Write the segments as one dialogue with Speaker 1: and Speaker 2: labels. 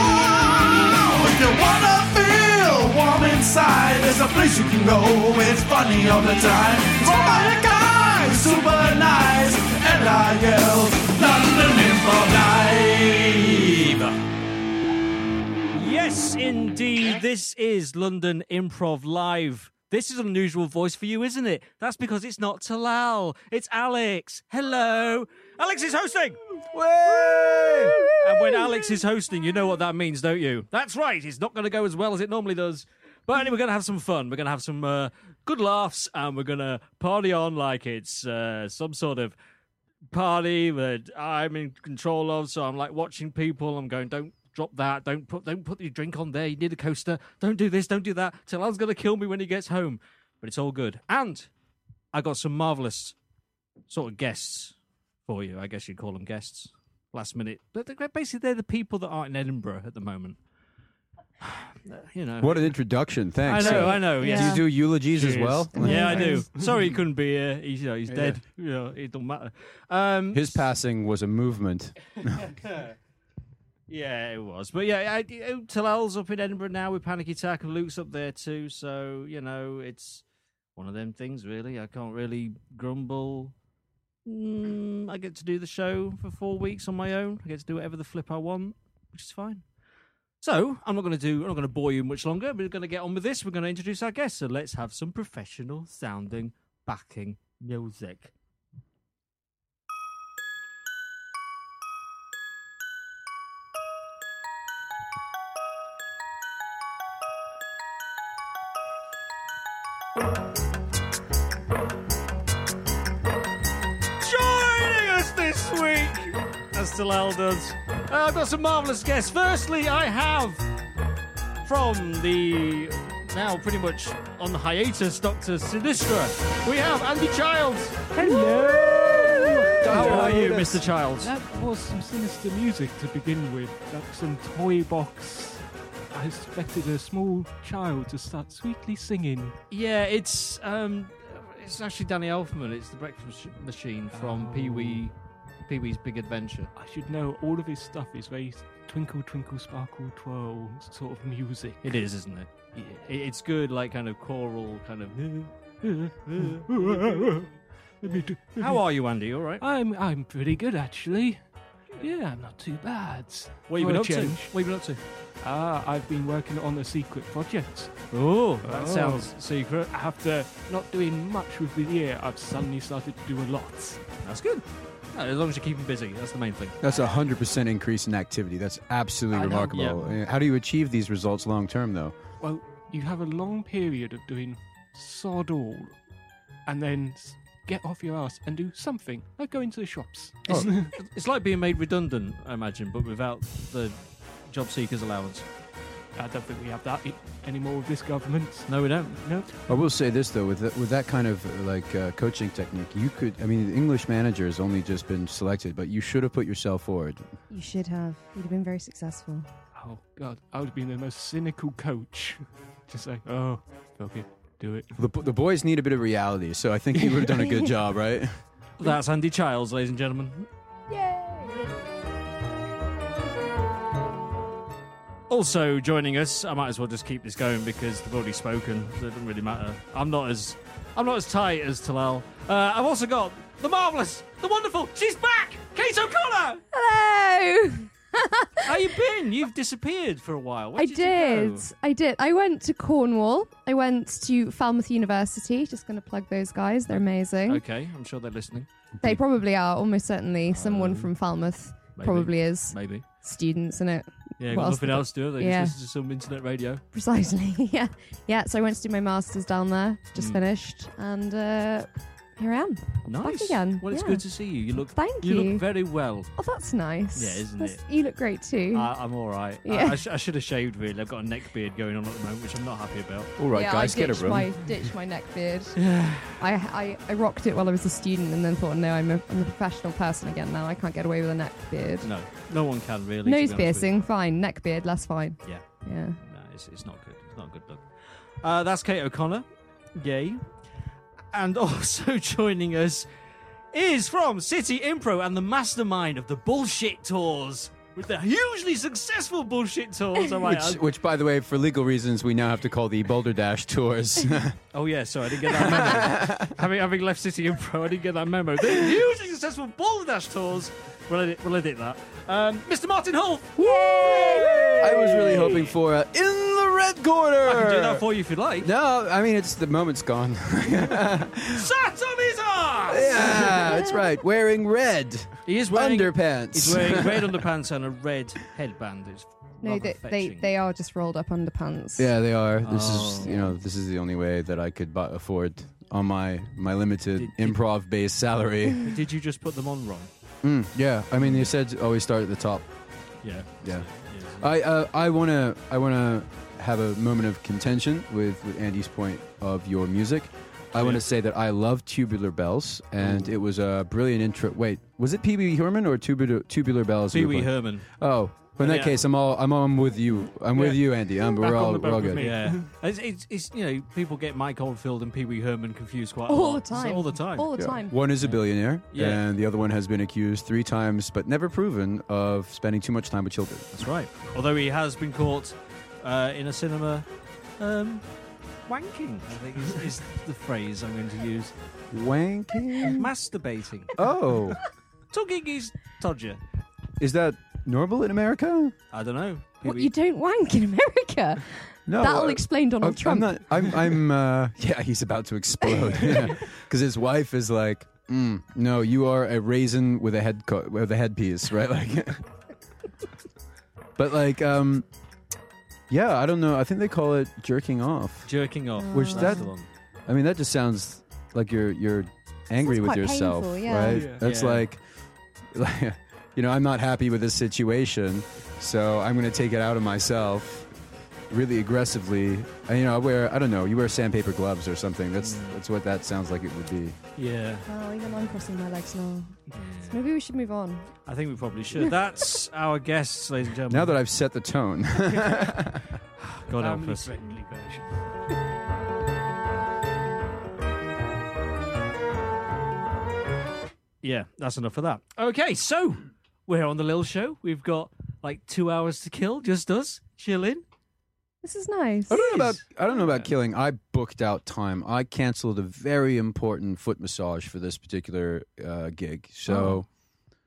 Speaker 1: If you wanna feel warm inside, there's a place you can go. It's funny all the time. It's all by the guys, super nice. And I yell, London is for life.
Speaker 2: Yes, indeed. This is London Improv Live. This is an unusual voice for you, isn't it? That's because it's not Talal. It's Alex. Hello. Alex is hosting. And when Alex is hosting, you know what that means, don't you? That's right. It's not going to go as well as it normally does. But anyway, we're going to have some fun. We're going to have some uh, good laughs and we're going to party on like it's uh, some sort of party that I'm in control of. So I'm like watching people. I'm going, don't drop that. Don't put don't put your drink on there. You need a coaster. Don't do this. Don't do that. Talal's gonna kill me when he gets home. But it's all good. And I got some marvelous sort of guests for you. I guess you'd call them guests. Last minute, but they're, basically they're the people that aren't in Edinburgh at the moment. you know.
Speaker 3: What an introduction!
Speaker 2: I
Speaker 3: Thanks.
Speaker 2: know. I know.
Speaker 3: Did
Speaker 2: Yeah.
Speaker 3: you do eulogies as well?
Speaker 2: Yeah, I do. Sorry, he couldn't be here. He's, you know, he's dead. You know, it don't matter. Um,
Speaker 3: His passing was a movement.
Speaker 2: Yeah, it was. But yeah, I, I- Talal's up in Edinburgh now with Panic Attack, and Luke's up there too. So you know, it's one of them things, really. I can't really grumble. Mm, I get to do the show for four weeks on my own. I get to do whatever the flip I want, which is fine. So I'm not going to do. I'm not going to bore you much longer. We're going to get on with this. We're going to introduce our guests. So let's have some professional sounding backing music. joining us this week, as Talal does. Uh, I've got some marvellous guests. Firstly, I have from the now pretty much on hiatus Dr. Sinistra, we have Andy Childs. Hello! How are you, Mr. Childs?
Speaker 4: That was some sinister music to begin with, like some toy box. I expected a small child to start sweetly singing.
Speaker 2: Yeah, it's um, it's actually Danny Elfman. It's the Breakfast Mach- Machine from Pee Wee, Pee Wee's Big Adventure.
Speaker 4: I should know all of his stuff is very twinkle, twinkle, sparkle, twirl sort of music.
Speaker 2: It is, isn't it? Yeah. It- It's good, like kind of choral, kind of. How are you, Andy? You All right.
Speaker 4: I'm I'm pretty good actually. Yeah, I'm not too bad.
Speaker 2: What have you
Speaker 4: For
Speaker 2: been
Speaker 4: a
Speaker 2: up to?
Speaker 4: change.
Speaker 2: What have you been up to?
Speaker 4: Ah, I've been working on a secret project.
Speaker 2: Oh, that
Speaker 4: Oh.
Speaker 2: sounds secret.
Speaker 4: After not doing much with the year, I've suddenly started to do a lot.
Speaker 2: That's good. No, as long as you keep them busy, that's the main thing.
Speaker 3: That's a hundred percent increase in activity. That's absolutely
Speaker 4: I know.
Speaker 3: remarkable. Uh, How do you achieve these results long term, though?
Speaker 4: Well, you have a long period of doing sod all, and then s- get off your ass and do something, like going to the shops.
Speaker 2: It's like being made redundant, I imagine, but without the job seekers allowance.
Speaker 4: I don't think we have that i- anymore with this government.
Speaker 2: No, we don't.
Speaker 4: No,
Speaker 3: I will say this though, with that, with that kind of uh, like uh, coaching technique, you could. I mean, the English manager has only just been selected, but you should have put yourself forward.
Speaker 5: You should have. You'd have been very successful.
Speaker 4: oh god, I would have been the most cynical coach. Just say, oh, okay, do it.
Speaker 3: The, the boys need a bit of reality, so I think you would have done a good job, right?
Speaker 2: That's Andy Childs, ladies and gentlemen. Also joining us, I might as well just keep this going because they've already spoken. So it doesn't really matter. I'm not as I'm not as tight as Talal. Uh, I've also got the marvelous, the wonderful. She's back, Kate O'Connor.
Speaker 6: Hello.
Speaker 2: How you been? You've disappeared for a while. Where
Speaker 6: I
Speaker 2: you
Speaker 6: did.
Speaker 2: go?
Speaker 6: I did. I went to Cornwall. I went to Falmouth University. Just going to plug those guys. They're amazing.
Speaker 2: Okay, I'm sure they're listening.
Speaker 6: They probably are, almost certainly. Someone from Falmouth
Speaker 2: Maybe.
Speaker 6: probably is.
Speaker 2: Maybe.
Speaker 6: Students, in it.
Speaker 2: Yeah, got
Speaker 6: What else
Speaker 2: nothing
Speaker 6: did I-
Speaker 2: else to do. They
Speaker 6: Yeah.
Speaker 2: just listen to some internet radio.
Speaker 6: Precisely. yeah. Yeah. So I went to do my masters down there. Just
Speaker 2: Mm.
Speaker 6: finished, and uh, here I am.
Speaker 2: Nice.
Speaker 6: again,
Speaker 2: Well, it's
Speaker 6: yeah.
Speaker 2: good to see you. You look.
Speaker 6: Thank
Speaker 2: you.
Speaker 6: you.
Speaker 2: look very well.
Speaker 6: Oh, that's nice.
Speaker 2: Yeah, isn't
Speaker 6: That's- You look great too.
Speaker 2: I, I'm all right. I-
Speaker 6: Yeah.
Speaker 2: I, sh- I should have shaved really. I've got a neck beard going on at the moment, which I'm not happy about.
Speaker 3: All right,
Speaker 6: yeah,
Speaker 3: guys,
Speaker 6: I
Speaker 3: get a
Speaker 6: ditched
Speaker 3: room.
Speaker 6: My, ditched my neck beard. I, I, I rocked it while I was a student and then thought, no, I'm a, I'm a professional person again now. I can't get away with a neck beard.
Speaker 2: No, no one can really. to
Speaker 6: Nose
Speaker 2: be honest with you.
Speaker 6: piercing, fine. Neck beard, less fine.
Speaker 2: Yeah.
Speaker 6: Yeah.
Speaker 2: No, it's, it's not good. It's not a good look. Uh, that's Kate O'Connor. Yay. And also joining us is from City Impro and the mastermind of the bullshit tours. With the hugely successful bullshit tours, I might
Speaker 3: Which,
Speaker 2: add.
Speaker 3: which, by the way, for legal reasons, we now have to call the Boulder Dash tours.
Speaker 2: Oh yeah, sorry, I didn't get that memo. having, having left City Impro, I didn't get that memo. The hugely successful Boulder Dash tours. We'll edit, we'll edit that. Um, Mr. Martin Hull.
Speaker 3: I was really hoping for uh, in the red corner.
Speaker 2: I can do that for you if you like.
Speaker 3: No, I mean it's the moment's gone.
Speaker 2: Sat on his arse!
Speaker 3: yeah, that's right. Wearing red
Speaker 2: He is wearing
Speaker 3: underpants.
Speaker 2: He's wearing red underpants and a red headband. It's
Speaker 6: No,
Speaker 2: rather
Speaker 6: they, they,
Speaker 2: fetching.
Speaker 6: they are just rolled up underpants.
Speaker 3: yeah, they are. This is
Speaker 2: Oh.
Speaker 3: you know this is the only way that I could bu- afford on my my limited
Speaker 2: Did- did-
Speaker 3: improv based salary.
Speaker 2: Did you just put them on wrong?
Speaker 3: Mm, yeah, I mean you said always start at the top.
Speaker 2: Yeah.
Speaker 3: Yeah. I uh, I want to I want to have a moment of contention with, with Andy's point of your music. I want
Speaker 2: Yeah.
Speaker 3: to say that I love Tubular Bells, and it was a brilliant intro. Wait, was it Pee Wee Herman or Tubular, tubular Bells? we
Speaker 2: Pee
Speaker 3: were
Speaker 2: Wee
Speaker 3: playing?
Speaker 2: Herman.
Speaker 3: Oh, in that
Speaker 2: Yeah.
Speaker 3: case, I'm all I'm on with you. I'm with
Speaker 2: Yeah.
Speaker 3: you, Andy. I'm,
Speaker 4: Back
Speaker 3: we're
Speaker 4: on
Speaker 3: all
Speaker 4: the boat
Speaker 3: we're all
Speaker 4: with
Speaker 3: good.
Speaker 4: me.
Speaker 2: Yeah. it's, it's, it's, you know, people get Mike Oldfield and Pee Wee Herman confused quite a lot.
Speaker 6: All the
Speaker 2: It's
Speaker 6: time.
Speaker 2: All the time.
Speaker 6: All the
Speaker 3: Yeah.
Speaker 6: time.
Speaker 3: One is a billionaire,
Speaker 2: Yeah.
Speaker 3: and the other one has been accused three times, but never proven of spending too much time with children.
Speaker 2: That's right. Although he has been caught uh, in a cinema um, wanking, I think is, is the phrase I'm going to use.
Speaker 3: Wanking.
Speaker 2: Masturbating.
Speaker 3: Oh,
Speaker 2: Tugging his todger.
Speaker 3: is that normal in America?
Speaker 2: I don't know. Pee
Speaker 6: What,
Speaker 2: Wee-
Speaker 6: you don't wank in America?
Speaker 3: No.
Speaker 6: That'll
Speaker 3: uh,
Speaker 6: explain Donald
Speaker 3: I'm,
Speaker 6: Trump.
Speaker 3: I'm not. I'm. I'm uh, yeah, he's about to explode because his wife is like, mm, "No, you are a raisin with a head co- with a headpiece, right?" Like, but like, um, yeah, I don't know. I think they call it jerking off.
Speaker 2: jerking off.
Speaker 3: Which
Speaker 2: That's
Speaker 3: that-
Speaker 2: the one.
Speaker 3: I mean, that just sounds like you're you're angry
Speaker 5: Sounds
Speaker 3: with
Speaker 5: quite
Speaker 3: yourself,
Speaker 5: painful, yeah.
Speaker 3: right?
Speaker 4: Yeah.
Speaker 3: That's
Speaker 2: Yeah.
Speaker 3: like, like, you know, I'm not happy with this situation, so I'm going to take it out on myself really aggressively. And, you know, I wear I don't know, you wear sandpaper gloves or something. That's
Speaker 2: Mm.
Speaker 3: that's what that sounds like it would be.
Speaker 2: Yeah.
Speaker 5: Oh, even I'm crossing my legs now.
Speaker 2: Yeah.
Speaker 6: Maybe we should move on.
Speaker 2: I think we probably should. That's our guests, ladies and gentlemen.
Speaker 3: Now that I've set the tone,
Speaker 2: God help
Speaker 4: Family
Speaker 2: us.
Speaker 4: friendly version.
Speaker 2: Yeah, that's enough for that. Okay, so we're on the Lil Show. We've got like two hours to kill, just us chilling.
Speaker 6: This is nice.
Speaker 3: I don't know about
Speaker 2: Jeez.
Speaker 3: I don't know about killing. I booked out time. I canceled a very important foot massage for this particular uh, gig. So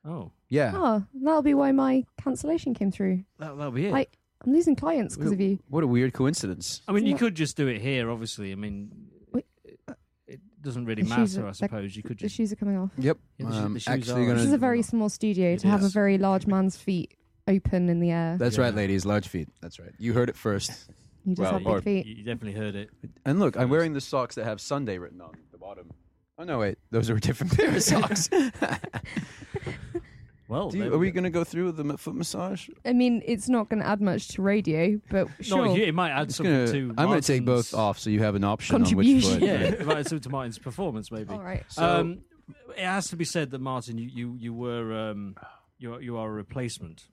Speaker 2: Oh,
Speaker 3: yeah.
Speaker 6: Oh, that'll be why my cancellation came through.
Speaker 2: that, that'll be it.
Speaker 6: Like, I'm losing clients because of you.
Speaker 3: What a weird coincidence.
Speaker 2: I mean, you could just do it here, obviously. I mean,
Speaker 6: Wait.
Speaker 2: it doesn't really
Speaker 6: The shoes
Speaker 2: matter,
Speaker 6: are-
Speaker 2: I
Speaker 6: the-
Speaker 2: suppose. You could
Speaker 6: The
Speaker 2: just.
Speaker 6: shoes are coming off.
Speaker 3: Yep.
Speaker 2: Yeah, the sh-
Speaker 3: I'm
Speaker 2: the shoes
Speaker 3: actually
Speaker 2: are-
Speaker 3: gonna.
Speaker 6: This is a very small studio to have a
Speaker 2: is.
Speaker 6: very large man's feet open in the air.
Speaker 3: That's
Speaker 2: Yeah.
Speaker 3: right, ladies. Large feet. That's right. You heard it first.
Speaker 6: You just
Speaker 3: Well,
Speaker 6: have
Speaker 3: or-
Speaker 6: big feet.
Speaker 2: You definitely heard it.
Speaker 3: And look, I'm wearing the socks that have Sunday written on the bottom. Oh no, wait. Those are a different pair of socks.
Speaker 2: Well,
Speaker 3: Do you,
Speaker 2: there
Speaker 3: are we
Speaker 2: go.
Speaker 3: gonna go through with the ma- foot massage?
Speaker 6: I mean, it's not going to add much to radio, but sure.
Speaker 2: No, it might add
Speaker 3: It's
Speaker 2: something
Speaker 3: gonna-
Speaker 2: to.
Speaker 3: I'm gonna take both
Speaker 2: Martin's-
Speaker 3: off, so you have an option on which foot.
Speaker 6: Contribution.
Speaker 2: Yeah, it might add something to Martin's performance, maybe.
Speaker 6: All right.
Speaker 3: So,
Speaker 2: um, it has to be said that Martin, you you, you were um, you are- you are a replacement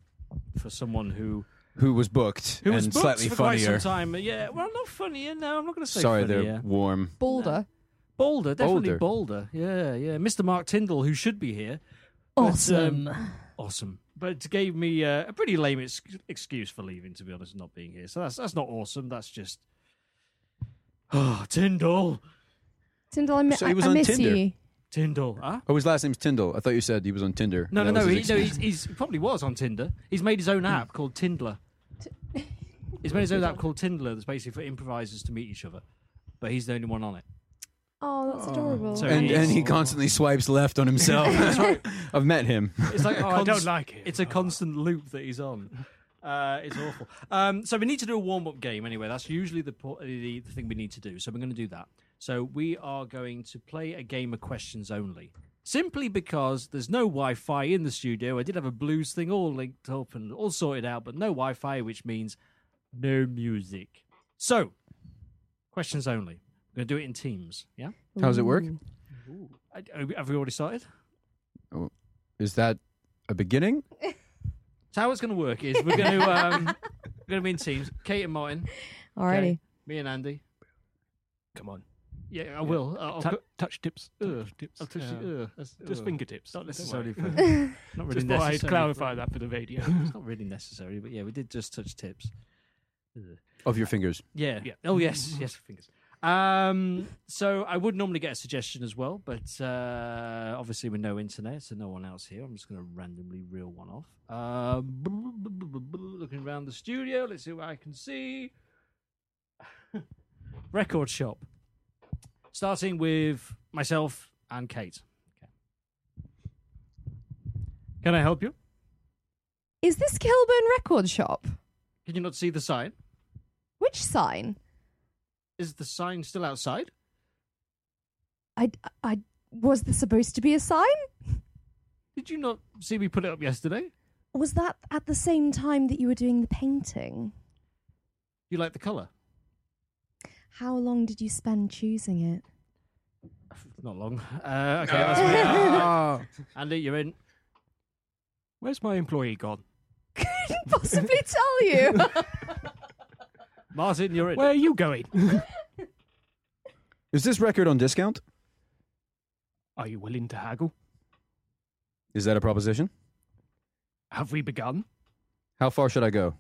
Speaker 2: for someone who
Speaker 3: who was booked
Speaker 2: who
Speaker 3: and
Speaker 2: was booked
Speaker 3: slightly
Speaker 2: for
Speaker 3: funnier?
Speaker 2: quite some time. Yeah, well, not funnier. No, I'm not going to say
Speaker 3: Sorry, they're
Speaker 2: funnier.
Speaker 3: warm.
Speaker 6: Boulder.
Speaker 2: Boulder, definitely Boulder. Yeah, yeah. Mr. Mark Tyndall, who should be here,
Speaker 3: um,
Speaker 2: um,
Speaker 6: Awesome.
Speaker 2: awesome, but gave me uh, a pretty lame ex- excuse for leaving. To be honest, not being here. So that's that's not awesome. That's just. Oh, Tyndall,
Speaker 6: Tyndall, I, mi-
Speaker 3: So
Speaker 6: I,
Speaker 3: he was
Speaker 6: I
Speaker 3: on
Speaker 6: miss
Speaker 3: Tinder.
Speaker 6: you.
Speaker 2: Tyndall. Huh?
Speaker 3: Oh, his last name's Tyndall. I thought you said he was on Tinder.
Speaker 2: No, no, no.
Speaker 3: That was
Speaker 2: He,
Speaker 3: his
Speaker 2: no
Speaker 3: excuse.
Speaker 2: he's, he's he probably was on Tinder. He's made his own app called Tindler. He's made his own app called Tindler that's basically for improvisers to meet each other. But he's the only one on it.
Speaker 6: Oh, that's adorable.
Speaker 2: So
Speaker 3: and,
Speaker 2: he's-
Speaker 3: and he constantly swipes left on himself. I've met him.
Speaker 2: It's like a
Speaker 4: Oh, I don't
Speaker 2: const-
Speaker 4: like it.
Speaker 2: It's a constant loop that he's on. Uh, it's awful. Um, so we need to do a warm up game anyway. That's usually the, po- the the thing we need to do. So we're going to do that. So we are going to play a game of questions only. Simply because there's no Wi-Fi in the studio. I did have a blues thing all linked up and all sorted out, but no Wi-Fi, which means no music. So questions only. We're going to do it in teams. Yeah.
Speaker 3: How's it work?
Speaker 6: Ooh.
Speaker 2: Uh, Have we already started?
Speaker 3: Is that a beginning?
Speaker 2: So how it's going to work is we're going to um, we're going to be in teams. Kate and Martin.
Speaker 6: Alrighty.
Speaker 2: Okay. Me and Andy. Come on. Yeah, I will. I'll, I'll,
Speaker 4: Tou-
Speaker 2: go-
Speaker 4: touch tips.
Speaker 2: Ugh.
Speaker 4: touch tips.
Speaker 2: I'll touch
Speaker 4: yeah.
Speaker 2: you. ugh, that's-
Speaker 4: Just
Speaker 2: ugh.
Speaker 4: fingertips.
Speaker 2: Not
Speaker 4: don't
Speaker 2: necessarily.
Speaker 4: worry.
Speaker 2: For, not really
Speaker 4: Just thought
Speaker 2: necessary.
Speaker 4: I'd clarify that for the radio.
Speaker 2: It's not really necessary, but yeah, we did just touch tips.
Speaker 3: Of your fingers.
Speaker 2: Yeah.
Speaker 4: Yeah.
Speaker 2: Oh yes, yes, fingers. Um, so I would normally get a suggestion as well, but uh, obviously with no internet, so no one else here. I'm just going to randomly reel one off. Um, looking around the studio, let's see what I can see. Record shop. Starting with myself and Kate. Okay. Can I help you?
Speaker 6: Is this Kilburn Record Shop?
Speaker 2: Can you not see the sign?
Speaker 6: Which sign?
Speaker 2: Is the sign still outside?
Speaker 6: I, I was this supposed to be a sign?
Speaker 2: Did you not see me put it up yesterday?
Speaker 6: Was that at the same time that you were doing the painting?
Speaker 2: You like the colour?
Speaker 6: How long did you spend choosing it?
Speaker 2: Not long. Uh, okay, that's me.
Speaker 3: Oh.
Speaker 2: Andy, you're in.
Speaker 4: Where's my employee gone?
Speaker 6: Couldn't possibly tell you.
Speaker 2: Martin, you're in.
Speaker 4: Where are you going?
Speaker 3: Is this record on discount?
Speaker 4: Are you willing to haggle?
Speaker 3: Is that a proposition?
Speaker 4: Have we begun?
Speaker 3: How far should I go?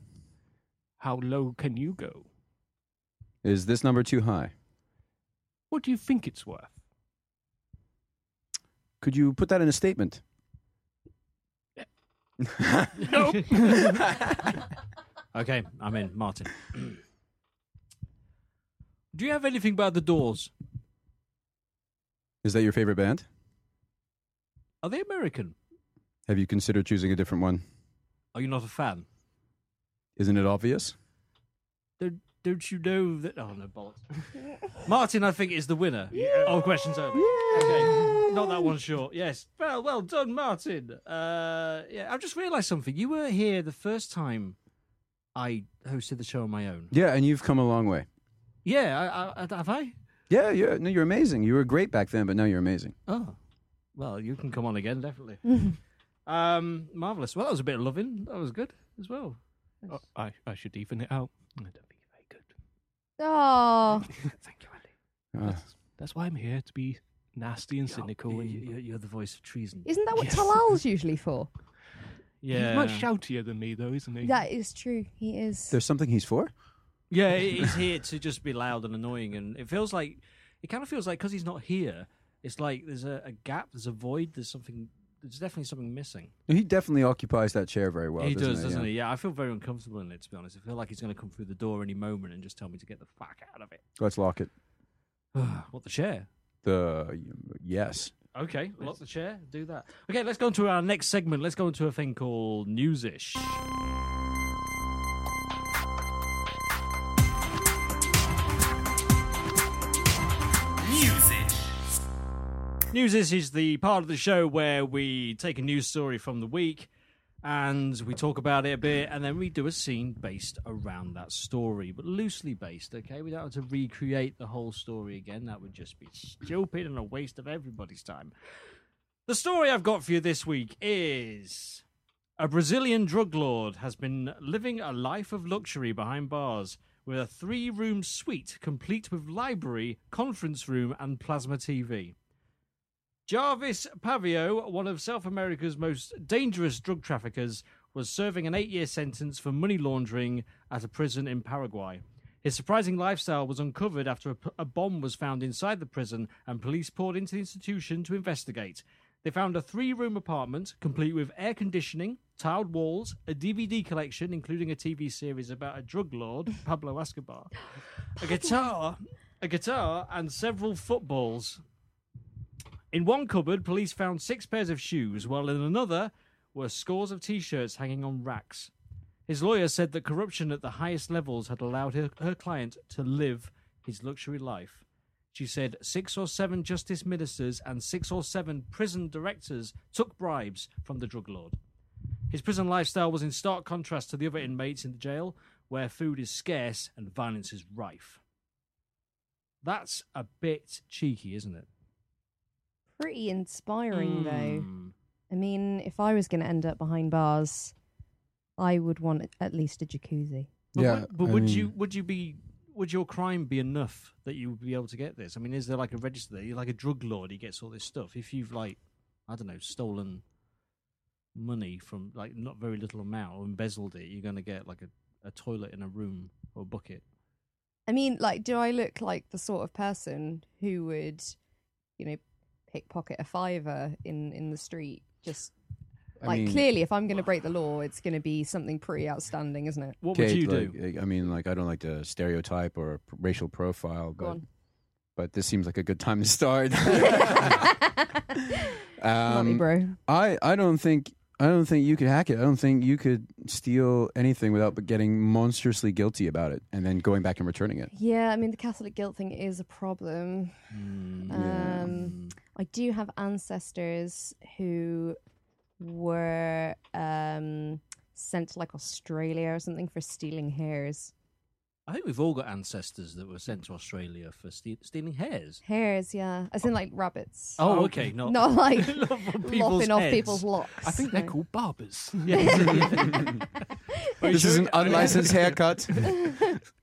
Speaker 4: How low can you go?
Speaker 3: Is this number too high?
Speaker 4: What do you think it's worth?
Speaker 3: Could you put that in a statement?
Speaker 4: Nope.
Speaker 2: Okay, I'm in. Martin. Do you have anything about the doors?
Speaker 3: Is that your favorite band?
Speaker 2: Are they American?
Speaker 3: Have you considered choosing a different one?
Speaker 2: Are you not a fan?
Speaker 3: Isn't it obvious?
Speaker 2: Don't, don't you know that? Oh, no, bollocks. Martin, I think, is the winner. Oh, question's over. Okay. Not that one short. Yes. Well, well done, Martin. Uh, yeah, I've just realised something. You were here the first time I hosted the show on my own.
Speaker 3: Yeah, and you've come a long way.
Speaker 2: Yeah, I, I, have I?
Speaker 3: Yeah, yeah. No, you're amazing. You were great back then, but now you're amazing.
Speaker 2: Oh, well, you can come on again, definitely.
Speaker 4: Mm-hmm.
Speaker 2: um, marvelous. Well, that was a bit of loving. That was good as well.
Speaker 4: Oh, I, I should even it out. I don't think you're very good.
Speaker 6: oh,
Speaker 4: Thank you, Andy.
Speaker 3: Uh,
Speaker 4: That's, that's why I'm here to be nasty and cynical.
Speaker 2: You,
Speaker 4: and
Speaker 2: Oh, you, you're the voice of treason.
Speaker 6: isn't that what
Speaker 4: Yes.
Speaker 6: Talal's usually for?
Speaker 4: He's much shoutier than me, though, isn't he?
Speaker 6: That is true. He is.
Speaker 3: there's something he's for?
Speaker 2: yeah. He's here to just be loud and annoying, and it feels like it kind of feels like because he's not here, it's like there's a, a gap, there's a void, there's something. There's definitely something missing.
Speaker 3: He definitely occupies that chair very well.
Speaker 2: he
Speaker 3: doesn't
Speaker 2: does,
Speaker 3: he?
Speaker 2: doesn't
Speaker 3: Yeah.
Speaker 2: he? Yeah, I feel very uncomfortable in it. To be honest, I feel like he's going to come through the door any moment and just tell me to get the fuck out of it.
Speaker 3: Let's lock it.
Speaker 2: what the chair?
Speaker 3: The yes.
Speaker 2: Okay, lock the chair, do that. Okay, let's go on to our next segment. Let's go into a thing called Newsish. Newsish is the part of the show where we take a news story from the week and we talk about it a bit and then we do a scene based around that story, but loosely based, okay? We don't have to recreate the whole story again. That would just be stupid and a waste of everybody's time. The story I've got for you this week is a Brazilian drug lord has been living a life of luxury behind bars with a three room suite complete with library, conference room, and plasma TV. Jarvis Pavio, one of South America's most dangerous drug traffickers, was serving an eight year sentence for money laundering at a prison in Paraguay. His surprising lifestyle was uncovered after a, p- a bomb was found inside the prison and police poured into the institution to investigate. They found a three room apartment complete with air conditioning, tiled walls, a DVD collection, including a TV series about a drug lord, Pablo Escobar, a guitar, a guitar, and several footballs. In one cupboard, police found six pairs of shoes, while in another were scores of t shirts hanging on racks. His lawyer said that corruption at the highest levels had allowed her, her client to live his luxury life. She said six or seven justice ministers and six or seven prison directors took bribes from the drug lord. His prison lifestyle was in stark contrast to the other inmates in the jail, where food is scarce and violence is rife. That's a bit cheeky, isn't it?
Speaker 6: Pretty
Speaker 3: Hmm.
Speaker 6: inspiring, though.
Speaker 2: Mm.
Speaker 6: I mean, if I was going to end up behind bars, I would want at least a jacuzzi.
Speaker 2: But
Speaker 3: yeah,
Speaker 2: would, but
Speaker 3: I
Speaker 2: would
Speaker 3: mean-
Speaker 2: you would you be would your crime be enough that you would be able to get this? I mean, is there like a register there? You're like a drug lord. He gets all this stuff. If you've like I don't know stolen money from like not very little amount or embezzled it, you're going to get like a, a toilet in a room or a bucket.
Speaker 6: I mean, like, do I look like the sort of person who would, you know, pickpocket a fiver in in the street? Just
Speaker 3: I
Speaker 6: like
Speaker 3: mean-
Speaker 6: clearly, if I'm going to break the law, it's going to be something pretty outstanding, isn't it?
Speaker 2: What
Speaker 3: Kate,
Speaker 2: would you
Speaker 3: like,
Speaker 2: do?
Speaker 3: I mean, like, I don't like to stereotype or p- racial profile,
Speaker 6: Go
Speaker 3: but
Speaker 6: on.
Speaker 3: but this seems like a good time to start.
Speaker 6: Not me,
Speaker 3: um,
Speaker 6: bro.
Speaker 3: I I don't think I don't think you could hack it. I don't think you could steal anything without but getting monstrously guilty about it and then going back and returning it.
Speaker 6: Yeah, I mean, the Catholic guilt thing is a problem.
Speaker 3: yeah.
Speaker 6: Um, I do have ancestors who were um, sent to like Australia or something for stealing hairs.
Speaker 2: I think we've all got ancestors that were sent to Australia for ste- stealing hairs.
Speaker 6: Hairs, yeah. As in like rabbits.
Speaker 2: Oh, okay, not
Speaker 6: Not like
Speaker 2: not from people's
Speaker 6: lopping off
Speaker 2: heads.
Speaker 6: people's locks.
Speaker 4: I think they're called barbers.
Speaker 3: This is an unlicensed haircut.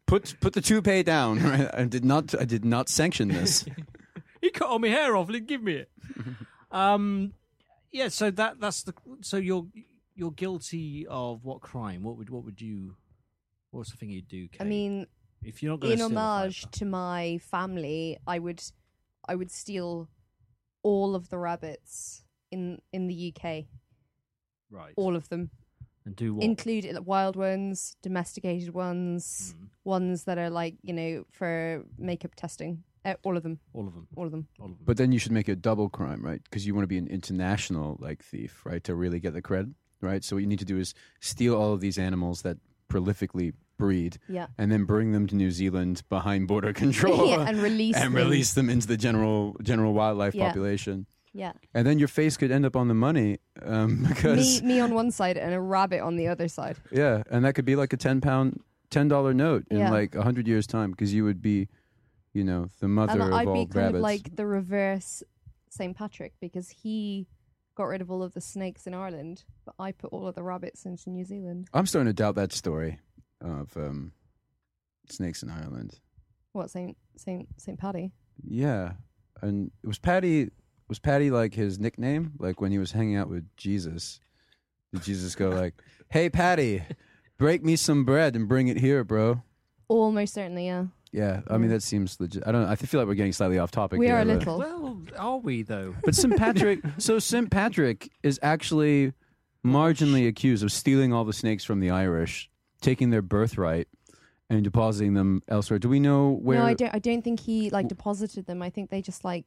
Speaker 3: put put the toupee down. Right? I did not I did not sanction this.
Speaker 2: he cut all my hair off and he'd give me it. um, yeah. So that that's the so you're you're guilty of what crime? What would what would you? What's the thing you'd do? Kate?
Speaker 6: I mean,
Speaker 2: if you're not going
Speaker 6: in
Speaker 2: to
Speaker 6: homage to my family, I would, I would steal all of the rabbits in in the UK,
Speaker 2: right?
Speaker 6: all of them,
Speaker 2: and do what?
Speaker 6: including the wild ones, domesticated ones, ones that are like you know for makeup testing. Uh, all of them,
Speaker 2: all of them.
Speaker 6: all of them.
Speaker 2: All of them.
Speaker 3: But then you should make it a double crime, right? Because you want to be an international like thief, right? To really get the credit, right? So what you need to do is steal all of these animals that prolifically breed,
Speaker 6: Yeah.
Speaker 3: and then bring them to New Zealand behind border control
Speaker 6: Yeah, and release
Speaker 3: and
Speaker 6: them.
Speaker 3: release them into the general general wildlife
Speaker 6: Yeah.
Speaker 3: population.
Speaker 6: Yeah,
Speaker 3: And then your face could end up on the money um,
Speaker 6: me,
Speaker 3: because
Speaker 6: me on one side and a rabbit on the other side.
Speaker 3: yeah, and that could be like a ten pound, ten dollar note in
Speaker 6: Yeah.
Speaker 3: like a hundred years time because you would be, you know, the mother
Speaker 6: and
Speaker 3: of
Speaker 6: I'd
Speaker 3: all
Speaker 6: be kind
Speaker 3: rabbits.
Speaker 6: of like the reverse St. Patrick because he got rid of all of the snakes in Ireland, but I put all of the rabbits into New Zealand.
Speaker 3: I'm starting to doubt that story of um, snakes in Ireland.
Speaker 6: What Saint Saint Saint Paddy?
Speaker 3: Yeah, and was Patty was Patty like his nickname? Like when he was hanging out with Jesus, did Jesus go like, "Hey Patty, break me some bread and bring it here, bro"?
Speaker 6: Almost certainly, yeah.
Speaker 3: Yeah, I mean that seems legit. I don't. know. I feel like we're getting slightly off topic.
Speaker 6: we
Speaker 3: here,
Speaker 6: are a
Speaker 3: but-
Speaker 6: little.
Speaker 2: well, are we though?
Speaker 3: But St. Patrick, so St. Patrick is actually marginally accused of stealing all the snakes from the Irish, taking their birthright, and depositing them elsewhere. Do we know where?
Speaker 6: No, I don't. I don't think he like deposited them. I think they just like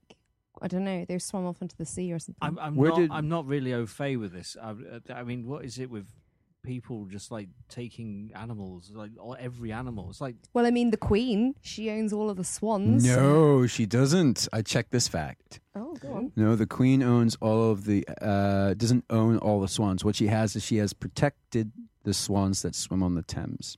Speaker 6: I don't know. They swam off into the sea or something.
Speaker 2: I'm, I'm
Speaker 3: Where
Speaker 2: not.
Speaker 3: did-
Speaker 2: I'm not really au fait with this. I, I mean, what is it with people just like taking animals, like or every animal? It's like
Speaker 6: well, I mean, the Queen. She owns all of the swans.
Speaker 3: No, she doesn't. I checked this fact.
Speaker 6: Oh, go on.
Speaker 3: No, the queen owns all of the uh, doesn't own all the swans. What she has is she has protected the swans that swim on the Thames.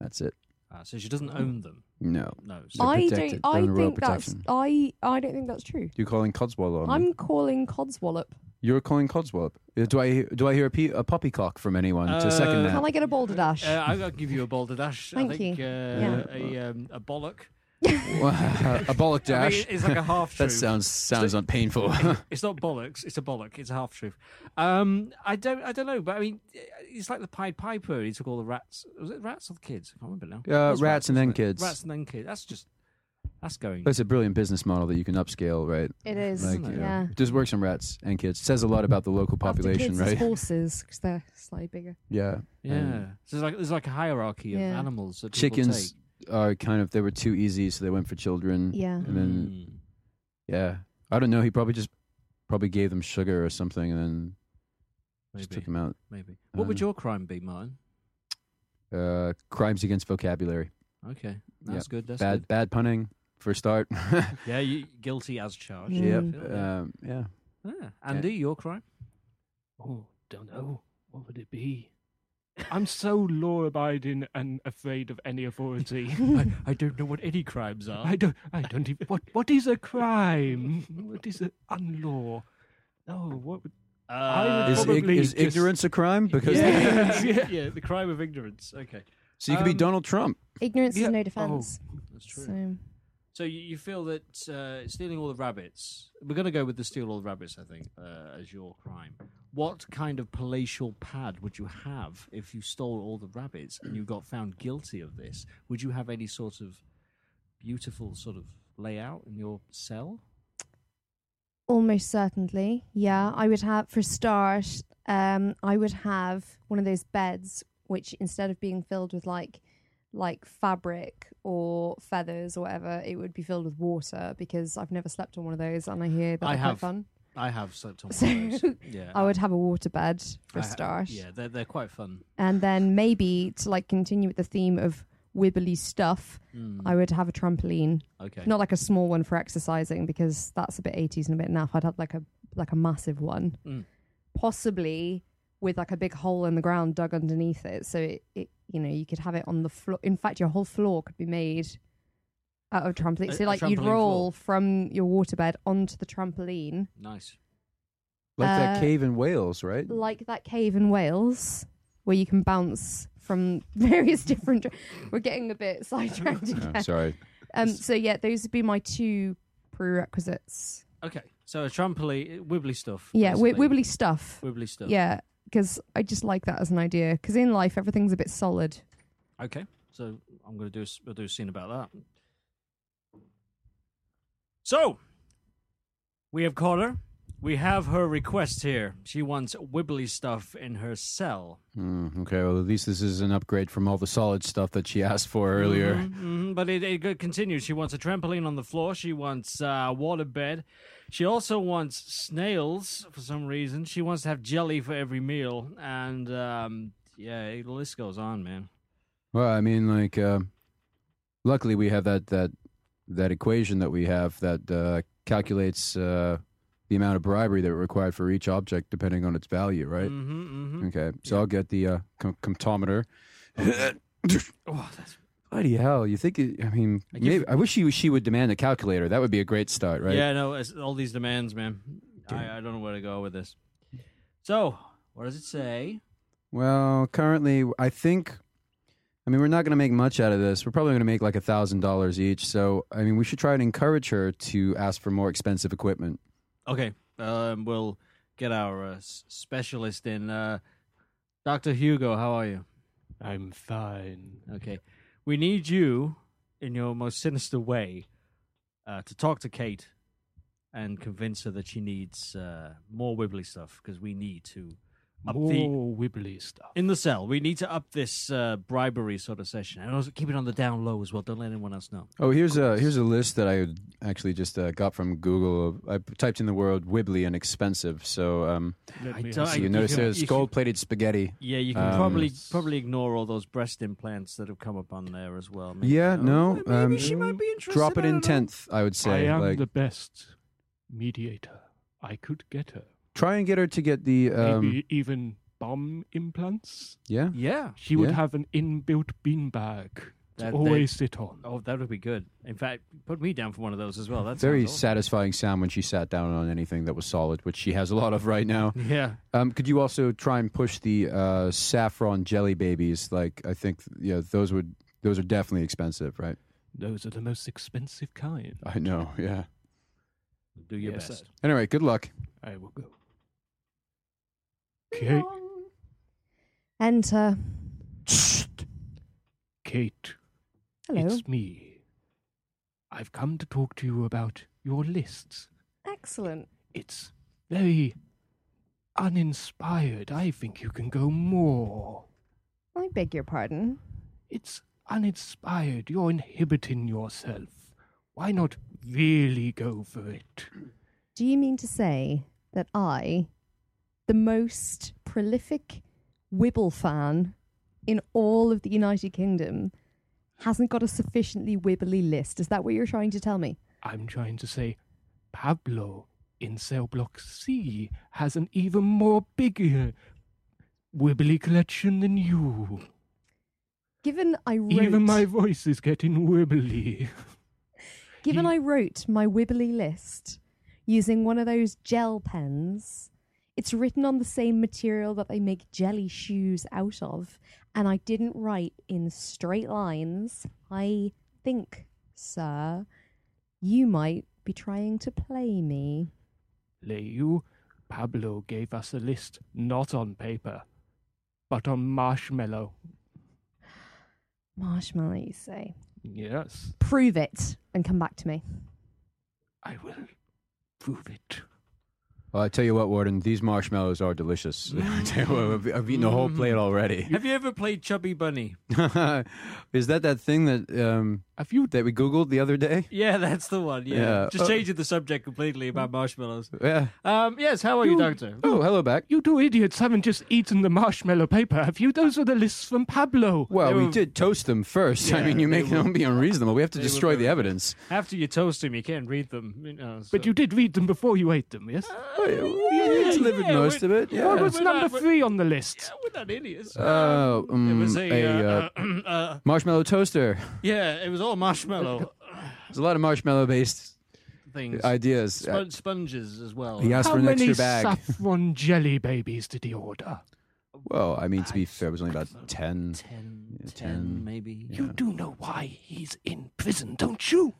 Speaker 3: That's it.
Speaker 2: uh, so she doesn't own them.
Speaker 3: No,
Speaker 2: No. So
Speaker 3: They're
Speaker 6: I don't.
Speaker 3: protected. They're
Speaker 6: I
Speaker 3: under royal
Speaker 6: think that's.
Speaker 3: protection.
Speaker 6: I. I don't think that's true.
Speaker 3: you're calling Codswallop. on me.
Speaker 6: I'm calling Codswallop.
Speaker 3: You're calling Codswallop. Do I do I hear a, pe- a puppy clock from anyone to second
Speaker 2: Uh,
Speaker 3: that?
Speaker 6: Can I get a balderdash?
Speaker 2: Uh, I'll I'll give you a boulder dash.
Speaker 6: Thank
Speaker 2: I think,
Speaker 6: you.
Speaker 2: Uh,
Speaker 6: Yeah.
Speaker 2: A, um, a bollock.
Speaker 3: a bollock
Speaker 2: I mean,
Speaker 3: dash.
Speaker 2: it's like a half
Speaker 3: that
Speaker 2: truth.
Speaker 3: sounds sounds un- painful.
Speaker 2: It's not bollocks. It's a bollock. It's a half truth. Um, I don't. I don't know. But I mean, it's like the Pied Piper. He took all the rats. Was it rats or the kids? I can't remember now.
Speaker 3: Uh,
Speaker 2: It was
Speaker 3: rats and then
Speaker 2: wasn't it?
Speaker 3: kids.
Speaker 2: Rats and then kids. That's just. That's going.
Speaker 3: That's a brilliant business model that you can upscale, right?
Speaker 6: It is.
Speaker 3: Like,
Speaker 2: Isn't
Speaker 3: you
Speaker 2: it?
Speaker 3: know,
Speaker 6: Yeah.
Speaker 3: it just works on rats and kids. Says a lot about the local population,
Speaker 6: After kids,
Speaker 3: right?
Speaker 6: It's horses because they're slightly bigger.
Speaker 3: Yeah,
Speaker 2: yeah. So there's like there's like a hierarchy of
Speaker 6: Yeah.
Speaker 2: animals that people
Speaker 3: chickens
Speaker 2: take.
Speaker 3: are kind of they were too easy, so they went for children.
Speaker 6: Yeah.
Speaker 3: and then
Speaker 2: Mm.
Speaker 3: yeah, I don't know. He probably just probably gave them sugar or something, and then just
Speaker 2: Maybe.
Speaker 3: took them out.
Speaker 2: Maybe. What would
Speaker 3: Uh,
Speaker 2: your crime be, Martin?
Speaker 3: uh, crimes against vocabulary.
Speaker 2: Okay, that's good. That's
Speaker 3: bad bad punning for a start.
Speaker 2: good. Yeah, you, guilty as charged.
Speaker 3: yep.
Speaker 2: I feel that.
Speaker 3: Um, yeah.
Speaker 2: Ah, Andy, your crime?
Speaker 4: Oh, don't know. What would it be? I'm so law abiding and afraid of any authority.
Speaker 2: I, I don't know what any crimes are.
Speaker 4: I don't. I don't even. What? What is a crime? What is an unlaw? No. What? Would, I would
Speaker 3: Is, ig-
Speaker 4: probably
Speaker 3: is
Speaker 4: just-
Speaker 3: ignorance a crime? Because
Speaker 2: yeah. yeah. the crime of ignorance. Okay,
Speaker 3: so you could be
Speaker 2: Um,
Speaker 3: Donald Trump.
Speaker 6: Ignorance
Speaker 4: Yeah.
Speaker 6: is no
Speaker 4: Oh,
Speaker 6: defense.
Speaker 2: that's true.
Speaker 6: so
Speaker 2: So you, you feel that uh, stealing all the rabbits? We're going to go with the steal all the rabbits, I think, uh, as your crime. What kind of palatial pad would you have if you stole all the rabbits and you got found guilty of this? Would you have any sort of beautiful sort of layout in your cell?
Speaker 6: almost certainly, yeah. I would have for start, um, I would have one of those beds which instead of being filled with like like fabric or feathers or whatever, it would be filled with water because I've never slept on one of those and I hear that
Speaker 2: I
Speaker 6: they're
Speaker 2: have.
Speaker 6: quite fun.
Speaker 2: I have slept on one of those.
Speaker 6: So,
Speaker 2: Yeah,
Speaker 6: I would have a water bed for
Speaker 2: I
Speaker 6: a
Speaker 2: ha-
Speaker 6: start.
Speaker 2: Yeah, they're they're quite fun.
Speaker 6: And then maybe to like continue with the theme of wibbly stuff,
Speaker 2: Mm,
Speaker 6: I would have a trampoline.
Speaker 2: okay.
Speaker 6: Not like a small one for exercising because that's a bit 80s and a bit naff. I'd have like a like a massive one.
Speaker 2: Mm.
Speaker 6: Possibly with like a big hole in the ground dug underneath it so it, it you know, you could have it on the floor. In fact, your whole floor could be made out of trampoline.
Speaker 2: A-
Speaker 6: So
Speaker 2: a
Speaker 6: like you'd
Speaker 2: trampoline floor.
Speaker 6: roll from your waterbed onto the trampoline
Speaker 2: nice.
Speaker 3: Like that
Speaker 6: Uh,
Speaker 3: cave in Wales, right?
Speaker 6: like that cave in Wales where you can bounce from various different. We're getting a bit sidetracked again.
Speaker 3: Oh, sorry.
Speaker 6: Um, so yeah, those would be my two prerequisites.
Speaker 2: Okay, so a trampoline, uh, wibbly stuff.
Speaker 6: Yeah, wi-
Speaker 2: basically.
Speaker 6: wibbly stuff.
Speaker 2: wibbly stuff.
Speaker 6: Yeah, because I just like that as an idea. Because in life, everything's a bit solid.
Speaker 2: Okay, so I'm going to do a, s- I'll do a scene about that. So, we have caught her. We have her request here. She wants wibbly stuff in her cell.
Speaker 3: Mm, okay. Well, at least this is an upgrade from all the solid stuff that she asked for earlier.
Speaker 2: Mhm, mhm, but it, it go- continues. She wants a trampoline on the floor. She wants uh, a water bed. She also wants snails for some reason. She wants to have jelly for every meal. And um, yeah, it- the list goes on, man.
Speaker 3: Well, I mean, like, uh, luckily we have that that that equation that we have that uh, calculates uh, the amount of bribery that required for each object depending on its value, right?
Speaker 2: Mm-hmm, hmm
Speaker 3: Okay, so I'll get the uh, com- comptometer.
Speaker 2: Oh, that's
Speaker 3: Bloody hell! You think? It, I mean,
Speaker 2: I
Speaker 3: I,
Speaker 2: give-
Speaker 3: maybe, I wish she she would demand a calculator. That would be a great start, right?
Speaker 2: Yeah, no, it's all these demands, man. I, I don't know where to go with this. So, what does it say?
Speaker 3: Well, currently, I think. I mean, we're not going to make much out of this. We're probably going to make like a thousand dollars each. So, I mean, we should try and encourage her to ask for more expensive equipment.
Speaker 2: Okay, um, we'll get our uh, s- specialist in. Uh, Dr. Hugo, how are you?
Speaker 4: I'm fine.
Speaker 2: Okay. We need you, in your most sinister way, uh, to talk to Kate and convince her that she needs uh, more wibbly stuff because we need to up the.
Speaker 4: More wibbly stuff.
Speaker 2: In the cell, we need to up this uh, bribery sort of session, and also keep it on the down low as well. Don't let anyone else know.
Speaker 3: Oh, here's a here's a list that I actually just uh, got from Google. I typed in the word "wibbly" and expensive. So, um,
Speaker 4: Let
Speaker 2: I
Speaker 4: me
Speaker 2: don't-
Speaker 4: have
Speaker 2: I-
Speaker 3: so
Speaker 4: some-
Speaker 3: you notice
Speaker 2: can-
Speaker 3: there's
Speaker 2: you can-
Speaker 3: gold-plated spaghetti.
Speaker 2: Yeah, you can
Speaker 3: Um,
Speaker 2: probably probably ignore all those breast implants that have come up on there as well. Maybe,
Speaker 3: Yeah, no,
Speaker 2: Maybe
Speaker 3: um,
Speaker 2: she might be interested.
Speaker 3: Drop it
Speaker 2: I
Speaker 3: in
Speaker 2: don't know.
Speaker 3: tenth, I would
Speaker 4: I
Speaker 3: say.
Speaker 4: am
Speaker 3: like,
Speaker 4: the best mediator. I could get her.
Speaker 3: try and get her to get the um,
Speaker 4: Maybe even bomb implants.
Speaker 3: yeah.
Speaker 2: Yeah.
Speaker 4: She would
Speaker 3: Yeah.
Speaker 4: have an inbuilt beanbag to
Speaker 2: That-
Speaker 4: always sit on.
Speaker 2: Oh, that would be good. In fact, put me down for one of those as well. That's
Speaker 3: Very
Speaker 2: awesome.
Speaker 3: satisfying sound when she sat down on anything that was solid, which she has a lot of right now.
Speaker 2: Yeah.
Speaker 3: Um, could you also try and push the uh, saffron jelly babies? Like I think yeah, those would those are definitely expensive, right?
Speaker 4: Those are the most expensive kind.
Speaker 3: I know, yeah.
Speaker 2: Do your
Speaker 4: Yes.
Speaker 2: best.
Speaker 3: Anyway, good luck.
Speaker 4: I will go. Kate,
Speaker 6: Enter.
Speaker 4: Kate,
Speaker 6: Hello.
Speaker 4: it's me. I've come to talk to you about your lists.
Speaker 6: Excellent.
Speaker 4: It's very uninspired. I think you can go more.
Speaker 6: I beg your pardon.
Speaker 4: It's uninspired. You're inhibiting yourself. Why not really go for it?
Speaker 6: Do you mean to say that I, the most prolific Wibble fan in all of the United Kingdom hasn't got a sufficiently wibbly list. Is that what you're trying to tell me?
Speaker 4: I'm trying to say Pablo in cell block C has an even more bigger wibbly collection than you.
Speaker 6: Given I wrote,
Speaker 4: Even my voice is getting wibbly.
Speaker 6: given
Speaker 4: you-
Speaker 6: I wrote my wibbly list using one of those gel pens, it's written on the same material that they make jelly shoes out of, and I didn't write in straight lines. I think, sir, you might be trying to play me.
Speaker 4: Leu, Pablo gave us a list not on paper, but on marshmallow.
Speaker 6: Marshmallow, you say?
Speaker 4: Yes,
Speaker 6: Prove it and come back to me.
Speaker 4: I will prove it.
Speaker 3: Well, I tell you what, Warden, these marshmallows are delicious. I tell you what, I've- I've eaten a whole plate already.
Speaker 2: Have you ever played Chubby Bunny?
Speaker 3: Is that that thing that um,
Speaker 4: Have you
Speaker 3: that we googled the other day?
Speaker 2: Yeah, that's the one. Yeah,
Speaker 3: Yeah.
Speaker 2: just
Speaker 3: Oh.
Speaker 2: changing the subject completely about marshmallows.
Speaker 3: Yeah.
Speaker 2: Um, yes. How are you, Doctor?
Speaker 3: Oh, hello back.
Speaker 4: you two idiots haven't just eaten the marshmallow paper, have you? Those are the lists from Pablo.
Speaker 3: Well,
Speaker 2: They
Speaker 3: we
Speaker 2: were-
Speaker 3: did toast them first. I mean, you
Speaker 2: they
Speaker 3: make it don't be unreasonable. We have to
Speaker 2: they were
Speaker 3: destroy
Speaker 2: very
Speaker 3: the evidence.
Speaker 2: After you toast them, you can't read them. You know, so-
Speaker 4: But you did read them before you ate them, yes?
Speaker 3: Ah, It's livid
Speaker 2: Oh, yeah,
Speaker 3: most
Speaker 2: we-
Speaker 3: of it. Yeah.
Speaker 4: what was
Speaker 2: we're
Speaker 4: number
Speaker 2: not- we're-
Speaker 4: three on the list?
Speaker 2: Yeah, we're not idiots.
Speaker 3: Uh,
Speaker 2: it was
Speaker 3: mm,
Speaker 2: a,
Speaker 3: a,
Speaker 2: uh, uh, uh,
Speaker 3: marshmallow toaster.
Speaker 2: yeah. It was all marshmallow
Speaker 3: There's a lot of marshmallow-based
Speaker 2: things.
Speaker 3: ideas. Uh,
Speaker 2: Spon- sponges as well.
Speaker 3: he asked
Speaker 4: How
Speaker 3: for an
Speaker 4: many
Speaker 3: extra bag.
Speaker 4: saffron jelly babies did he order?
Speaker 3: well, I mean, to be fair, it was only about ten.
Speaker 2: Ten, ten,
Speaker 3: Yeah, ten.
Speaker 2: maybe.
Speaker 4: You do know why he's in prison, don't you?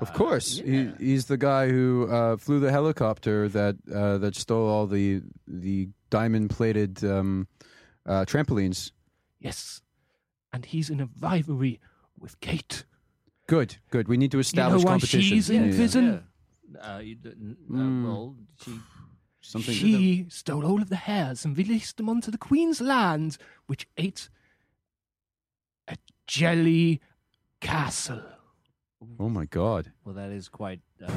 Speaker 3: Of course,
Speaker 2: yeah.
Speaker 3: he, he's the guy who uh, flew the helicopter that uh, that stole all the the diamond-plated um, uh, trampolines.
Speaker 4: Yes. And he's in a rivalry with Kate.
Speaker 3: Good, good. We need to
Speaker 4: You know
Speaker 3: establish
Speaker 4: why
Speaker 3: competition.
Speaker 4: she's in
Speaker 3: Yeah, yeah.
Speaker 4: prison?
Speaker 2: Uh, you didn't, uh,
Speaker 3: Mm.
Speaker 2: Well, she
Speaker 3: Something.
Speaker 4: She stole all of the hairs and released them onto the Queen's land, which ate a jelly castle.
Speaker 3: Oh my God,
Speaker 2: Well, that is quite. Uh,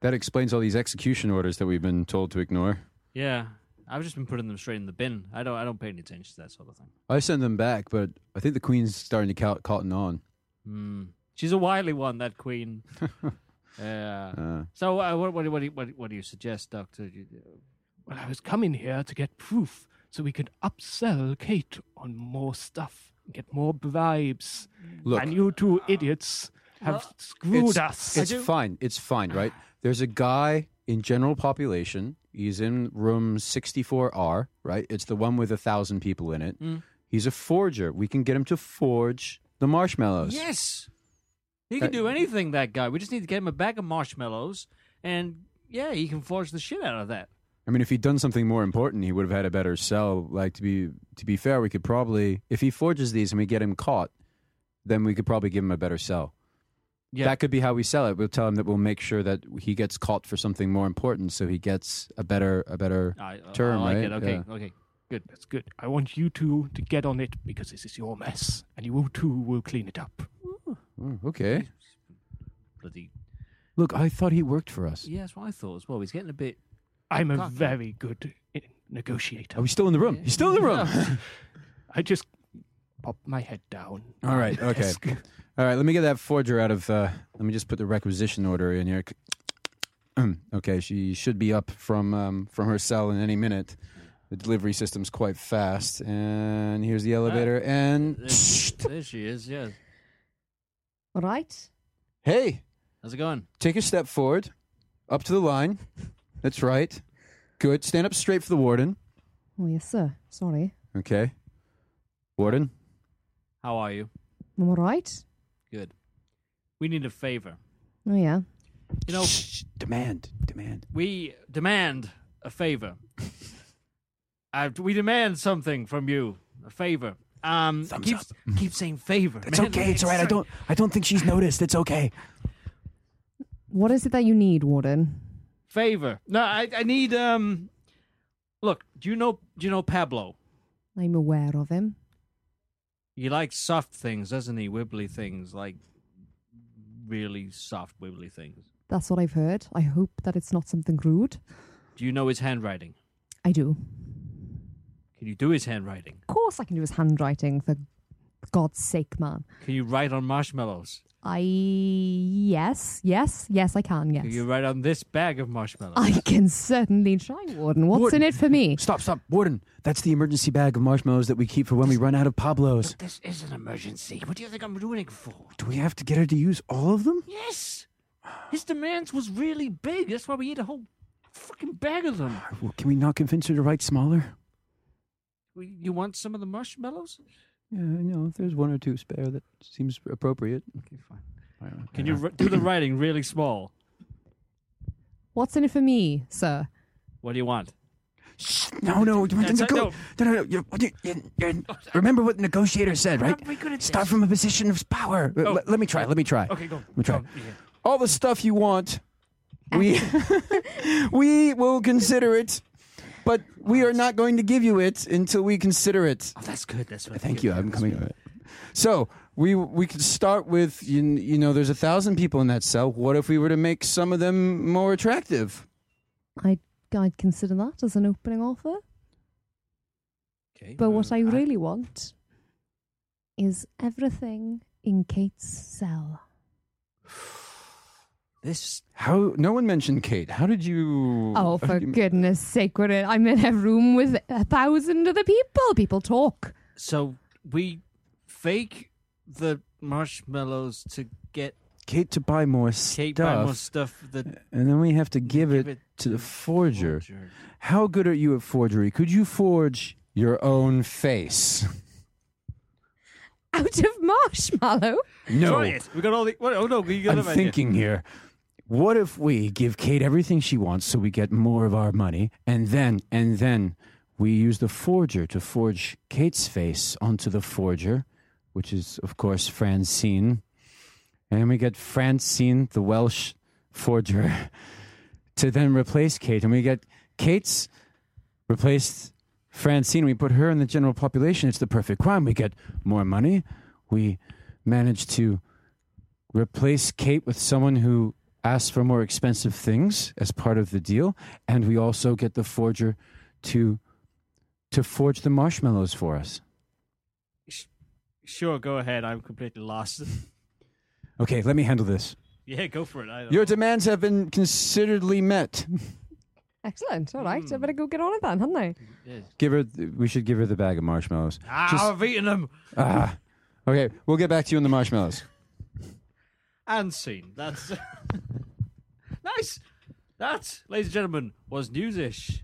Speaker 3: that explains all these execution orders that we've been told to ignore.
Speaker 2: yeah, I've just been putting them straight in the bin. I don't. I don't pay any attention to that sort of thing.
Speaker 3: I send them back, but I think the Queen's starting to cou- cotton on.
Speaker 2: Mm. She's a wily one, that queen. yeah.
Speaker 3: Uh,
Speaker 2: So, uh, what, what, do- what, do you- what, do- what do you suggest, Doctor? You-
Speaker 4: Well, I was coming here to get proof so we could upsell Kate on more stuff, get more bribes.
Speaker 3: Look.
Speaker 4: and you two idiots have screwed
Speaker 3: it's,
Speaker 4: us.
Speaker 3: It's fine. It's fine, right? There's a guy in general population. He's in room 64R, right? It's the one with a thousand people in it. He's a forger. We can get him to forge the marshmallows.
Speaker 2: Yes, he can
Speaker 3: Uh,
Speaker 2: do anything. That guy. We just need to get him a bag of marshmallows, and yeah, he can forge the shit out of that.
Speaker 3: I mean, if he'd done something more important, he would have had a better sell. Like to be to be fair, we could probably if he forges these and we get him caught, then we could probably give him a better sell.
Speaker 2: Yeah.
Speaker 3: That could be how we sell it. We'll tell him that we'll make sure that he gets caught for something more important, so he gets a better a better
Speaker 2: I, I-
Speaker 3: term.
Speaker 2: I like
Speaker 3: right?
Speaker 2: it. Okay,
Speaker 3: Yeah.
Speaker 2: okay.
Speaker 4: That's good. I want you two to get on it because this is your mess, and you two will clean it up.
Speaker 3: Mm, okay.
Speaker 2: Bloody.
Speaker 3: Look, I thought he worked for us.
Speaker 2: Yeah, that's what I thought as well. He's getting a bit.
Speaker 4: I'm a
Speaker 2: Cocky.
Speaker 4: very good i- negotiator.
Speaker 3: Are we still in the room? He's still in the room.
Speaker 4: I just pop my head down.
Speaker 3: All right. Okay.
Speaker 4: Desk.
Speaker 3: All right. Let me get that forger out of. Uh, let me just put the requisition order in here. okay, she should be up from um, from her cell in any minute. The delivery system's quite fast, and here's the elevator. And
Speaker 2: There she, there she is. Yeah.
Speaker 6: All right.
Speaker 3: hey,
Speaker 2: How's it going?
Speaker 3: take a step forward, up to the line. That's right. Good. Stand up straight for the warden.
Speaker 6: Oh yes, sir. Sorry.
Speaker 3: Okay. Warden.
Speaker 2: How are you?
Speaker 6: I'm all right.
Speaker 2: Good. We need a favor.
Speaker 6: Oh yeah.
Speaker 2: You know,
Speaker 3: Shh, demand, demand.
Speaker 2: we demand a favor. uh, we demand something from you. A favor. Um,
Speaker 3: Thumbs
Speaker 2: keep, keep saying favor.
Speaker 3: It's
Speaker 2: man.
Speaker 3: okay. It's all right. I don't. I don't think she's noticed. It's okay.
Speaker 6: What is it that you need, Warden?
Speaker 2: favor. No, I, I need um look, do you know do you know Pablo?
Speaker 6: I'm aware of him.
Speaker 2: He likes soft things, doesn't he? Wibbly things, like really soft wibbly things.
Speaker 6: That's what I've heard. I hope that it's not something rude.
Speaker 2: Do you know his handwriting?
Speaker 6: I do.
Speaker 2: Can you do his handwriting?
Speaker 6: Of course, I can do his handwriting for God's sake, man.
Speaker 2: Can you write on marshmallows?
Speaker 6: I yes, yes, yes, I can. Yes,
Speaker 2: Can you write on this bag of marshmallows?
Speaker 6: I can certainly try, Warden. What's in it for me?
Speaker 3: Stop, stop, Warden. That's the emergency bag of marshmallows that we keep for when we run out of Pablos.
Speaker 2: this is an emergency. What do you think I'm ruining for?
Speaker 3: Do we have to get her to use all of them?
Speaker 2: Yes. His demands was really big. That's why we ate a whole fucking bag of them.
Speaker 3: Well, can we not convince her to write smaller?
Speaker 2: You want some of the marshmallows?
Speaker 3: Yeah, no, if there's one or two spare that seems appropriate.
Speaker 2: Okay, fine. Can you r- do the writing really small?
Speaker 6: What's in it for me, sir?
Speaker 2: What do you want?
Speaker 3: No, no, you want to
Speaker 2: That's-
Speaker 3: nego- no, no, no. you- you- you- you- remember what the negotiator said, right?
Speaker 2: very good at
Speaker 3: Start
Speaker 2: this.
Speaker 3: from a position of power. L-
Speaker 2: Oh.
Speaker 3: l- let me try. Let me try.
Speaker 2: Okay, go.
Speaker 3: Let me try.
Speaker 2: Go, yeah.
Speaker 3: All the stuff you want, we we will consider it, but we are not going to give you it until we consider it.
Speaker 2: Oh, that's good. That's what
Speaker 3: Thank you. I'm coming. all right. So we we could start with you, you know there's a thousand people in that cell. What if we were to make some of them more attractive?
Speaker 6: I'd, I'd consider that as an opening offer.
Speaker 2: Okay.
Speaker 6: But what I really want is everything in Kate's cell.
Speaker 2: This
Speaker 3: How no one mentioned Kate. How did you? how
Speaker 6: Oh, for
Speaker 3: did you-
Speaker 6: goodness sake, we're in, I'm in a room with a thousand other people. People talk.
Speaker 2: so we fake the marshmallows to get
Speaker 3: Kate to buy more
Speaker 2: Kate
Speaker 3: stuff,
Speaker 2: Bramwell's stuff that
Speaker 3: and then we have to give,
Speaker 2: give
Speaker 3: it,
Speaker 2: it
Speaker 3: to the forger. How good are you at forgery? Could you forge your own face?
Speaker 6: Out of marshmallow?
Speaker 3: No,
Speaker 2: Try it. We got all the. What, oh no, we got
Speaker 3: I'm
Speaker 2: an idea.
Speaker 3: thinking here. What if we give Kate everything she wants so we get more of our money, and then and then we use the forger to forge Kate's face onto the forger, which is of course Francine, and we get Francine, the Welsh forger, to then replace Kate, and we get Kate's replaced Francine. We put her in the general population. It's the perfect crime. We get more money. We manage to replace Kate with someone who asks for more expensive things as part of the deal, and we also get the forger to to forge the marshmallows for us.
Speaker 2: Sure, go ahead. I'm completely lost.
Speaker 3: Okay, let me handle this.
Speaker 2: yeah, go for it. I don't
Speaker 3: Your
Speaker 2: know.
Speaker 3: demands have been considerably met.
Speaker 6: Excellent. All right. I better go get on it then, haven't I?
Speaker 3: Give her. th- We should give her the bag of marshmallows.
Speaker 2: Ah, I've eaten them
Speaker 3: Ah. Okay, we'll get back to you on the marshmallows.
Speaker 2: and seen. That's nice. That, ladies and gentlemen, was newsish.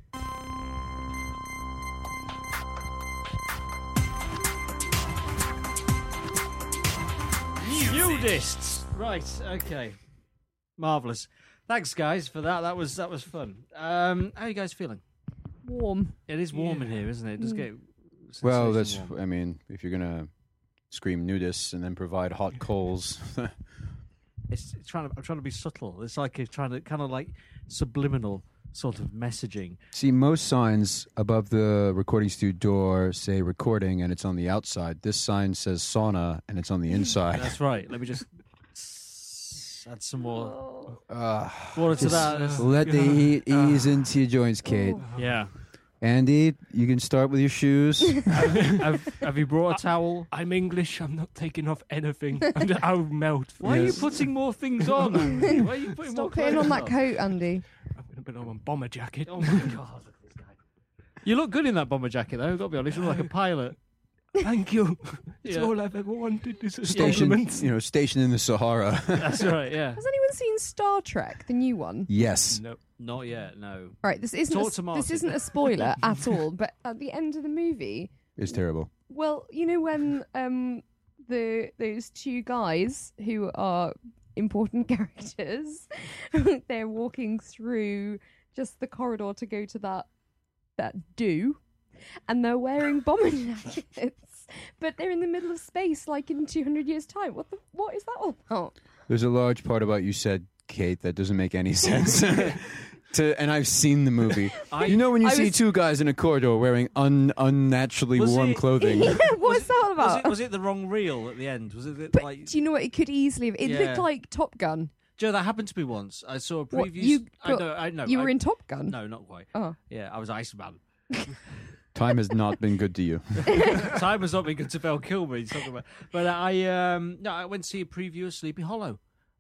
Speaker 2: Nudists. Right. Okay. Marvelous. Thanks, guys, for that. That was that was fun. Um, how are you guys feeling?
Speaker 6: Warm.
Speaker 2: It is warm in here, isn't it? It does get.
Speaker 3: Well,
Speaker 2: sensationally
Speaker 3: that's.
Speaker 2: warm.
Speaker 3: I mean, if you're gonna scream nudists and then provide hot coals,
Speaker 2: It's, it's trying to. I'm trying to be subtle. It's like it's trying to kind of like subliminal sort of messaging.
Speaker 3: See, most signs above the recording studio door say recording and it's on the outside. This sign says sauna and it's on the inside.
Speaker 2: That's right. Let me just s- add some more
Speaker 6: Oh.
Speaker 3: Uh,
Speaker 2: water to that.
Speaker 3: just let the heat ease into your joints, Kate.
Speaker 2: Yeah.
Speaker 3: Andy, you can start with your shoes.
Speaker 2: have, have you brought a towel?
Speaker 4: I'm English. I'm not taking off anything. I'm just, I'll melt.
Speaker 2: Why
Speaker 3: Yes.
Speaker 2: are you putting more things on? Andy? Why are you putting more
Speaker 6: Stop putting on
Speaker 2: clothes
Speaker 6: that coat, Andy.
Speaker 4: I'm going to put on a bomber jacket.
Speaker 2: Oh my god. this guy. You look good in that bomber jacket, though. I've got to be honest, you look like a pilot.
Speaker 4: Thank you. It's
Speaker 2: Yeah.
Speaker 4: all I've ever wanted is a
Speaker 3: Station,
Speaker 4: compliment.
Speaker 3: you know, station in the Sahara.
Speaker 2: That's right. Yeah.
Speaker 6: Has anyone seen Star Trek, the new one?
Speaker 3: yes.
Speaker 2: No, not yet. No.
Speaker 6: All right, this isn't
Speaker 2: Talk to
Speaker 6: a, s- this
Speaker 2: Martin.
Speaker 6: isn't a spoiler at all, but at the end of the movie,
Speaker 3: It's terrible.
Speaker 6: Well, you know when um the those two guys who are important characters they're walking through just the corridor to go to that that do and they're wearing bomber jackets but they're in the middle of space like in 200 years time what the what is that all about
Speaker 3: There's a large part about you said, Kate, that doesn't make any sense. To, and I've seen the movie. you know when you
Speaker 6: I
Speaker 3: see
Speaker 6: was-
Speaker 3: two guys in a corridor wearing un, unnaturally
Speaker 2: Was
Speaker 3: warm
Speaker 2: it-
Speaker 3: clothing.
Speaker 6: what's that all
Speaker 2: Was
Speaker 6: about
Speaker 2: it, was it the wrong reel at the end? Was it
Speaker 6: but
Speaker 2: like?
Speaker 6: do you know what it could easily have it
Speaker 2: Yeah.
Speaker 6: looked like top gun
Speaker 2: Joe, that happened to me once. I saw a preview.
Speaker 6: What, you
Speaker 2: I
Speaker 6: got-
Speaker 2: know. I know.
Speaker 6: you
Speaker 2: I-
Speaker 6: were in top gun
Speaker 2: No, not quite.
Speaker 6: oh
Speaker 2: Yeah, I was Iceman.
Speaker 3: Time has not been good to you.
Speaker 2: Time has not been good to Bell Kilmer. He's talking about. But I um no, I went to see a preview of Sleepy Hollow,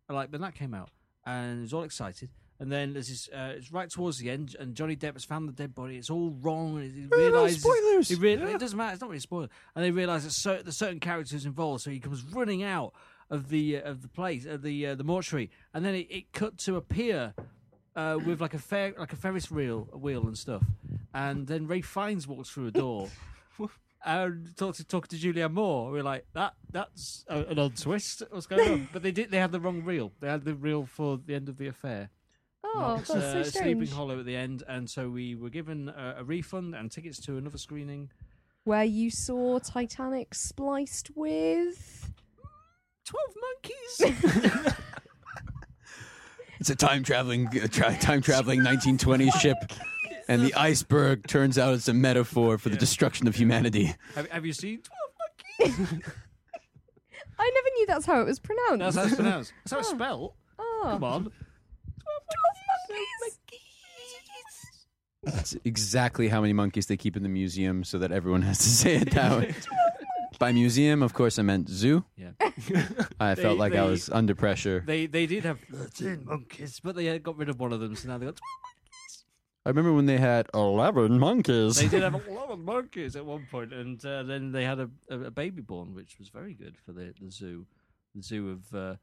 Speaker 2: I like when that came out, and I was all excited. And then there's this, uh, it's right towards the end, and Johnny Depp has found the dead body. It's all wrong. And he realizes,
Speaker 3: spoilers!
Speaker 2: He rea- It doesn't matter. It's not really a spoiler. And they realize that cer- there's certain characters involved, so he comes running out of the uh, of the place, of the uh, the mortuary, and then it, it cut to a pier uh, with like a fer- like a Ferris wheel, wheel and stuff. And then Ray Fiennes walks through a door and talked to talking to Julianne Moore. We were like, that that's a, an odd twist. What's going on? But they did. They had the wrong reel. They had the reel for the end of the affair.
Speaker 6: Oh,
Speaker 2: It's,
Speaker 6: that's so
Speaker 2: uh, Sleeping
Speaker 6: strange.
Speaker 2: Hollow at the end, and so we were given a, a refund and tickets to another screening.
Speaker 6: Where you saw Titanic spliced with.
Speaker 2: Twelve monkeys.
Speaker 3: It's a time traveling, time traveling 1920s ship, and the iceberg turns out it's a metaphor for the destruction of humanity.
Speaker 2: have, have you seen Twelve Monkeys?
Speaker 6: I never knew that's how it was pronounced.
Speaker 2: that's how it's pronounced. That's how it's spelled.
Speaker 6: oh.
Speaker 2: Come on.
Speaker 3: That's exactly how many monkeys they keep in the museum, so that everyone has to say it that way. By museum, of course, I meant zoo.
Speaker 2: Yeah.
Speaker 3: I
Speaker 2: They-
Speaker 3: felt like I
Speaker 2: they-
Speaker 3: was under pressure.
Speaker 2: They they did have thirteen monkeys, but they uh, got rid of one of them, so now they got. 12
Speaker 3: I remember when they had eleven monkeys.
Speaker 2: They did have a lot of monkeys at one point, and uh, then they had a, a, a baby born, which was very good for the, the zoo, the zoo of uh,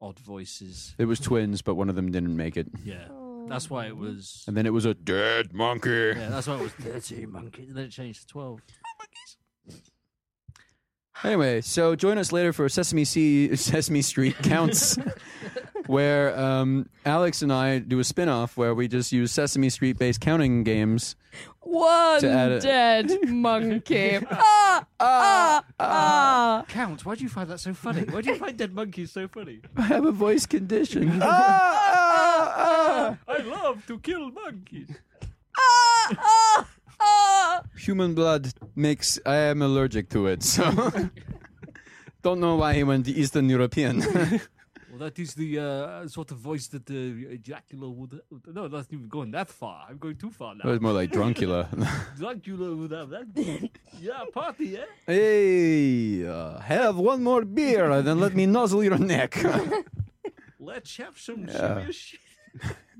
Speaker 2: odd voices.
Speaker 3: It was twins, but one of them didn't make it.
Speaker 2: Yeah, that's why it was.
Speaker 3: And then it was a dead monkey.
Speaker 2: Yeah, that's why it was thirteen monkeys. and Then it changed to twelve.
Speaker 3: Anyway, so join us later for Sesame, sea, Sesame Street Counts, where um, Alex and I do a spin off where we just use Sesame Street based counting games.
Speaker 6: One
Speaker 3: To add a-
Speaker 6: dead monkey. ah, ah, ah.
Speaker 2: Count. Why do you find that so funny? Why do you find dead monkeys so funny?
Speaker 3: I have a voice condition. ah,
Speaker 2: I love to kill monkeys.
Speaker 6: Ah, ah, ah.
Speaker 3: Human blood makes. I am allergic to it, so. Don't know why he went to Eastern European.
Speaker 2: Well, that is the uh, sort of voice that uh, Dracula would. No, that's not even going that far. I'm going too far
Speaker 3: it
Speaker 2: now.
Speaker 3: was more like Druncula.
Speaker 2: Dracula would have that. yeah, party, eh?
Speaker 3: hey, uh, have one more beer and then let me nuzzle your neck.
Speaker 2: Let's have some
Speaker 3: Yeah.
Speaker 2: serious shit.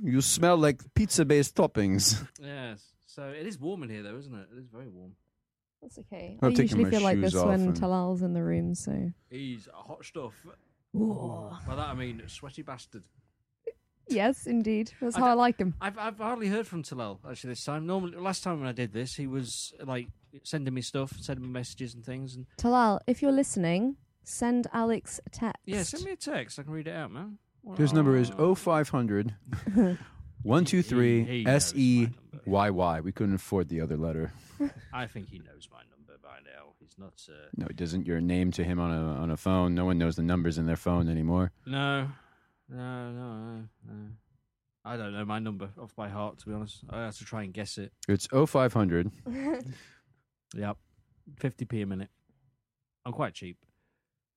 Speaker 3: you smell like pizza based toppings.
Speaker 2: Yes. So it is warm in here, though, isn't it? It is very warm.
Speaker 6: That's okay.
Speaker 3: I'm
Speaker 6: I
Speaker 3: taking
Speaker 6: usually
Speaker 3: my
Speaker 5: I
Speaker 6: feel like
Speaker 3: shoes
Speaker 6: this
Speaker 3: off
Speaker 6: when
Speaker 3: and-
Speaker 6: Talal's in the room, so.
Speaker 2: He's hot stuff. By that I mean sweaty bastard.
Speaker 6: Yes, indeed. That's
Speaker 2: I
Speaker 6: how I
Speaker 2: don't-
Speaker 6: like him.
Speaker 2: I've I've hardly heard from Talal actually this time. Normally, last time when I did this, he was like sending me stuff, sending me messages and things. And
Speaker 6: Talal, if you're listening, send Alex a text.
Speaker 2: yeah, send me a text. I can read it out, man.
Speaker 3: His number is
Speaker 2: oh
Speaker 3: 0500
Speaker 2: He- he
Speaker 3: 123
Speaker 2: knows
Speaker 3: S E Y Y. We couldn't afford the other letter.
Speaker 2: I think he knows my number by now. He's not. Uh,
Speaker 3: No, it doesn't. Your name to him on a on a phone. No one knows the numbers in their phone anymore.
Speaker 2: no, no, no, no, no. I don't know my number off by heart. To be honest, I have to try and guess it.
Speaker 3: It's 0500.
Speaker 2: Yep. 50p a minute. I'm quite cheap,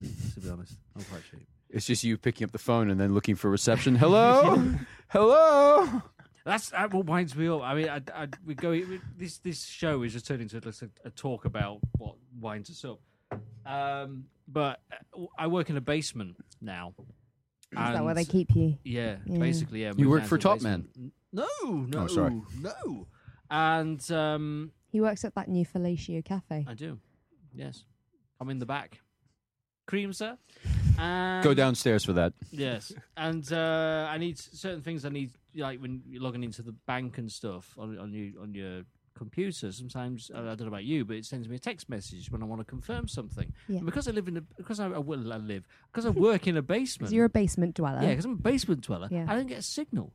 Speaker 2: to be honest. I'm quite cheap.
Speaker 3: It's just you picking up the phone and then looking for reception. Hello, hello.
Speaker 2: That's that what winds me up. I mean, I, I, we go. we- This this show is just turning into just a, a talk about what winds us up. Um, but uh, I work in a basement now.
Speaker 6: Is that
Speaker 2: and-
Speaker 6: where they keep you?
Speaker 2: Yeah,
Speaker 6: Yeah.
Speaker 2: basically, yeah.
Speaker 3: You
Speaker 2: moved
Speaker 3: work
Speaker 2: down
Speaker 3: for
Speaker 2: to the
Speaker 3: Top
Speaker 2: basement. N- No, no,
Speaker 3: Oh, sorry.
Speaker 2: no. And um,
Speaker 6: He works at that new Fellatio Cafe.
Speaker 2: I do. Yes, I'm in the back. Cream, sir. And
Speaker 3: Go downstairs for that.
Speaker 2: Yes, and uh, I need certain things. I need like when you're logging into the bank and stuff on, on your on your computer. Sometimes I I don't know about you, but it sends me a text message when I want to confirm something.
Speaker 6: Yeah.
Speaker 2: And because I live in a because I, I will I live because I work in a basement.
Speaker 6: Because you're a basement dweller.
Speaker 2: yeah, because I'm a basement dweller.
Speaker 6: Yeah. Mm.
Speaker 2: I don't get a signal,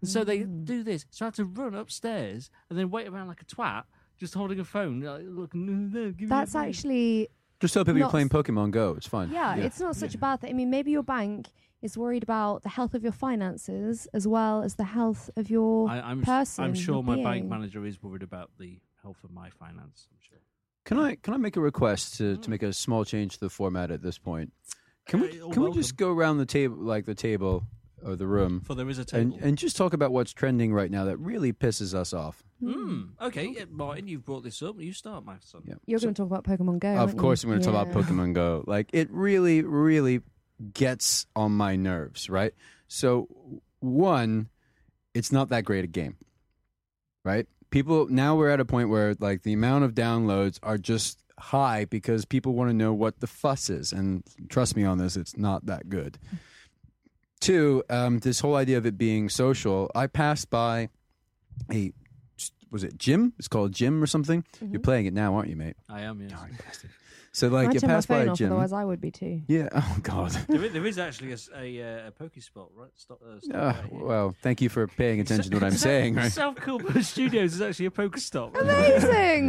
Speaker 2: and so they do this. So I have to run upstairs and then wait around like a twat, just holding a phone. Like, look, no, no, give me
Speaker 6: That's
Speaker 2: the phone.
Speaker 6: actually,
Speaker 3: Just tell people you're
Speaker 6: Not-
Speaker 3: playing Pokemon Go. It's fine.
Speaker 6: yeah, it's not such a bad thing. I mean, maybe your bank is worried about the health of your finances as well as the health of your
Speaker 2: I, I'm
Speaker 6: person.
Speaker 2: I'm sure
Speaker 6: your
Speaker 2: my
Speaker 6: being.
Speaker 2: bank manager is worried about the health of my finance. I'm sure.
Speaker 3: Can I can I make a request to,
Speaker 6: Mm.
Speaker 3: to make a small change to the format at this point? Can we
Speaker 2: Uh,
Speaker 3: can
Speaker 2: you're
Speaker 3: we just go around the table like the table or the room,
Speaker 2: For there is a
Speaker 3: and
Speaker 2: table.
Speaker 3: and just talk about what's trending right now that really pisses us off.
Speaker 2: Hmm. Okay, yeah, Martin, you've brought this up. You start, my son.
Speaker 3: Yeah.
Speaker 6: You're going to talk about Pokemon Go.
Speaker 3: Of course, I'm going to talk about Pokemon Go. Like, it really, really gets on my nerves, right? So, one, it's not that great a game, right? People, now we're at a point where, like, the amount of downloads are just high because people want to know what the fuss is. And trust me on this, it's not that good. Two, um, this whole idea of it being social, I passed by a, was it Jim? It's called Jim or something. You're playing it now, aren't you, mate?
Speaker 2: I am, yes.
Speaker 3: So like
Speaker 6: I
Speaker 3: you
Speaker 6: turn my
Speaker 3: pass by
Speaker 6: phone
Speaker 3: a
Speaker 6: off,
Speaker 3: gym.
Speaker 6: otherwise I would be too.
Speaker 3: Yeah. Oh God.
Speaker 2: there, is, there is actually a, s- a, uh, a pokey spot, right? Stop, uh, stop
Speaker 3: Uh,
Speaker 2: right here.
Speaker 3: well, thank you for paying attention to what I'm
Speaker 2: South-
Speaker 3: saying. Right?
Speaker 2: South Coolbird Studios is actually a poker stop.
Speaker 6: Amazing!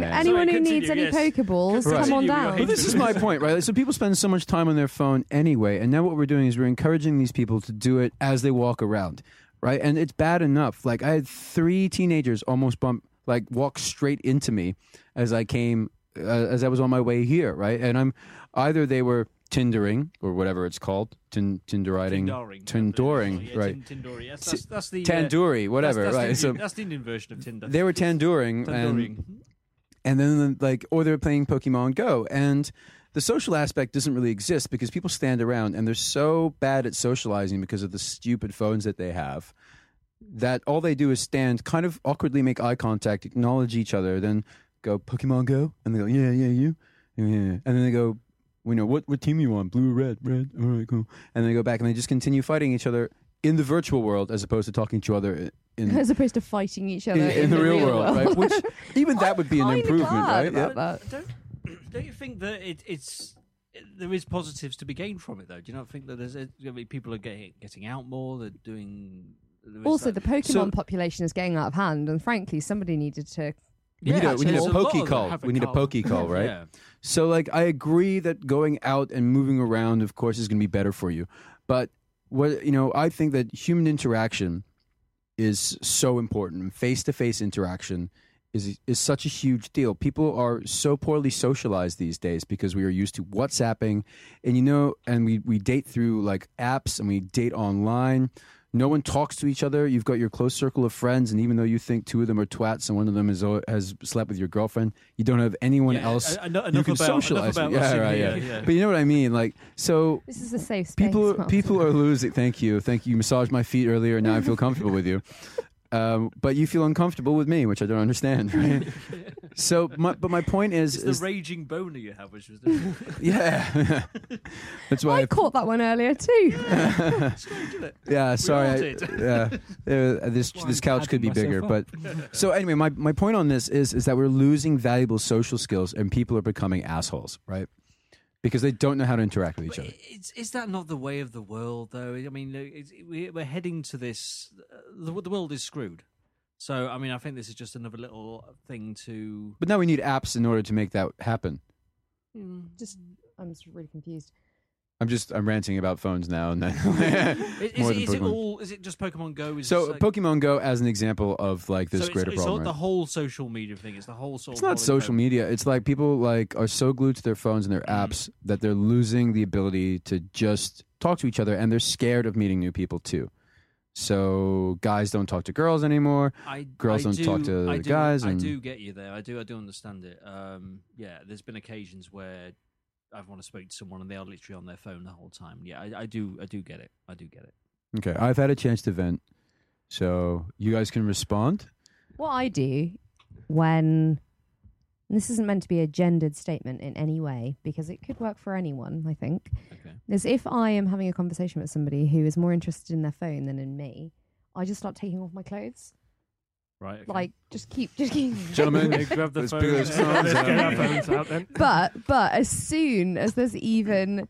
Speaker 3: Yeah.
Speaker 2: Sorry,
Speaker 6: Anyone who
Speaker 2: continue,
Speaker 6: needs any
Speaker 2: yes.
Speaker 6: Pokeballs, come
Speaker 2: Continue,
Speaker 6: on
Speaker 2: we
Speaker 6: down.
Speaker 2: hate
Speaker 3: But this is my point, right? So people spend so much time on their phone anyway, and now what we're doing is we're encouraging these people to do it as they walk around, right? And it's bad enough. Like I had three teenagers almost bump, like walk straight into me as I came, uh, as I was on my way here, right? And I'm either they were tindering or whatever it's called, tin, tinderating,
Speaker 2: Tindoring.
Speaker 3: tindoring,
Speaker 2: Yeah,
Speaker 3: right?
Speaker 2: tin- Tindori. Yes, that's, that's the. uh,
Speaker 3: Tandoori,
Speaker 2: that's-
Speaker 3: whatever,
Speaker 2: that's the
Speaker 3: right?
Speaker 2: Indian-
Speaker 3: So
Speaker 2: that's the Indian version of Tinder.
Speaker 3: they were tandoring and,
Speaker 2: Tandoori.
Speaker 3: and then like or they're playing pokemon go and the social aspect doesn't really exist because people stand around and they're so bad at socializing because of the stupid phones that they have that all they do is stand kind of awkwardly make eye contact acknowledge each other then go pokemon go and they go yeah yeah you yeah yeah." and then they go we know what, what team you on blue or red red all right cool and they go back and they just continue fighting each other in the virtual world as opposed to talking to each other in,
Speaker 6: As opposed to fighting each other
Speaker 3: in, in the real world, right?
Speaker 6: world.
Speaker 3: Which even that would be an
Speaker 6: I'm kinda
Speaker 3: improvement,
Speaker 6: glad
Speaker 3: right?
Speaker 6: about
Speaker 3: Yeah. Uh,
Speaker 6: that.
Speaker 2: Don't, don't you think that it, it's there is positives to be gained from it though? Do you not think that there's a, I mean, people are getting getting out more? They're doing there is
Speaker 6: Also,
Speaker 2: that-
Speaker 6: the Pokemon
Speaker 3: So-
Speaker 6: population is getting out of hand, and frankly, somebody needed to.
Speaker 3: We need,
Speaker 2: Yeah,
Speaker 3: a, we
Speaker 2: actually,
Speaker 3: need a
Speaker 2: there's a lot
Speaker 3: pokey
Speaker 2: of them
Speaker 3: call.
Speaker 2: have a
Speaker 3: We need a
Speaker 2: call.
Speaker 3: pokey call, right?
Speaker 2: Yeah.
Speaker 3: So, like, I agree that going out and moving around, of course, is going to be better for you. But what you know, I think that human interaction is so important. Face to face interaction is is such a huge deal. People are so poorly socialized these days because we are used to WhatsApping, and you know, and we we date through like apps and we date online. No one talks to each other. You've got your close circle of friends, and even though you think two of them are twats and one of them is, has slept with your girlfriend, you don't have anyone
Speaker 2: Yeah,
Speaker 3: else
Speaker 2: en- en- enough
Speaker 3: you can
Speaker 2: about- enough
Speaker 3: socialize.
Speaker 2: about
Speaker 3: with.
Speaker 2: us
Speaker 3: yeah,
Speaker 2: in
Speaker 3: right,
Speaker 2: here,
Speaker 3: yeah.
Speaker 2: yeah.
Speaker 3: But you know what I mean? Like, so
Speaker 6: This is a safe space.
Speaker 3: people
Speaker 6: Mark.
Speaker 3: people are losing. Thank you, thank you. You massaged my feet earlier. Now I feel comfortable with you. Um, but you feel uncomfortable with me, which I don't understand. Right? so, my, but my point is,
Speaker 2: It's
Speaker 3: is
Speaker 2: the raging boner you have, which was the,
Speaker 3: yeah, that's why.
Speaker 6: I
Speaker 3: I've-
Speaker 6: caught that one earlier too.
Speaker 3: yeah, sorry. I,
Speaker 2: did.
Speaker 3: yeah, Uh, this
Speaker 4: why
Speaker 3: this
Speaker 4: I'm
Speaker 3: couch could be
Speaker 4: patting
Speaker 3: bigger,
Speaker 4: myself
Speaker 3: but so anyway, my, my point on this is is that we're losing valuable social skills, and people are becoming assholes, right? Because they don't know how to interact with each other.
Speaker 2: Is, is that not the way of the world, though? I mean, it's, we- we're heading to this. Uh, the, the world is screwed. So, I mean, I think this is just another little thing to.
Speaker 3: But now we need apps in order to make that happen.
Speaker 6: just, I'm just really confused.
Speaker 3: I'm just I'm ranting about phones now and then.
Speaker 2: Is, is
Speaker 3: More
Speaker 2: it,
Speaker 3: than
Speaker 2: is it
Speaker 3: Pokemon.
Speaker 2: all? Is it just Pokemon Go? Is
Speaker 3: so
Speaker 2: this, like-
Speaker 3: Pokemon Go as an example of like
Speaker 2: so
Speaker 3: this
Speaker 2: it's-
Speaker 3: greater
Speaker 2: it's all-
Speaker 3: problem.
Speaker 2: the
Speaker 3: right?
Speaker 2: whole social media thing. It's the whole sort.
Speaker 3: It's
Speaker 2: of
Speaker 3: not
Speaker 2: whole
Speaker 3: social media. It's like people like are so glued to their phones and their
Speaker 2: Mm-hmm.
Speaker 3: apps that they're losing the ability to just talk to each other and they're scared of meeting new people too. So guys don't talk to girls anymore.
Speaker 2: I,
Speaker 3: Girls
Speaker 2: I
Speaker 3: don't talk to
Speaker 2: I
Speaker 3: the
Speaker 2: do,
Speaker 3: guys
Speaker 2: I
Speaker 3: and-
Speaker 2: do get you there. I do. I do understand it. Um, yeah, there's been occasions where I've want to speak to someone and they are literally on their phone the whole time. Yeah, I, I do. I do get it. I do get it.
Speaker 3: Okay, I've had a chance to vent. So you guys can respond.
Speaker 6: What I do when and this isn't meant to be a gendered statement in any way because it could work for anyone, I think.
Speaker 2: Okay.
Speaker 6: Is if I am having a conversation with somebody who is more interested in their phone than in me, I just start taking off my clothes.
Speaker 2: Right. okay.
Speaker 6: Like just keep just keep
Speaker 4: They
Speaker 3: Gentlemen,
Speaker 4: grab the
Speaker 3: Let's
Speaker 4: phone.
Speaker 3: pick those phones
Speaker 4: Let's get
Speaker 3: up.
Speaker 4: our phones out then.
Speaker 6: but but as soon as there's even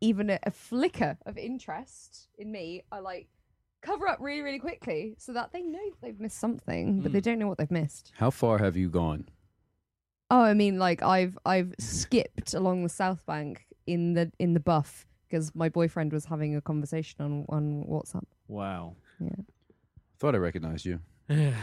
Speaker 6: even a, a flicker of interest in me, I like cover up really, really quickly so that they know they've missed something, but they don't know what they've missed.
Speaker 3: how far have you gone?
Speaker 6: Oh, I mean, like I've I've skipped along the South Bank in the in the buff because my boyfriend was having a conversation on on WhatsApp.
Speaker 2: Wow.
Speaker 3: Thought I recognized you.
Speaker 2: Yeah.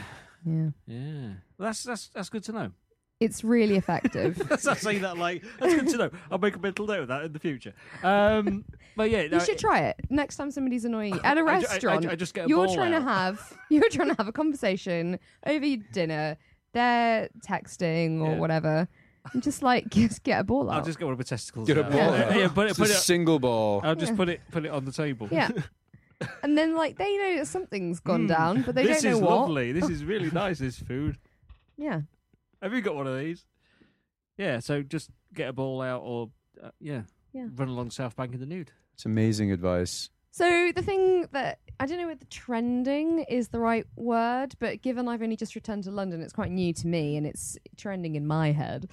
Speaker 6: Yeah,
Speaker 2: Yeah. Well, that's that's that's good to know.
Speaker 6: It's really effective.
Speaker 2: so I say that like that's good to know. I'll make a mental note of that in the future. Um, but yeah,
Speaker 6: you should try it next time somebody's annoying you at a
Speaker 2: I ju- I- I
Speaker 6: restaurant.
Speaker 2: ju- I just get a
Speaker 6: you're
Speaker 2: ball
Speaker 6: trying
Speaker 2: out.
Speaker 6: to have you're trying to have a conversation over your dinner. They're texting or
Speaker 2: Yeah.
Speaker 6: whatever. And just like just get a ball
Speaker 2: I'll
Speaker 6: out.
Speaker 2: just get one of my testicles.
Speaker 3: Oh. Get a
Speaker 2: out.
Speaker 3: ball
Speaker 2: Yeah,
Speaker 3: out.
Speaker 2: yeah, put it,
Speaker 3: It's a
Speaker 2: put it.
Speaker 3: single ball.
Speaker 2: I'll just put it put it on the table.
Speaker 6: Yeah. and then like they know that something's gone
Speaker 2: Mm.
Speaker 6: down, but they
Speaker 2: this
Speaker 6: don't know
Speaker 2: is
Speaker 6: what.
Speaker 2: lovely. This is really nice. This food.
Speaker 6: Yeah.
Speaker 2: Have you got one of these? Yeah. So just get a ball out, or uh, yeah,
Speaker 6: Yeah.
Speaker 2: run along South Bank in the nude.
Speaker 3: It's amazing advice.
Speaker 6: So the thing that I don't know if the trending is the right word, but given I've only just returned to London, it's quite new to me and it's trending in my head.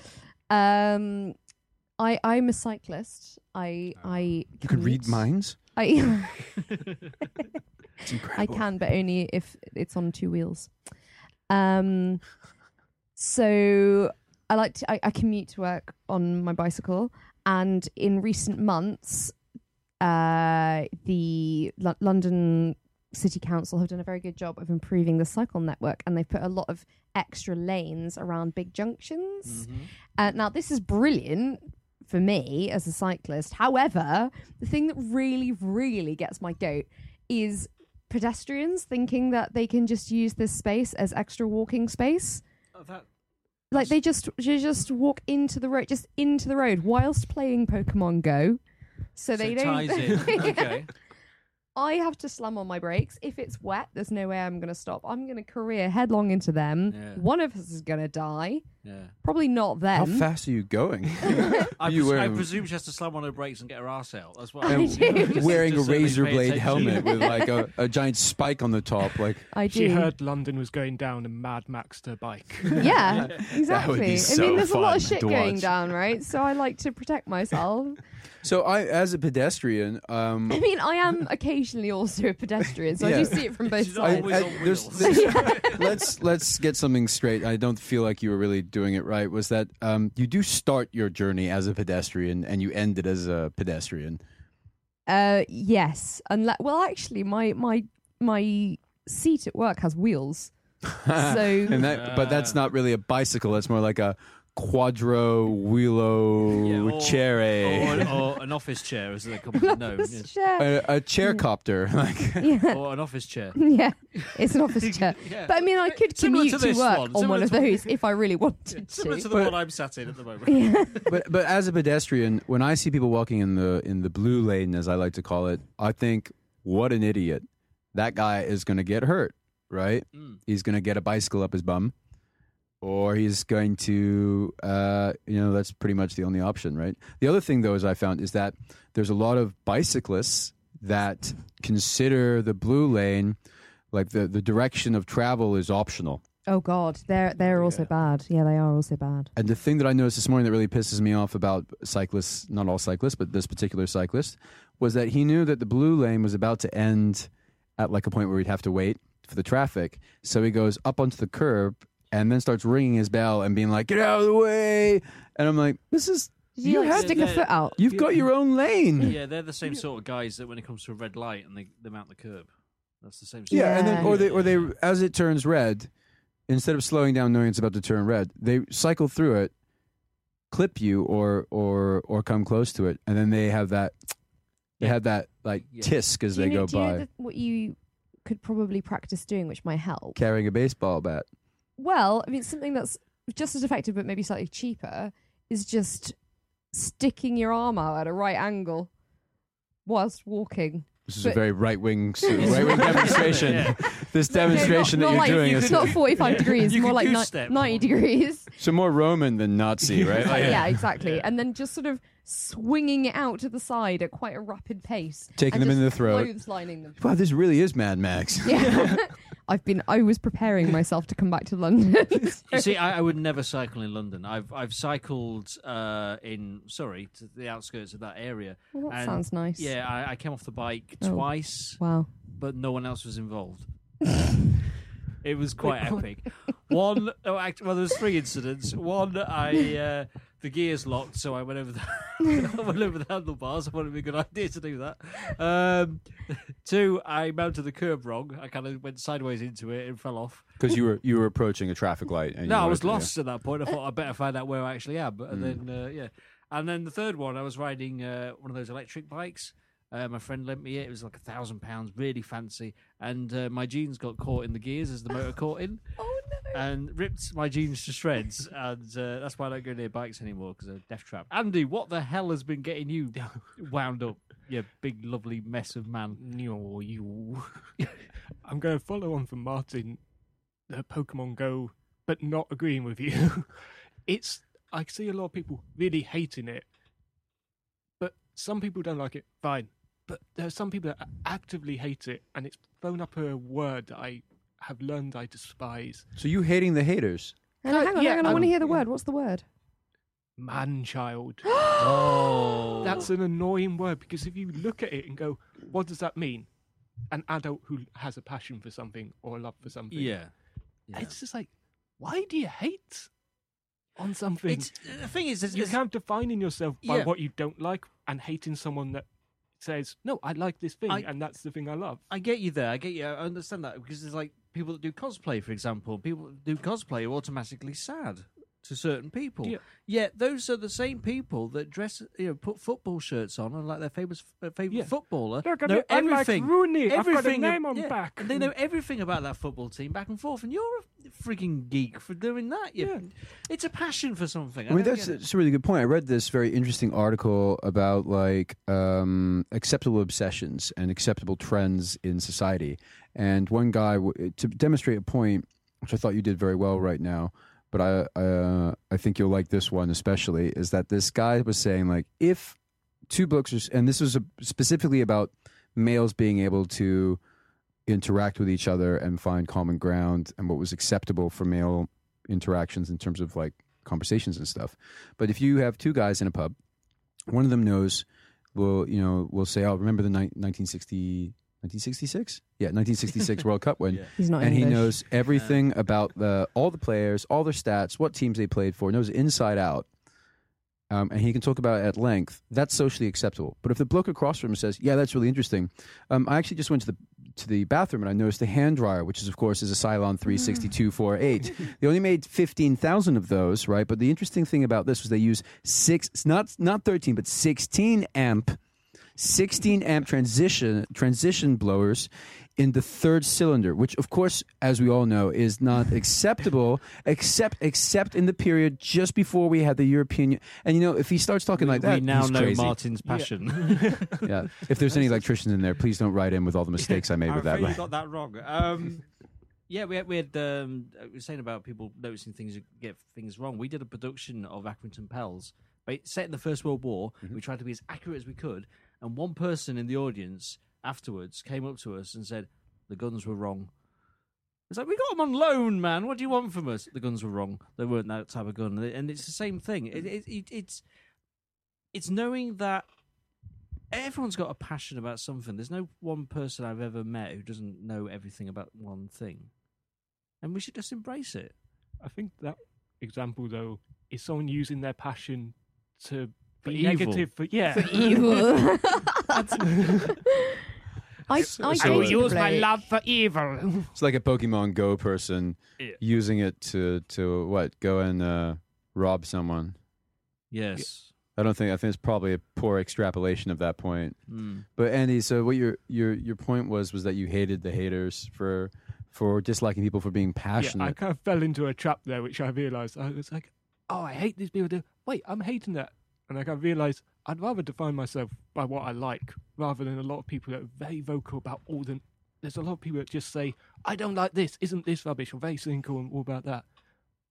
Speaker 6: Um, I I'm a cyclist. I I
Speaker 3: Oh. You could read
Speaker 6: commute.
Speaker 3: minds.
Speaker 6: I
Speaker 3: It's
Speaker 6: I
Speaker 3: incredible.
Speaker 6: can, but only if it's on two wheels. Um, so I like to I, I commute to work on my bicycle, and in recent months, uh, the L- London City Council have done a very good job of improving the cycle network, and they've put a lot of extra lanes around big junctions. Uh, now, this is brilliant for me as a cyclist. However, the thing that really, really gets my goat is pedestrians thinking that they can just use this space as extra walking space. Like they just they just walk into the road, just into the road, whilst playing Pokemon Go. So they don't.
Speaker 2: okay.
Speaker 6: I have to slam on my brakes. If it's wet, there's no way I'm going to stop. I'm going to career headlong into them.
Speaker 2: Yeah.
Speaker 6: One of us is going to die.
Speaker 2: Yeah.
Speaker 6: Probably not
Speaker 3: How
Speaker 6: them.
Speaker 3: fast are you going?
Speaker 2: I,
Speaker 3: You
Speaker 2: pres- I
Speaker 3: were-
Speaker 2: presume she has to slam on her brakes and get her ass out. That's what
Speaker 6: I
Speaker 2: I'm
Speaker 6: do.
Speaker 2: assuming.
Speaker 3: Wearing a
Speaker 2: Just so they
Speaker 3: razor
Speaker 2: pay
Speaker 3: blade
Speaker 2: attention.
Speaker 3: helmet with like a, a giant spike on the top, like
Speaker 6: I do.
Speaker 4: She heard London was going down and Mad Maxed her bike.
Speaker 6: yeah, exactly. I
Speaker 3: so
Speaker 6: mean, there's a lot of
Speaker 3: fun
Speaker 6: shit
Speaker 3: to
Speaker 6: going
Speaker 3: watch.
Speaker 6: down, right? So I like to protect myself.
Speaker 3: So I, as a pedestrian, um,
Speaker 6: I mean, I am occasionally also a pedestrian, so I
Speaker 3: Yeah.
Speaker 6: do see it from both
Speaker 2: She's
Speaker 3: I-
Speaker 6: sides.
Speaker 2: always
Speaker 3: I-
Speaker 2: on
Speaker 3: there's-
Speaker 2: wheels.
Speaker 3: there's- let's let's get something straight. I don't feel like you were really doing it right. Was that um, you do start your journey as a pedestrian and you end it as a pedestrian?
Speaker 6: Uh, yes, unless well, actually, my my my seat at work has wheels, so
Speaker 3: And that, but that's not really a bicycle. That's more like a quadro
Speaker 2: Yeah, oh,
Speaker 3: wheelo
Speaker 2: or-
Speaker 3: chere,
Speaker 2: or, or an office chair, as they're commonly known. yes.
Speaker 6: chair.
Speaker 3: a, a chair copter. Like
Speaker 6: Yeah,
Speaker 2: Or an office chair.
Speaker 6: yeah, it's an office chair.
Speaker 2: Yeah.
Speaker 6: But I mean, I could
Speaker 2: Similar to
Speaker 6: commute to,
Speaker 2: this
Speaker 6: work
Speaker 2: one,
Speaker 6: on
Speaker 2: similar
Speaker 6: one of
Speaker 2: to-
Speaker 6: those if I really wanted
Speaker 2: Similar to
Speaker 6: to.
Speaker 2: the
Speaker 3: But-
Speaker 2: one I'm sat in at the moment.
Speaker 6: Yeah.
Speaker 3: but but as a pedestrian, when I see people walking in the in the blue lane, as I like to call it, I think, what an idiot! That guy is going to get hurt, right?
Speaker 2: Mm.
Speaker 3: He's going to get a bicycle up his bum, or he's going to, uh, you know, that's pretty much the only option, right? The other thing, though, is I found is that there's a lot of bicyclists that consider the blue lane like the the direction of travel is optional.
Speaker 6: Oh God, they're they're also bad. Yeah, they are also bad.
Speaker 3: And the thing that I noticed this morning that really pisses me off about cyclists, not all cyclists, but this particular cyclist, was that he knew that the blue lane was about to end at like a point where we'd have to wait for the traffic. So he goes up onto the curb and then starts ringing his bell and being like, get out of the way. And I'm like, this is,
Speaker 6: Did you,
Speaker 3: You
Speaker 6: like,
Speaker 3: had-
Speaker 6: stick a
Speaker 2: Yeah.
Speaker 6: foot out?
Speaker 3: you've got your own lane.
Speaker 2: Yeah, they're the same sort of guys that when it comes to a red light and they, they mount the curb. That's the same sort
Speaker 3: Yeah. And then,
Speaker 6: Yeah.
Speaker 3: or they, or they, as it turns red, instead of slowing down knowing it's about to turn red, they cycle through it, clip you or, or, or come close to it. And then they have that They
Speaker 2: Yeah.
Speaker 3: have that like
Speaker 2: Yeah.
Speaker 3: tisk as
Speaker 6: Do you
Speaker 3: they
Speaker 6: know,
Speaker 3: go
Speaker 6: do you know
Speaker 3: by,
Speaker 6: that what you could probably practice doing, which might help.
Speaker 3: carrying a baseball bat.
Speaker 6: Well, I mean, something that's just as effective but maybe slightly cheaper is just sticking your arm out at a right angle whilst walking.
Speaker 3: This is a
Speaker 6: But-
Speaker 3: very right wing, right wing demonstration. This demonstration
Speaker 6: No,
Speaker 3: that
Speaker 6: not-
Speaker 3: you're doing
Speaker 6: not
Speaker 3: is
Speaker 6: like, not 45 degrees,
Speaker 2: You
Speaker 6: more
Speaker 2: could
Speaker 6: like
Speaker 2: goose-step.
Speaker 6: ni- 90 degrees.
Speaker 3: so more Roman than Nazi, right?
Speaker 6: yeah.
Speaker 3: Like,
Speaker 6: exactly. And then just sort of swinging it out to the side at quite a rapid pace.
Speaker 3: Taking
Speaker 6: and
Speaker 3: them in
Speaker 6: just
Speaker 3: the throat.
Speaker 6: Clotheslining them.
Speaker 3: Wow, this really is Mad Max.
Speaker 6: Yeah. I've been, I was preparing myself to come back to London.
Speaker 2: You see, I, I would never cycle in London. I've I've cycled uh, in Surrey to the outskirts of that area.
Speaker 6: Well, that
Speaker 2: And,
Speaker 6: sounds nice.
Speaker 2: Yeah, I, I came off the bike
Speaker 6: Oh.
Speaker 2: twice,
Speaker 6: Wow.
Speaker 2: but no one else was involved. it was quite epic. One, oh, act, well, there was three incidents. One, I uh, the gears locked, so I went over the I went over the handlebars. I thought it'd be a good idea to do that. Um, two, I mounted the curb wrong. I kind of went sideways into it and fell off.
Speaker 3: Because you were you were approaching a traffic light. And you
Speaker 2: No, I
Speaker 3: wanted
Speaker 2: was
Speaker 3: to- yeah.
Speaker 2: lost at that point. I thought I better find out where I actually am. And then, uh, yeah. And then the third one, I was riding uh, one of those electric bikes. Uh, my friend lent me it. It was like a thousand pounds, really fancy. And uh, my jeans got caught in the gears as the motor caught in
Speaker 6: Oh no!
Speaker 2: and ripped my jeans to shreds. and uh, that's why I don't go near bikes anymore because of death trap. Andy, what the hell has been getting you wound up? You big, lovely mess of man.
Speaker 4: No, you. I'm going to follow on from Martin, the Pokemon Go, but not agreeing with you. it's. I see a lot of people really hating it, but some people don't like it. Fine. But there are some people that actively hate it, and it's thrown up a word that I have learned I despise
Speaker 3: So you hating the haters?
Speaker 6: Hang on, hang on,
Speaker 4: yeah,
Speaker 6: hang on. I
Speaker 4: I'm-
Speaker 6: want to hear the word. What's the word?
Speaker 4: man child.
Speaker 2: Oh.
Speaker 4: That's an annoying word because if you look at it and go, what does that mean? An adult who has a passion for something or a love for something.
Speaker 2: Yeah.
Speaker 4: It's just like, why do you hate on something?
Speaker 2: It's, the thing is, there's,
Speaker 4: you
Speaker 2: there's-
Speaker 4: can't defining yourself by
Speaker 2: Yeah.
Speaker 4: what you don't like and hating someone that says, no, I like this thing
Speaker 2: I-
Speaker 4: and that's the thing I love.
Speaker 2: I get you there. I get you. I understand that because there's like people that do cosplay, for example. People that do cosplay are automatically sad to certain people.
Speaker 4: Yeah.
Speaker 2: Yet those are the same people that dress, you know, put football shirts on and like their famous uh, favorite
Speaker 4: Yeah.
Speaker 2: footballer.
Speaker 4: Look at
Speaker 2: know
Speaker 4: me, I'm like
Speaker 2: everything.
Speaker 4: Rooney. I've got a
Speaker 2: Everything.
Speaker 4: name on
Speaker 2: yeah.
Speaker 4: back.
Speaker 2: And they know everything about that football team back and forth. And you're a freaking geek for doing that. You, It's a passion for something.
Speaker 3: I mean,
Speaker 2: don't
Speaker 3: that's,
Speaker 2: get it.
Speaker 3: that's a really good point. I read this very interesting article about like um, acceptable obsessions and acceptable trends in society. And one guy, w- to demonstrate a point, which I thought you did very well right now, but I uh, I think you'll like this one especially, is that this guy was saying like if two books, are, s- and this was a, specifically about males being able to interact with each other and find common ground and what was acceptable for male interactions in terms of like conversations and stuff. But if you have two guys in a pub, one of them knows, will you know, will say, "Oh, remember the ni- 1960, 1966? Yeah, 1966 World Cup win."
Speaker 6: He's not
Speaker 3: and
Speaker 6: English.
Speaker 3: he knows everything about the all the players, all their stats, what teams they played for, knows inside out, um, and he can talk about it at length. That's socially acceptable. But if the bloke across from him says, "Yeah, that's really interesting," um, I actually just went to the to the bathroom and I noticed the hand dryer, which is of course is a Cylon
Speaker 2: Mm.
Speaker 3: three sixty two four eight. They only made fifteen thousand of those, right? But the interesting thing about this was they use six, not not thirteen, but sixteen amp 16 amp transition transition blowers in the third cylinder, which of course, as we all know, is not acceptable, except except in the period just before we had the European. And you know, if he starts talking like that,
Speaker 2: we now
Speaker 3: he's
Speaker 2: know
Speaker 3: crazy.
Speaker 2: Martin's passion.
Speaker 3: Yeah. If there's any electricians in there, please don't write in with all the mistakes I made
Speaker 2: I'm
Speaker 3: with that.
Speaker 2: afraid you got that wrong. Um, yeah, we had, we had um, we were saying about people noticing things get things wrong. We did a production of Accrington Pals, ba- set in the First World War. We tried to be as accurate as we could, and one person in the audience afterwards came up to us and said the guns were wrong. It's like we got them on loan, man. What do you want from us? The guns were wrong. They weren't that type of gun, and it's the same thing. It, it, it, it's it's knowing that everyone's got a passion about something. There's no one person I've ever met who doesn't know everything about one thing, and we should just embrace it.
Speaker 4: I think that example, though, is someone using their passion to
Speaker 2: For
Speaker 4: be
Speaker 2: evil.
Speaker 4: negative. For, yeah.
Speaker 6: Evil. I, I
Speaker 3: so
Speaker 6: gave
Speaker 3: I
Speaker 6: the bloke-
Speaker 4: for evil.
Speaker 3: It's like a Pokemon Go person using it to to what go and uh, rob someone.
Speaker 2: Yes.
Speaker 3: I don't think I think it's probably a poor extrapolation of that point.
Speaker 2: Mm.
Speaker 3: But Andy, so what your your your point was was that you hated the haters for for disliking people for being
Speaker 4: Yeah, I
Speaker 3: passionate.
Speaker 4: kind of fell into a trap there, which I realised. I was like, oh, I hate these people. Do Wait, I'm hating that. And like, I realised I'd rather define myself by what I like rather than a lot of people that are very vocal about all the. There's a lot of people that just say, I don't like this, isn't this rubbish, or very cynical and all about that.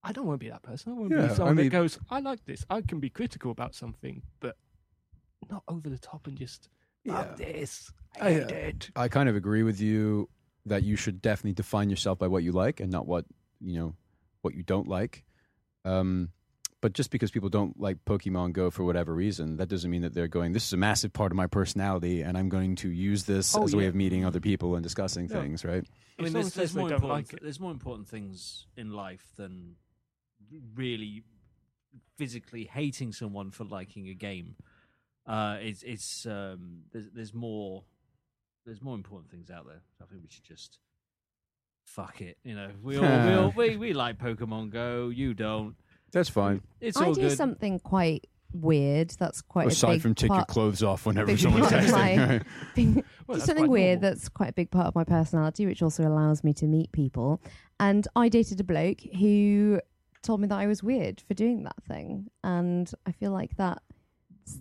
Speaker 4: I don't want to be that person. I want to
Speaker 3: Yeah, I
Speaker 4: be someone
Speaker 3: mean-
Speaker 4: that goes, I like this. I can be critical about something, but not over the top and just, fuck this. I
Speaker 3: I,
Speaker 4: hate
Speaker 3: uh,
Speaker 4: it.
Speaker 3: I, kind of agree with you that you should definitely define yourself by what you like and not what you know what you don't like. Um, but just because people don't like Pokemon Go for whatever reason, that doesn't mean that they're going. This is a massive part of my personality, and I'm going to use this
Speaker 4: Oh,
Speaker 3: as a way
Speaker 4: yeah.
Speaker 3: of meeting other people and discussing
Speaker 4: Yeah.
Speaker 3: things. Right?
Speaker 2: I mean,
Speaker 4: If someone
Speaker 2: there's,
Speaker 4: says
Speaker 2: there's
Speaker 4: they
Speaker 2: more
Speaker 4: don't
Speaker 2: important.
Speaker 4: like it.
Speaker 2: there's more important things in life than really physically hating someone for liking a game. Uh, it's it's um, there's there's more there's more important things out there. So I think we should just fuck it. You know, we all, we, all we we like Pokemon Go. You don't.
Speaker 3: That's fine.
Speaker 2: It's
Speaker 6: I
Speaker 2: all
Speaker 6: do
Speaker 2: good.
Speaker 6: something quite weird. That's quite a
Speaker 3: Aside
Speaker 6: big
Speaker 3: from take your
Speaker 6: part-
Speaker 3: clothes off whenever
Speaker 6: big
Speaker 3: someone's
Speaker 6: part of my-
Speaker 3: texting.
Speaker 6: big-
Speaker 4: Well,
Speaker 6: just
Speaker 4: that's
Speaker 6: something
Speaker 4: quite
Speaker 6: weird
Speaker 4: normal.
Speaker 6: that's quite a big part of my personality, which also allows me to meet people. And I dated a bloke who told me that I was weird for doing that thing, and I feel like that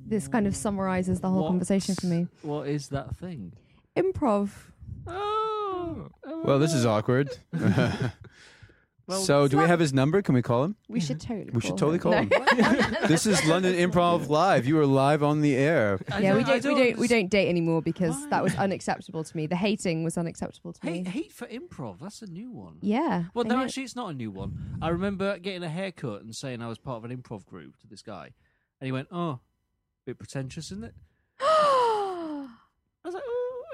Speaker 6: this kind of summarizes the whole
Speaker 2: What-
Speaker 6: conversation for me.
Speaker 2: What is that thing?
Speaker 6: Improv.
Speaker 2: Oh,
Speaker 3: well, this is awkward. so, do we have his number? Can we call him?
Speaker 6: We should totally.
Speaker 3: We should totally
Speaker 6: No.
Speaker 3: call him. this is London Improv Live. You are live on the air.
Speaker 6: Yeah, we
Speaker 2: I
Speaker 6: don't, we don't we
Speaker 2: understand.
Speaker 6: don't date anymore because
Speaker 2: Why?
Speaker 6: that was unacceptable to me. The hating was unacceptable to me.
Speaker 2: Hate, hate for improv. That's a new one.
Speaker 6: Yeah.
Speaker 2: Well,
Speaker 6: I
Speaker 2: no,
Speaker 6: know.
Speaker 2: actually, it's not a new one. I remember getting a haircut and saying I was part of an improv group to this guy, and he went, "Oh, bit pretentious, isn't it?" I was like, "Oh,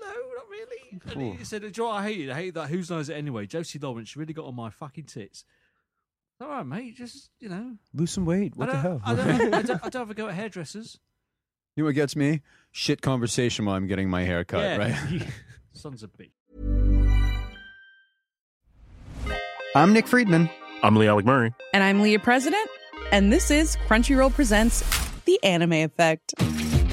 Speaker 2: well, no, not really." And he
Speaker 3: Ooh.
Speaker 2: said, "Do you know what I hate? I hate that. Who's knows it anyway?" Josie Lawrence she really got on my fucking tits. All right, mate. Just you know,
Speaker 3: Lose some weight. What
Speaker 2: I
Speaker 3: the
Speaker 2: don't,
Speaker 3: hell?
Speaker 2: I don't, I don't, I don't ever go at hairdressers.
Speaker 3: You know what gets me? Shit conversation while I'm getting my hair cut,
Speaker 2: Yeah.
Speaker 3: right?
Speaker 2: Sons of bitch.
Speaker 3: I'm Nick Friedman.
Speaker 7: I'm Lee Alec Murray.
Speaker 8: And I'm Leah President, and this is Crunchyroll Presents The Anime Effect.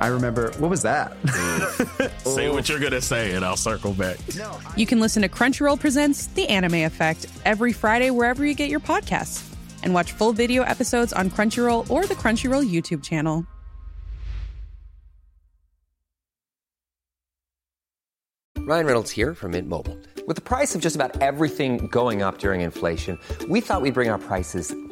Speaker 9: I remember, what was that?
Speaker 7: Say what you're gonna say, and I'll circle back.
Speaker 8: you can listen to Crunchyroll Presents The Anime Effect every Friday wherever you get your podcasts. And watch full video episodes on Crunchyroll or the Crunchyroll YouTube channel.
Speaker 10: Ryan Reynolds here from Mint Mobile. With the price of just about everything going up during inflation, we thought we'd bring our prices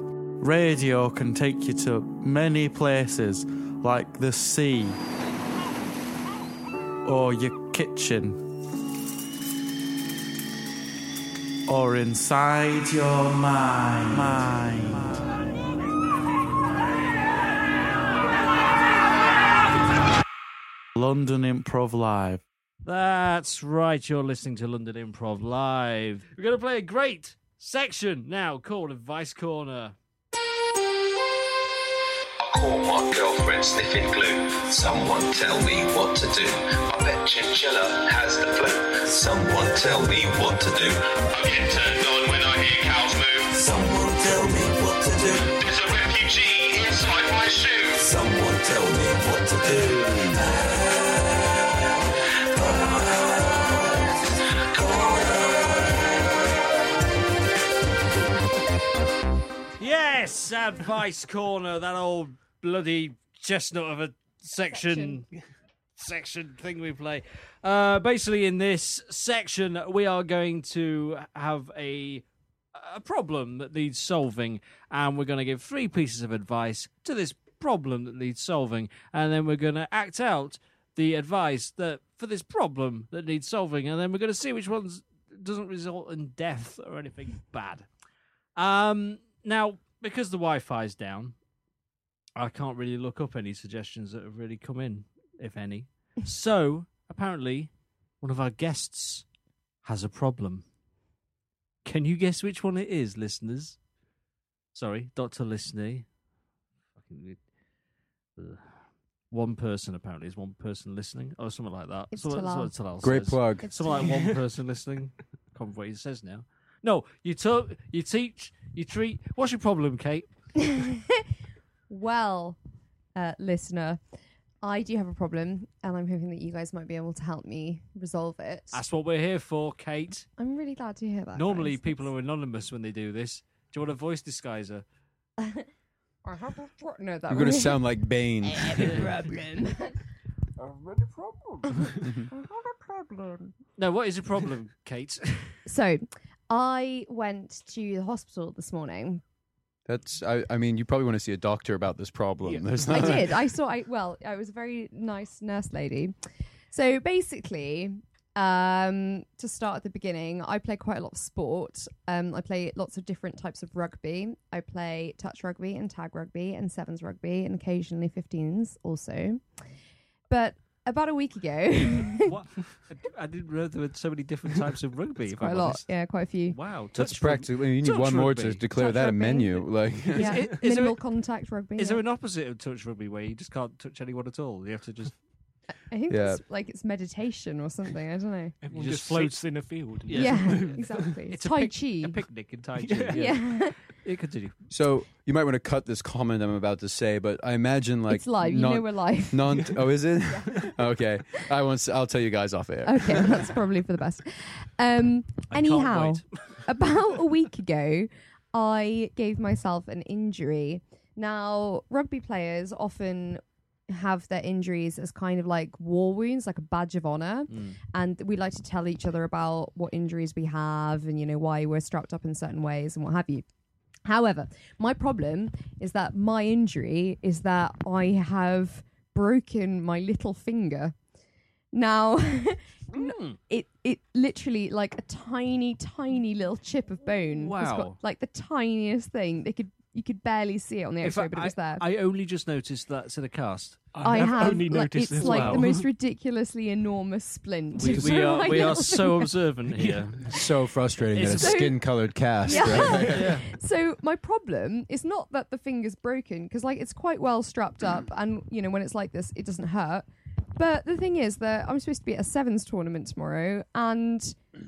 Speaker 1: Radio can take you to many places, like the sea or your kitchen. Or inside your mind. London Improv Live.
Speaker 2: That's right, you're listening to London Improv Live. We're going to play a great section now called Advice Corner.
Speaker 10: I caught my girlfriend sniffing glue. Someone tell me what to do. I bet Chinchilla has the flu. Someone tell me what to do. I'm getting turned on when I hear cows move. Someone tell me what to do. There's a refugee inside my shoe. Someone tell me what to do.
Speaker 2: Yes, Advice Corner, that old bloody chestnut of a section. Section thing we play. Uh, basically, in this section, we are going to have a a problem that needs solving, and we're going to give three pieces of advice to this problem that needs solving, and then we're going to act out the advice that for this problem that needs solving, and then we're going to see which ones doesn't result in death or anything bad. Um, now because the Wi-Fi is down, I can't really look up any suggestions that have really come in, if any. So apparently, one of our guests has a problem. Can you guess which one it is, listeners? Sorry, Doctor Listener. Fucking- Ugh. One person apparently is one person listening, or something like that.
Speaker 6: It's
Speaker 2: Something-
Speaker 6: Talal.
Speaker 2: something Talal
Speaker 3: Great
Speaker 2: says.
Speaker 3: plug.
Speaker 6: It's
Speaker 2: Something like one person listening. Can't remember what he says now. No, you talk, you teach, you treat. What's your problem, Kate?
Speaker 6: Well, uh, listener, I do have a problem, and I'm hoping that you guys might be able to help me resolve it.
Speaker 2: That's what we're here for, Kate.
Speaker 6: I'm really glad to hear that.
Speaker 2: Normally,
Speaker 6: guys.
Speaker 2: people are anonymous when they do this. Do you want a voice disguiser?
Speaker 6: I have a pro- no, that
Speaker 3: You're going to
Speaker 6: would-
Speaker 3: sound like Bane.
Speaker 6: problem.
Speaker 2: No, what is your problem, Kate?
Speaker 6: so, I went to the hospital this morning.
Speaker 3: That's. I, I mean, you probably want to see a doctor about this problem. There's
Speaker 6: I
Speaker 3: not
Speaker 6: did. I saw. I well, I was a very nice nurse lady. So basically, um, to start at the beginning, I play quite a lot of sport. Um, I play lots of different types of rugby. I play touch rugby and tag rugby and sevens rugby and occasionally 15s also. But about a week ago,
Speaker 2: what? I didn't realize there were so many different types of rugby. if
Speaker 6: quite a
Speaker 2: I'm
Speaker 6: lot,
Speaker 2: honest.
Speaker 6: yeah, quite a few.
Speaker 2: Wow,
Speaker 3: That's
Speaker 2: touch
Speaker 3: practically. You need
Speaker 2: touch
Speaker 3: one more to
Speaker 2: rugby.
Speaker 3: declare
Speaker 6: Touch
Speaker 3: that
Speaker 6: rugby.
Speaker 3: a menu. Like,
Speaker 6: Yeah,
Speaker 2: is there
Speaker 6: minimal
Speaker 2: a-
Speaker 6: contact rugby.
Speaker 2: Is
Speaker 6: yeah.
Speaker 2: there an opposite of touch rugby where you just can't touch anyone at all? You have to just
Speaker 6: I think
Speaker 2: Yeah.
Speaker 6: it's like it's meditation or something. I don't know.
Speaker 2: you
Speaker 4: Everyone
Speaker 2: just,
Speaker 4: just
Speaker 2: float
Speaker 4: sits in a field and
Speaker 6: Yeah,
Speaker 4: doesn't move.
Speaker 6: exactly.
Speaker 2: It's
Speaker 6: It's
Speaker 2: a
Speaker 6: Tai
Speaker 2: pic-
Speaker 6: Chi.
Speaker 2: a picnic in Tai Chi. Yeah.
Speaker 6: Yeah.
Speaker 2: It continue.
Speaker 3: so you might want to cut this comment I'm about to say, but I imagine like
Speaker 6: It's live. You know we're live.
Speaker 3: Non. Oh, is it? okay. I won't. s- I'll tell you guys off air.
Speaker 6: Okay, that's probably for the best. Um, anyhow, about a week ago, I gave myself an injury. Now, rugby players often have their injuries as kind of like war wounds, like a badge of honor.
Speaker 11: Mm.
Speaker 6: And we like to tell each other about what injuries we have and, you know, why we're strapped up in certain ways and what have you. However, my problem is that my injury is that I have broken my little finger. Now,
Speaker 2: Hmm.
Speaker 6: n- it it literally like a tiny, tiny little chip of bone. has got,
Speaker 2: Wow.
Speaker 6: like the tiniest thing. They could you could barely see it on the
Speaker 2: In
Speaker 6: X-ray,
Speaker 2: fact,
Speaker 6: but it was there.
Speaker 2: I, I only just noticed that's in a cast.
Speaker 6: I have like, it's
Speaker 2: as
Speaker 6: like
Speaker 2: well.
Speaker 6: the most ridiculously enormous splint.
Speaker 2: We, we
Speaker 6: on
Speaker 2: are
Speaker 6: my
Speaker 2: we are
Speaker 6: little
Speaker 2: so
Speaker 6: finger.
Speaker 2: observant here.
Speaker 3: So frustrating that
Speaker 6: It's
Speaker 3: it's
Speaker 6: so-
Speaker 3: skin colored cast.
Speaker 6: Yeah.
Speaker 3: right?
Speaker 6: So my problem is not that the finger's broken because like it's quite well strapped up, and you know when it's like this, it doesn't hurt. But the thing is that I'm supposed to be at a sevens tournament tomorrow, and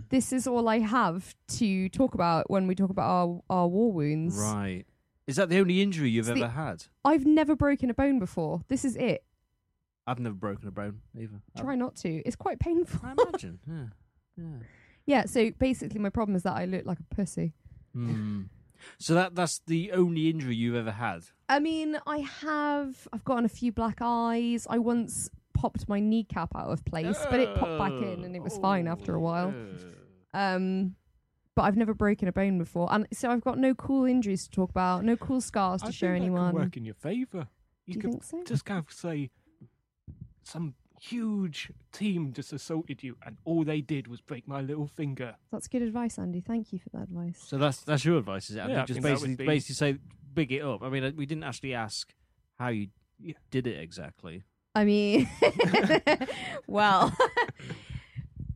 Speaker 6: this is all I have to talk about when we talk about our, our war wounds.
Speaker 2: Right. Is that the only injury you've
Speaker 6: It's
Speaker 2: ever
Speaker 6: the-
Speaker 2: had?
Speaker 6: I've never broken a bone before. This is it.
Speaker 2: I've never broken a bone either.
Speaker 6: Try not to. It's quite painful.
Speaker 2: I imagine. Yeah.
Speaker 6: yeah. So basically, my problem is that I look like a pussy.
Speaker 2: Hmm. So that that's the only injury you've ever had.
Speaker 6: I mean, I have. I've gotten a few black eyes. I once popped my kneecap out of place, but it popped back in and it was fine after a while. Um, but I've never broken a bone before, and so I've got no cool injuries to talk about, no cool scars to
Speaker 4: I
Speaker 6: show
Speaker 4: think that could
Speaker 6: anyone.
Speaker 4: work in your favour.
Speaker 6: Do you
Speaker 4: could
Speaker 6: think so?
Speaker 4: just kind of say some huge team just assaulted you, and all they did was break my little finger.
Speaker 6: That's good advice, Andy. Thank you for that advice.
Speaker 2: So that's that's your advice, is it? Andy?
Speaker 4: Yeah, I
Speaker 2: just
Speaker 4: think that would
Speaker 2: basically
Speaker 4: be-
Speaker 2: basically say big it up. I mean, uh, we didn't actually ask how you did it exactly.
Speaker 6: I mean, well,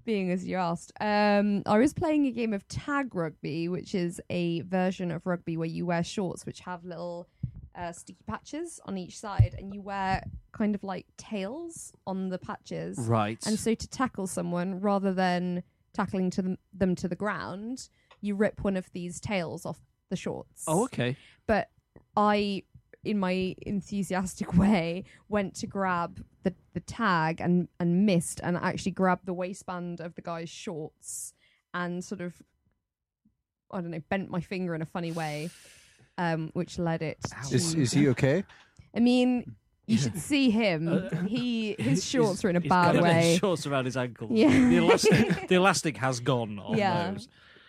Speaker 6: being as you asked, um, I was playing a game of tag rugby, which is a version of rugby where you wear shorts which have little uh, sticky patches on each side, and you wear kind of like tails on the patches.
Speaker 2: Right.
Speaker 6: And so to tackle someone, rather than tackling to them, them to the ground, you rip one of these tails off the shorts
Speaker 2: Oh, okay.
Speaker 6: but I, in my enthusiastic way, went to grab the, the tag and, and missed and actually grabbed the waistband of the guy's shorts and sort of, I don't know, bent my finger in a funny way, um, which led it.
Speaker 3: Is
Speaker 6: to-
Speaker 3: is he okay?
Speaker 6: I mean, you should see him. he his shorts are in a
Speaker 2: Uh, He's
Speaker 6: bad
Speaker 2: got
Speaker 6: way.
Speaker 2: His shorts around his ankles.
Speaker 6: Yeah.
Speaker 2: The elastic, the elastic has gone on those.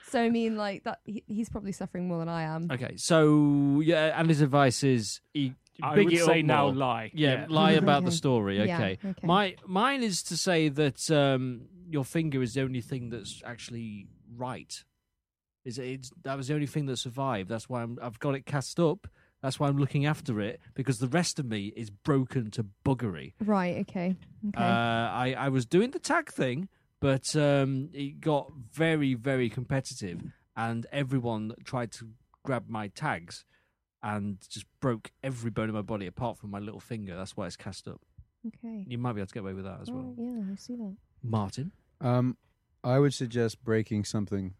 Speaker 6: So I mean, like that. He, he's probably suffering more than I am.
Speaker 2: Okay, so yeah, Andy's advice is you
Speaker 4: I
Speaker 2: big
Speaker 4: would
Speaker 2: it
Speaker 4: say
Speaker 2: up
Speaker 4: now
Speaker 2: more.
Speaker 4: lie.
Speaker 2: Yeah,
Speaker 4: Yeah.
Speaker 2: lie about the
Speaker 4: Okay.
Speaker 2: story.
Speaker 4: Yeah,
Speaker 2: Okay.
Speaker 4: okay.
Speaker 2: my mine is to say that um, your finger is the only thing that's actually right. Is it's, that was the only thing that survived? That's why I'm, I've got it cast up. That's why I'm looking after it because the rest of me is broken to buggery.
Speaker 6: Right. Okay.
Speaker 2: Uh,
Speaker 6: Okay.
Speaker 2: I, I was doing the tag thing, but um, it got very, very competitive, and everyone tried to grab my tags and just broke every bone in my body apart from my little finger. That's why it's cast up.
Speaker 6: okay.
Speaker 2: You might be able to get away with that as well.
Speaker 6: Alright, yeah, I see that.
Speaker 2: Martin?
Speaker 3: Um, I would suggest breaking something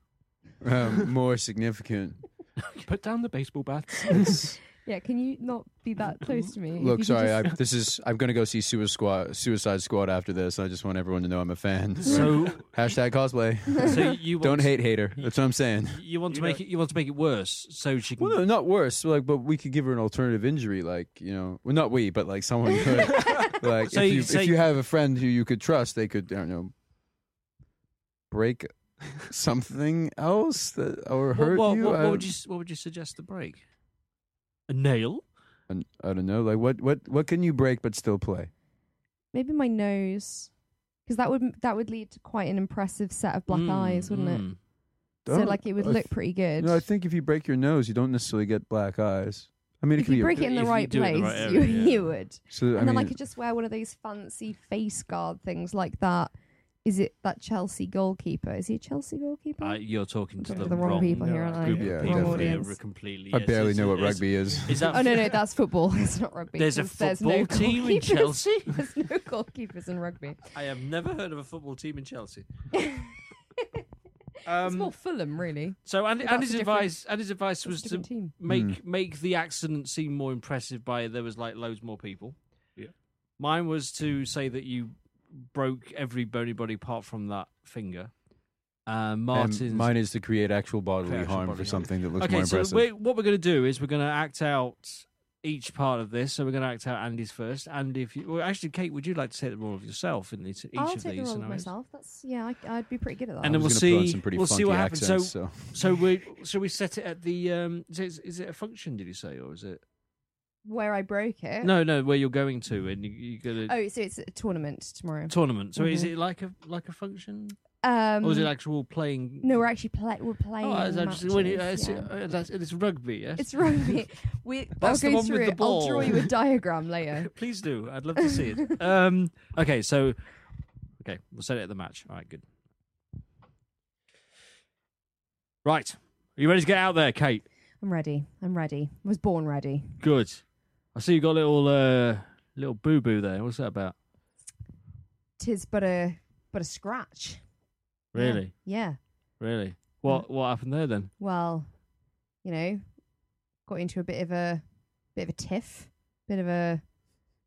Speaker 3: um, more significant.
Speaker 4: Put down the baseball bats.
Speaker 6: Yeah, can you not be that close to me? If you
Speaker 3: Look,
Speaker 6: could
Speaker 3: sorry. I,
Speaker 6: just-
Speaker 3: this is. I'm going to go see Suicide Squad. Suicide Squad after this. I just want everyone to know I'm a fan.
Speaker 2: So-
Speaker 3: hashtag cosplay.
Speaker 2: So you
Speaker 3: don't
Speaker 2: want-
Speaker 3: hate hater. That's what I'm saying.
Speaker 2: You want to make it. You want to make it worse, so she can.
Speaker 3: Well, no, not worse. Like, but we could give her an alternative injury. Like, you know, well, not we, but like someone could. like,
Speaker 2: So
Speaker 3: if
Speaker 2: you
Speaker 3: you
Speaker 2: say-
Speaker 3: if you have a friend who you could trust, they could. I don't know. Break something else that or
Speaker 2: What-
Speaker 3: hurt
Speaker 2: what,
Speaker 3: you.
Speaker 2: What,
Speaker 3: I
Speaker 2: what would
Speaker 3: don't-
Speaker 2: you? s- What would you suggest to break? A nail.
Speaker 3: An- I don't know. Like, what what what can you break but still play?
Speaker 6: Maybe my nose, because that would that would lead to quite an impressive set of
Speaker 2: Hmm, Mm,
Speaker 6: black eyes, wouldn't it? So
Speaker 3: Don't-
Speaker 6: like it would
Speaker 3: I
Speaker 6: look
Speaker 3: th-
Speaker 6: pretty good.
Speaker 3: No, I think if you break your nose, you don't necessarily get black eyes. I mean, it
Speaker 6: if
Speaker 3: could
Speaker 6: you
Speaker 3: be
Speaker 6: break
Speaker 3: a,
Speaker 6: it in the
Speaker 2: if you
Speaker 6: right
Speaker 2: do it
Speaker 6: place,
Speaker 2: in the right
Speaker 6: you,
Speaker 2: area, yeah.
Speaker 6: you would.
Speaker 3: So,
Speaker 6: and
Speaker 3: I
Speaker 6: then I
Speaker 3: mean-
Speaker 6: could just wear one of those fancy face guard things like that. Is it that Chelsea goalkeeper? Is he a Chelsea goalkeeper?
Speaker 2: Uh, you're talking to
Speaker 6: Talking
Speaker 2: the,
Speaker 6: to the wrong people here, aren't I?
Speaker 2: group of
Speaker 6: Yeah,
Speaker 2: people
Speaker 6: definitely.
Speaker 2: here,
Speaker 6: Audience.
Speaker 2: completely.
Speaker 3: I
Speaker 2: yes,
Speaker 3: barely
Speaker 2: it's-
Speaker 3: know what
Speaker 2: it's-
Speaker 3: rugby is.
Speaker 2: Is that
Speaker 6: oh no, no, that's football. It's not rugby.
Speaker 2: There's a
Speaker 6: 'cause no
Speaker 2: football team in
Speaker 6: goalkeepers.
Speaker 2: Chelsea?
Speaker 6: there's no goalkeepers in rugby.
Speaker 2: I have never heard of a football team in Chelsea.
Speaker 6: it's
Speaker 2: um,
Speaker 6: more Fulham, really.
Speaker 2: so Andy,
Speaker 6: But that's
Speaker 2: Andy's
Speaker 6: a different-
Speaker 2: advice, Andy's advice was to
Speaker 6: different team.
Speaker 2: make
Speaker 3: Mm.
Speaker 2: make the accident seem more impressive by there was like loads more people. Yeah. Mine was to say that you broke every bony body apart from that finger. Uh, Martin's
Speaker 3: And Um, mine is to create actual bodily
Speaker 2: Actual
Speaker 3: harm
Speaker 2: bodily
Speaker 3: for something that looks
Speaker 2: okay,
Speaker 3: more
Speaker 2: so
Speaker 3: impressive.
Speaker 2: we what we're going to do is we're going to act out each part of this. So we're going to act out Andy's first. Andy, if you well, actually, Kate, would you like to take the role of yourself in each, each
Speaker 6: I'll
Speaker 2: of
Speaker 6: take the
Speaker 2: these
Speaker 6: role of
Speaker 2: scenarios?
Speaker 6: myself. That's yeah, I, I'd be pretty good at that.
Speaker 2: And then we'll
Speaker 3: was gonna put on
Speaker 2: see.
Speaker 3: some pretty
Speaker 2: We'll see
Speaker 3: funky
Speaker 2: what happens.
Speaker 3: accents,
Speaker 2: so,
Speaker 3: so.
Speaker 2: so we so we set it at the. Um, is, it, is it a function? Did you say, or is it?
Speaker 6: where I broke it.
Speaker 2: No, no. Where you're going to, and you, you're going to
Speaker 6: Uh, Oh, so it's a tournament tomorrow.
Speaker 2: tournament. So is
Speaker 6: Mhm.
Speaker 2: it like a like a function,
Speaker 6: Um,
Speaker 2: or is it actual playing?
Speaker 6: No, we're actually play- we're playing.
Speaker 2: Oh, I was
Speaker 6: matches,
Speaker 2: actually- when it- I see-
Speaker 6: yeah.
Speaker 2: uh, that's- it's rugby. Yes,
Speaker 6: It's rugby. We, I'll
Speaker 2: That's the
Speaker 6: go
Speaker 2: one with
Speaker 6: through
Speaker 2: the
Speaker 6: it. I'll draw
Speaker 2: ball.
Speaker 6: you a diagram later.
Speaker 2: Please do. I'd love to see it. um, okay, so okay, we'll set it at the match. All right, good. Right, are you ready to get out there, Kate?
Speaker 6: I'm ready. I'm ready. I was born ready.
Speaker 2: Good. I see you got a little uh, little boo boo there. What's that about?
Speaker 6: Tis but a but a scratch. Yeah.
Speaker 2: Really,
Speaker 6: Yeah.
Speaker 2: really. What what happened there then?
Speaker 6: Well, you know, got into a bit of a bit of a tiff, bit of a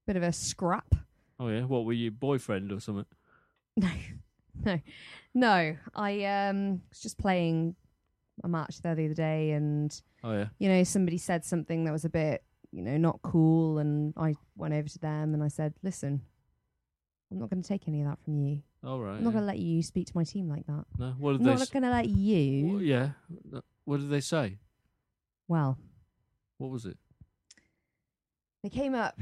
Speaker 6: bit of a scrap.
Speaker 2: Oh yeah, what were you boyfriend or something?
Speaker 6: No, no. I um was just playing a match there the other day, and
Speaker 2: Oh yeah.
Speaker 6: you know, somebody said something that was a bit, you know, not cool, and I went over to them and I said, "Listen, I'm not going to take any of that from you.
Speaker 2: All right.
Speaker 6: I'm not
Speaker 2: yeah.
Speaker 6: going to let you speak to my team like that.
Speaker 2: No. What
Speaker 6: I'm
Speaker 2: did they?
Speaker 6: not
Speaker 2: s-
Speaker 6: going to let you."
Speaker 2: Wh- yeah. No, What did they say?
Speaker 6: Well,
Speaker 2: What was it?
Speaker 6: they came up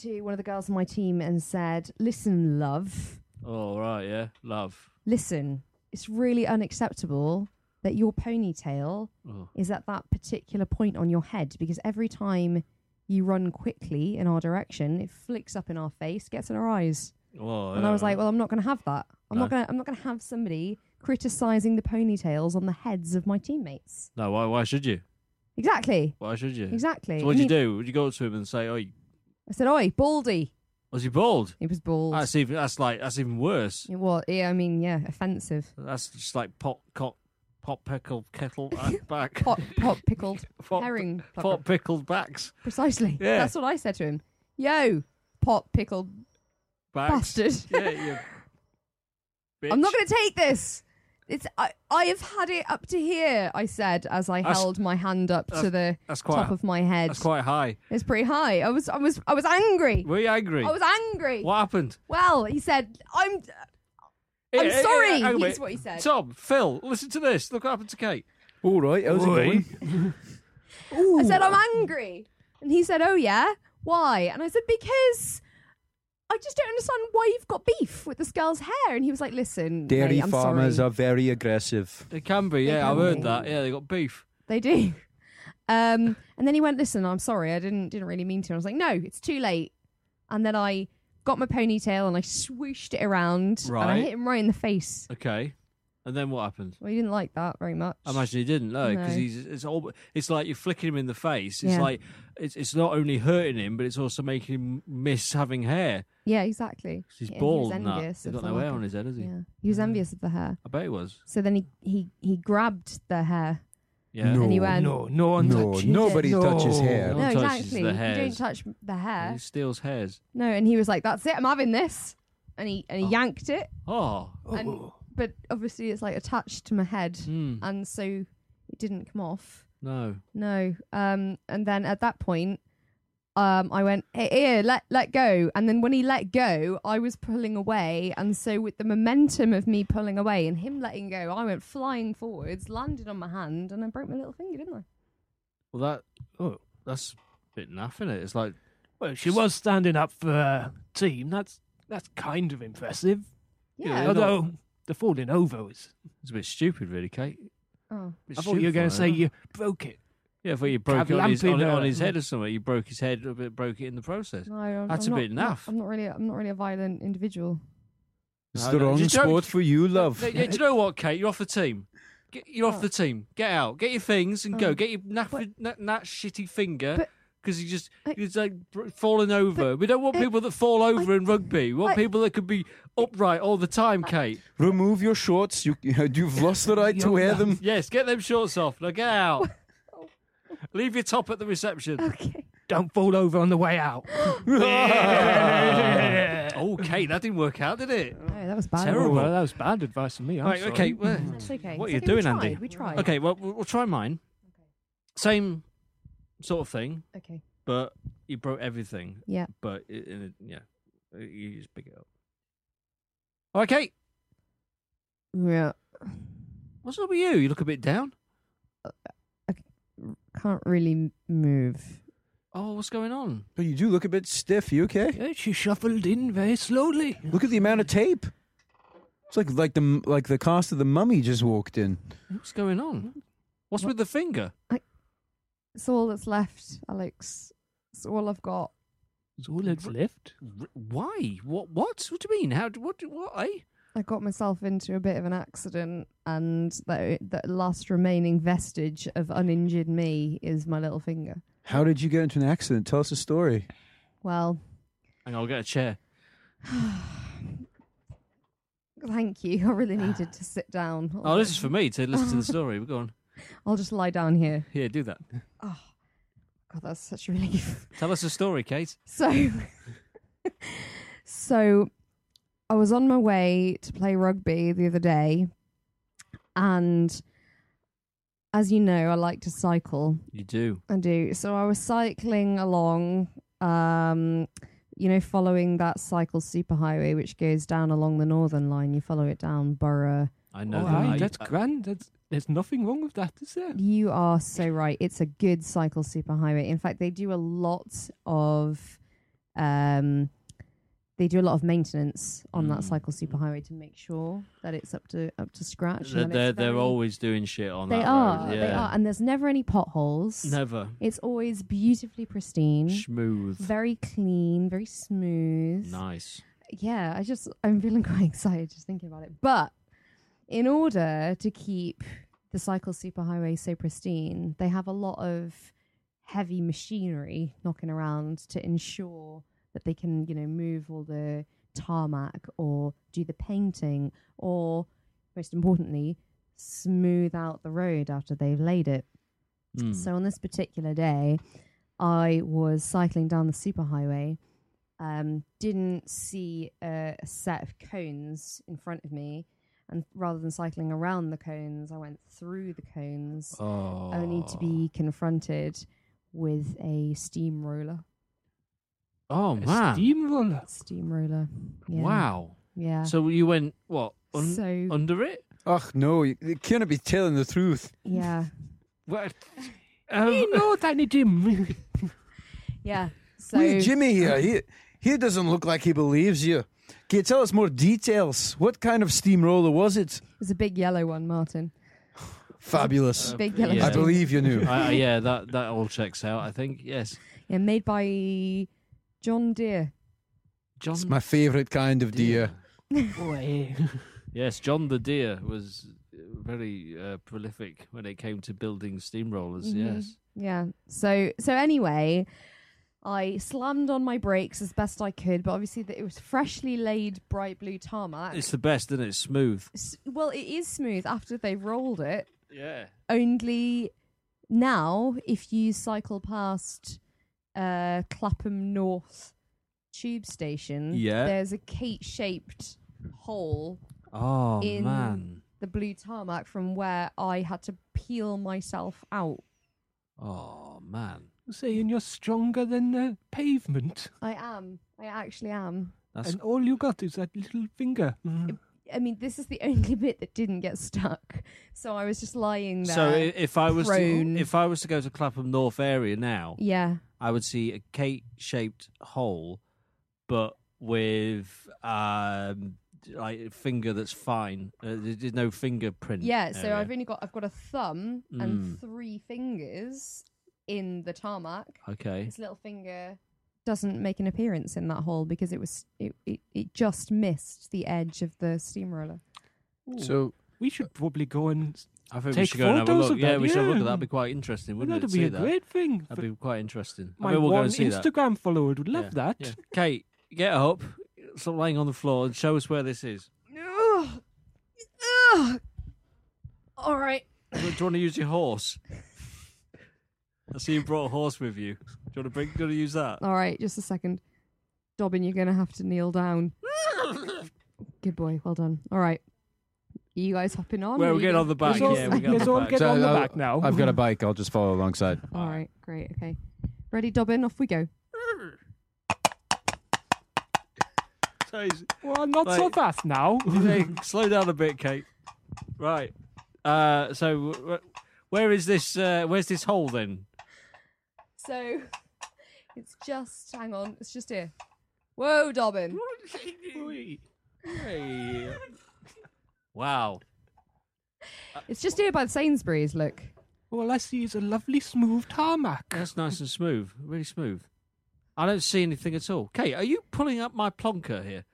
Speaker 6: to one of the girls on my team and said, "Listen, love,
Speaker 2: Oh right, yeah. Love.
Speaker 6: listen. It's really unacceptable that your ponytail
Speaker 2: Oh.
Speaker 6: is at that particular point on your head because every time you run quickly in our direction, it flicks up in our face, gets in our eyes.
Speaker 2: Oh,
Speaker 6: and I was like, well, I'm not going to have that. I'm not
Speaker 2: No.
Speaker 6: going. to I'm not going to have somebody criticizing the ponytails on the heads of my teammates.
Speaker 2: No, why? Why should you?
Speaker 6: Exactly.
Speaker 2: Why should you?
Speaker 6: Exactly.
Speaker 2: So what do
Speaker 6: I
Speaker 2: you do? Would you go up to him and say, "Oh, you-
Speaker 6: I said, "Oi, Baldy."
Speaker 2: was he bald?"
Speaker 6: He was bald.
Speaker 2: That's even. That's like. That's even worse.
Speaker 6: It was. Yeah, I mean, yeah, offensive.
Speaker 2: That's just like pot, cock, pot pickled kettle back. back.
Speaker 6: Pot, pot pickled
Speaker 2: Pot-
Speaker 6: herring.
Speaker 2: pot pickled backs.
Speaker 6: Precisely.
Speaker 2: Yeah.
Speaker 6: That's what I said to him. Yo, pot pickled
Speaker 2: Backs.
Speaker 6: bastard.
Speaker 2: Yeah, you bitch.
Speaker 6: I'm not going to take this. It's I, I have had it up to here. I said as I
Speaker 2: That's-
Speaker 6: held my hand up to
Speaker 2: that's-
Speaker 6: the
Speaker 2: that's quite-
Speaker 6: top of my head.
Speaker 2: That's quite high.
Speaker 6: It's pretty high. I was I was I was angry.
Speaker 2: Were you angry?
Speaker 6: I was angry.
Speaker 2: What happened?
Speaker 6: Well, he said, "I'm I'm
Speaker 2: Eh, eh, eh,
Speaker 6: sorry,"
Speaker 2: hang on a
Speaker 6: is
Speaker 2: minute.
Speaker 6: what he said.
Speaker 2: Tom, Phil, listen to this. Look what happened to Kate.
Speaker 3: All right, how's
Speaker 2: Oi.
Speaker 3: it going?
Speaker 6: I said I'm angry, and he said, "Oh yeah, why?" And I said, "Because." I just don't understand why you've got beef with this girl's hair. And he was like, "Listen,
Speaker 3: Dairy
Speaker 6: mate, I'm
Speaker 3: farmers
Speaker 6: sorry.
Speaker 3: are very aggressive.
Speaker 2: They can be, yeah.
Speaker 6: can
Speaker 2: I've heard
Speaker 6: be.
Speaker 2: that. Yeah, they got beef.
Speaker 6: They do. Um, and then he went, "Listen, I'm sorry. I didn't didn't really mean to." And I was like, "No, it's too late." And then I got my ponytail and I swooshed it around and I
Speaker 2: Right.
Speaker 6: hit him right in the face.
Speaker 2: Okay. And then what happened?
Speaker 6: Well, he didn't like that very much.
Speaker 2: I imagine he didn't, no, because
Speaker 6: No.
Speaker 2: he's it's all it's like you're flicking him in the face. It's
Speaker 6: Yeah.
Speaker 2: like it's it's not only hurting him, but it's also making him miss having hair.
Speaker 6: Yeah, exactly.
Speaker 2: 'Cause he's
Speaker 6: Yeah,
Speaker 2: bald
Speaker 6: He was
Speaker 2: and that.
Speaker 6: envious
Speaker 2: He's
Speaker 6: of
Speaker 2: got
Speaker 6: the
Speaker 2: no hair
Speaker 6: lack
Speaker 2: on
Speaker 6: of-
Speaker 2: his head, has he?
Speaker 6: Yeah, he was envious of the hair.
Speaker 2: I bet he was.
Speaker 6: So then he he he grabbed the hair
Speaker 2: Yeah.
Speaker 6: And he went,
Speaker 4: no, Oh, no one
Speaker 3: No,
Speaker 4: touches
Speaker 3: nobody
Speaker 4: it. No.
Speaker 3: touches hair.
Speaker 6: No,
Speaker 2: one touches
Speaker 6: exactly.
Speaker 2: the
Speaker 6: You don't
Speaker 2: hairs.
Speaker 6: touch the hair.
Speaker 2: Who steals hairs?
Speaker 6: No, and he was like, "That's it. I'm having this," and he and he yanked it.
Speaker 2: Oh. Hmm.
Speaker 6: And but obviously it's like attached to my head, and so it didn't come off.
Speaker 2: No.
Speaker 6: No. Um. And then at that point, um, I went, "Hey, here, let let go." And then when he let go, I was pulling away, and so with the momentum of me pulling away and him letting go, I went flying forwards, landed on my hand, and I broke my little finger, didn't I?
Speaker 2: Well, that oh, that's a bit naff, is it? It's like
Speaker 4: Well, she was standing up for her team. That's that's kind of impressive.
Speaker 6: Yeah.
Speaker 4: Although the falling over is.
Speaker 2: it's a bit stupid, really, Kate.
Speaker 6: Oh.
Speaker 2: Bit
Speaker 4: I thought you were
Speaker 2: stupid,
Speaker 4: going to
Speaker 2: though.
Speaker 4: say you broke it.
Speaker 2: Yeah, I thought you broke it on his,
Speaker 4: Cavalamping
Speaker 2: on,
Speaker 4: her.
Speaker 2: on his head or something. You broke his head, but broke it in the process.
Speaker 6: No, I'm,
Speaker 2: That's
Speaker 6: I'm
Speaker 2: a
Speaker 6: not,
Speaker 2: bit
Speaker 6: not-
Speaker 2: naff.
Speaker 6: I'm not really. I'm not really a violent individual.
Speaker 3: It's
Speaker 2: No,
Speaker 3: the
Speaker 2: no,
Speaker 3: wrong
Speaker 2: just don't-
Speaker 3: sport for you, love.
Speaker 2: No, yeah, do you know what, Kate? You're off the team. Get, you're off the team. Get out. Get your things and
Speaker 4: Oh.
Speaker 2: go.
Speaker 6: Um,
Speaker 2: Get your naff, na that shitty finger because you just you're just, like br- falling over. We don't want
Speaker 6: I-
Speaker 2: people that fall over in rugby. We want
Speaker 6: I-
Speaker 2: people that could be upright all the time, Kate.
Speaker 3: Remove your shorts. You, you've lost the right to wear them.
Speaker 2: Yes, get them shorts off. Now get out. Leave your top at the reception.
Speaker 6: Okay.
Speaker 4: Uh, Don't fall over on the way out.
Speaker 2: Oh, Kate, that didn't work out, did it?
Speaker 6: No, that was bad.
Speaker 2: Terrible.
Speaker 4: Well, that was bad advice from me. I'm
Speaker 2: Right,
Speaker 4: sorry.
Speaker 2: okay. Well,
Speaker 6: That's okay.
Speaker 2: What are
Speaker 6: It's
Speaker 2: you
Speaker 6: okay, we
Speaker 2: doing,
Speaker 6: tried,
Speaker 2: Andy?
Speaker 6: We tried.
Speaker 2: Okay, well, we'll we'll try mine. Same sort of thing,
Speaker 6: Okay.
Speaker 2: but you broke everything.
Speaker 6: Yeah.
Speaker 2: But i- in a, yeah, Uh, you just pick it up. All right, Kate.
Speaker 6: Yeah.
Speaker 2: What's up with you? You look a bit down.
Speaker 6: Can't really m- move.
Speaker 2: Oh, what's going on?
Speaker 3: But you do look a bit stiff. You okay?
Speaker 4: Yeah, she shuffled in very slowly.
Speaker 3: Look at the amount of tape. It's like like the like the cast of the mummy just walked in.
Speaker 2: What's going on? What's with the finger?
Speaker 6: It's all that's left, Alex. It's all I've got.
Speaker 4: It's all that's left.
Speaker 2: R- Why? What? What? What do you mean? How? d- What? do- What? Eh?
Speaker 6: I got myself into a bit of an accident, and the the last remaining vestige of uninjured me is my little finger.
Speaker 3: How did you get into an accident? Tell us a story.
Speaker 6: Well,
Speaker 2: Hang on, I'll get a chair.
Speaker 6: thank you. I really needed to sit down.
Speaker 2: Ah. Oh, this is for me to listen to the story. We're going.
Speaker 6: I'll just lie down here.
Speaker 2: Yeah, do that.
Speaker 6: God, that's such a relief.
Speaker 2: Tell us a story, Kate.
Speaker 6: So, so I was on my way to play rugby the other day, and as you know, I like to cycle.
Speaker 2: You do.
Speaker 6: I do. So I was cycling along, um, you know, following that cycle superhighway which goes down along the northern line. You follow it down Borough.
Speaker 2: I know
Speaker 4: Oh,
Speaker 2: that.
Speaker 4: aye,
Speaker 2: I- uh,
Speaker 4: that's
Speaker 2: I-
Speaker 4: grand. That's, there's nothing wrong with that, is there?
Speaker 6: You are so right. It's a good cycle superhighway. In fact, they do a lot of um they do a lot of maintenance on
Speaker 2: Mm.
Speaker 6: that cycle superhighway to make sure that it's up to up to scratch.
Speaker 2: They're
Speaker 6: and that
Speaker 2: they're,
Speaker 6: it's very-
Speaker 2: they're always doing shit on
Speaker 6: they
Speaker 2: that
Speaker 6: are
Speaker 2: road. Yeah.
Speaker 6: they are, and there's never any potholes.
Speaker 2: Never
Speaker 6: It's always beautifully pristine,
Speaker 2: smooth.
Speaker 6: very clean, very smooth.
Speaker 2: Nice.
Speaker 6: yeah, I just I'm feeling quite excited just thinking about it. But in order to keep the cycle superhighway so pristine, they have a lot of heavy machinery knocking around to ensure that they can, you know, move all the tarmac or do the painting or most importantly, smooth out the road after they've laid it.
Speaker 2: Mm.
Speaker 6: So on this particular day, I was cycling down the superhighway, um, didn't see a, a set of cones in front of me, and rather than cycling around the cones, I went through the cones,
Speaker 2: Oh.
Speaker 6: only to be confronted with a steamroller.
Speaker 2: Oh
Speaker 4: A
Speaker 2: man!
Speaker 4: Steamroller.
Speaker 6: Steamroller. Yeah.
Speaker 2: Wow.
Speaker 6: Yeah.
Speaker 2: So you went what un-
Speaker 6: So-
Speaker 2: under it?
Speaker 3: Ugh, no, you you cannot be telling the truth.
Speaker 6: yeah.
Speaker 2: What?
Speaker 4: you know, Danny Jim.
Speaker 6: Yeah. So
Speaker 3: Wait, Jimmy here, he he doesn't look like he believes you. Can you tell us more details? What kind of steamroller was it?
Speaker 6: it was a big yellow one, Martin.
Speaker 2: Uh,
Speaker 3: Fabulous.
Speaker 6: Big yellow.
Speaker 3: I
Speaker 2: yeah.
Speaker 6: steam-
Speaker 3: believe you knew.
Speaker 2: I- I- yeah, that that all checks out. I think yes.
Speaker 6: Yeah, made by John Deere.
Speaker 2: John.
Speaker 3: It's my favorite kind of deer.
Speaker 4: Boy.
Speaker 2: Yes, John the Deer was uh, very uh, prolific when it came to building steamrollers.
Speaker 6: Mhm.
Speaker 2: Yes.
Speaker 6: Yeah. So so anyway, I slammed on my brakes as best I could, but obviously that it was freshly laid bright blue tarmac.
Speaker 2: It's the best, isn't it? It's smooth.
Speaker 6: S- well, it is smooth after they've rolled it.
Speaker 2: Yeah.
Speaker 6: Only now, if you cycle past uh, Clapham North tube station,
Speaker 2: Yeah.
Speaker 6: there's a cake shaped hole
Speaker 2: Oh,
Speaker 6: in
Speaker 2: man.
Speaker 6: the blue tarmac from where I had to peel myself out.
Speaker 2: Oh man,
Speaker 4: saying you're stronger than the pavement,
Speaker 6: I am. I actually am.
Speaker 4: and all you got is that little finger.
Speaker 2: Mm-hmm.
Speaker 6: I mean, this is the only bit that didn't get stuck. So I was just lying there.
Speaker 2: So i- if I was
Speaker 6: prone.
Speaker 2: to, if Mm. I was to go to Clapham North area now,
Speaker 6: Yeah.
Speaker 2: I would see a cake-shaped hole, but with um like a finger that's fine. Uh, there- there's no fingerprint.
Speaker 6: yeah, so
Speaker 2: area.
Speaker 6: I've only got I've got a thumb and
Speaker 2: Oh, Mm.
Speaker 6: three fingers in the tarmac.
Speaker 2: Okay.
Speaker 6: This little finger doesn't make an appearance in that hole because it was it, it, it just missed the edge of the steamroller.
Speaker 3: So-
Speaker 4: we should probably go and s-
Speaker 2: I think
Speaker 4: take
Speaker 2: we should go and have a
Speaker 4: photos
Speaker 2: look.
Speaker 4: of
Speaker 2: Yeah,
Speaker 4: that,
Speaker 2: we should have a look at that.
Speaker 4: yeah.
Speaker 2: That'd be quite interesting, wouldn't
Speaker 4: That'd
Speaker 2: it?
Speaker 4: be
Speaker 2: see
Speaker 4: a
Speaker 2: that?
Speaker 4: great thing
Speaker 2: That'd be quite interesting.
Speaker 4: My
Speaker 2: I mean, we'll go
Speaker 4: one
Speaker 2: and see that.
Speaker 4: Instagram follower would love that.
Speaker 2: Yeah. Kate, get up. Stop laying on the floor and show us where this is.
Speaker 6: Ugh. Ugh. All right.
Speaker 2: Do you want to use your horse? I see you brought a horse with you. Do you want to bring? Do you want to use that?
Speaker 6: All right, just a second. Dobbin, you're going to have to kneel down. Good boy. Well done. All right. You guys hopping on?
Speaker 2: Well,
Speaker 6: Are
Speaker 2: we're
Speaker 6: you
Speaker 2: getting
Speaker 6: gonna-
Speaker 2: on the back.
Speaker 6: Let's
Speaker 2: Yeah,
Speaker 6: all-
Speaker 2: we're getting on
Speaker 4: let's
Speaker 2: the uh,
Speaker 4: all
Speaker 2: back.
Speaker 4: get on the
Speaker 3: I'll-
Speaker 4: back now.
Speaker 3: I've got a bike. I'll just follow alongside.
Speaker 6: All right, great. Okay. Ready, Dobbin? Off we go.
Speaker 2: So he's-
Speaker 4: Well, not so
Speaker 2: Like-
Speaker 4: fast now.
Speaker 2: Hey, slow down a bit, Kate. Right. Uh, so, wh- wh- where is this? Uh, where's this hole then?
Speaker 6: So it's just, hang on, it's just here. Whoa, Dobbin.
Speaker 2: Hey. Wow.
Speaker 6: It's just here by the Sainsbury's, look.
Speaker 4: All I see is a lovely smooth tarmac.
Speaker 2: That's nice and smooth. Really smooth. I don't see anything at all. Kate, are you pulling up my plonker here?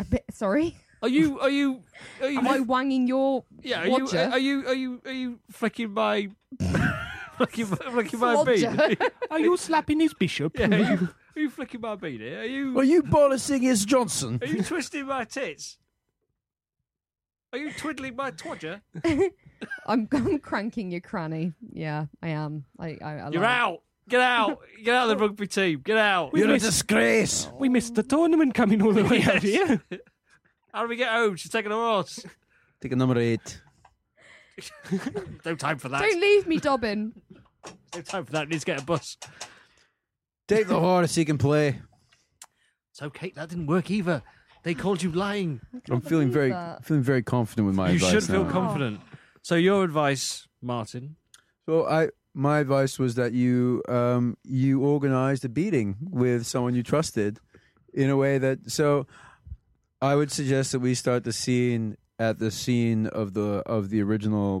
Speaker 6: A bit, sorry.
Speaker 2: Are you? Are you? Are you
Speaker 6: Am I wanging your
Speaker 2: yeah. Are you,
Speaker 6: watcher?
Speaker 2: are you? Are you? Are you flicking my? flicking, my- flicking my bead.
Speaker 4: Flodger. Are you slapping his bishop?
Speaker 2: Yeah, are you, are you flicking my bead here? Are you?
Speaker 11: Are you bollocking his Johnson?
Speaker 2: Are you twisting my tits? Are you twiddling my twodger?
Speaker 6: I'm, I'm cranking your cranny. Yeah, I am. I, I, I
Speaker 2: You're
Speaker 6: like-
Speaker 2: out. Get out. Get out of the rugby team. Get out.
Speaker 11: disgrace.
Speaker 4: We missed the tournament coming all the way out here.
Speaker 2: How do we get home? She's taking a horse.
Speaker 11: Ticket number eight.
Speaker 2: no time for that.
Speaker 6: Don't leave me, Dobbin.
Speaker 2: No time for that. Needs to get a bus.
Speaker 11: Take the horse. He can play.
Speaker 2: So, Kate, that didn't work either. They called you lying.
Speaker 3: I'm feeling very
Speaker 2: believe that.
Speaker 3: feeling very confident with my
Speaker 2: you
Speaker 3: advice.
Speaker 2: should feel
Speaker 3: now.
Speaker 2: confident. So, your advice, Martin.
Speaker 3: So I my advice was that you um you organized a beating with someone you trusted in a way that so I would suggest that we start the scene at the scene of the of the original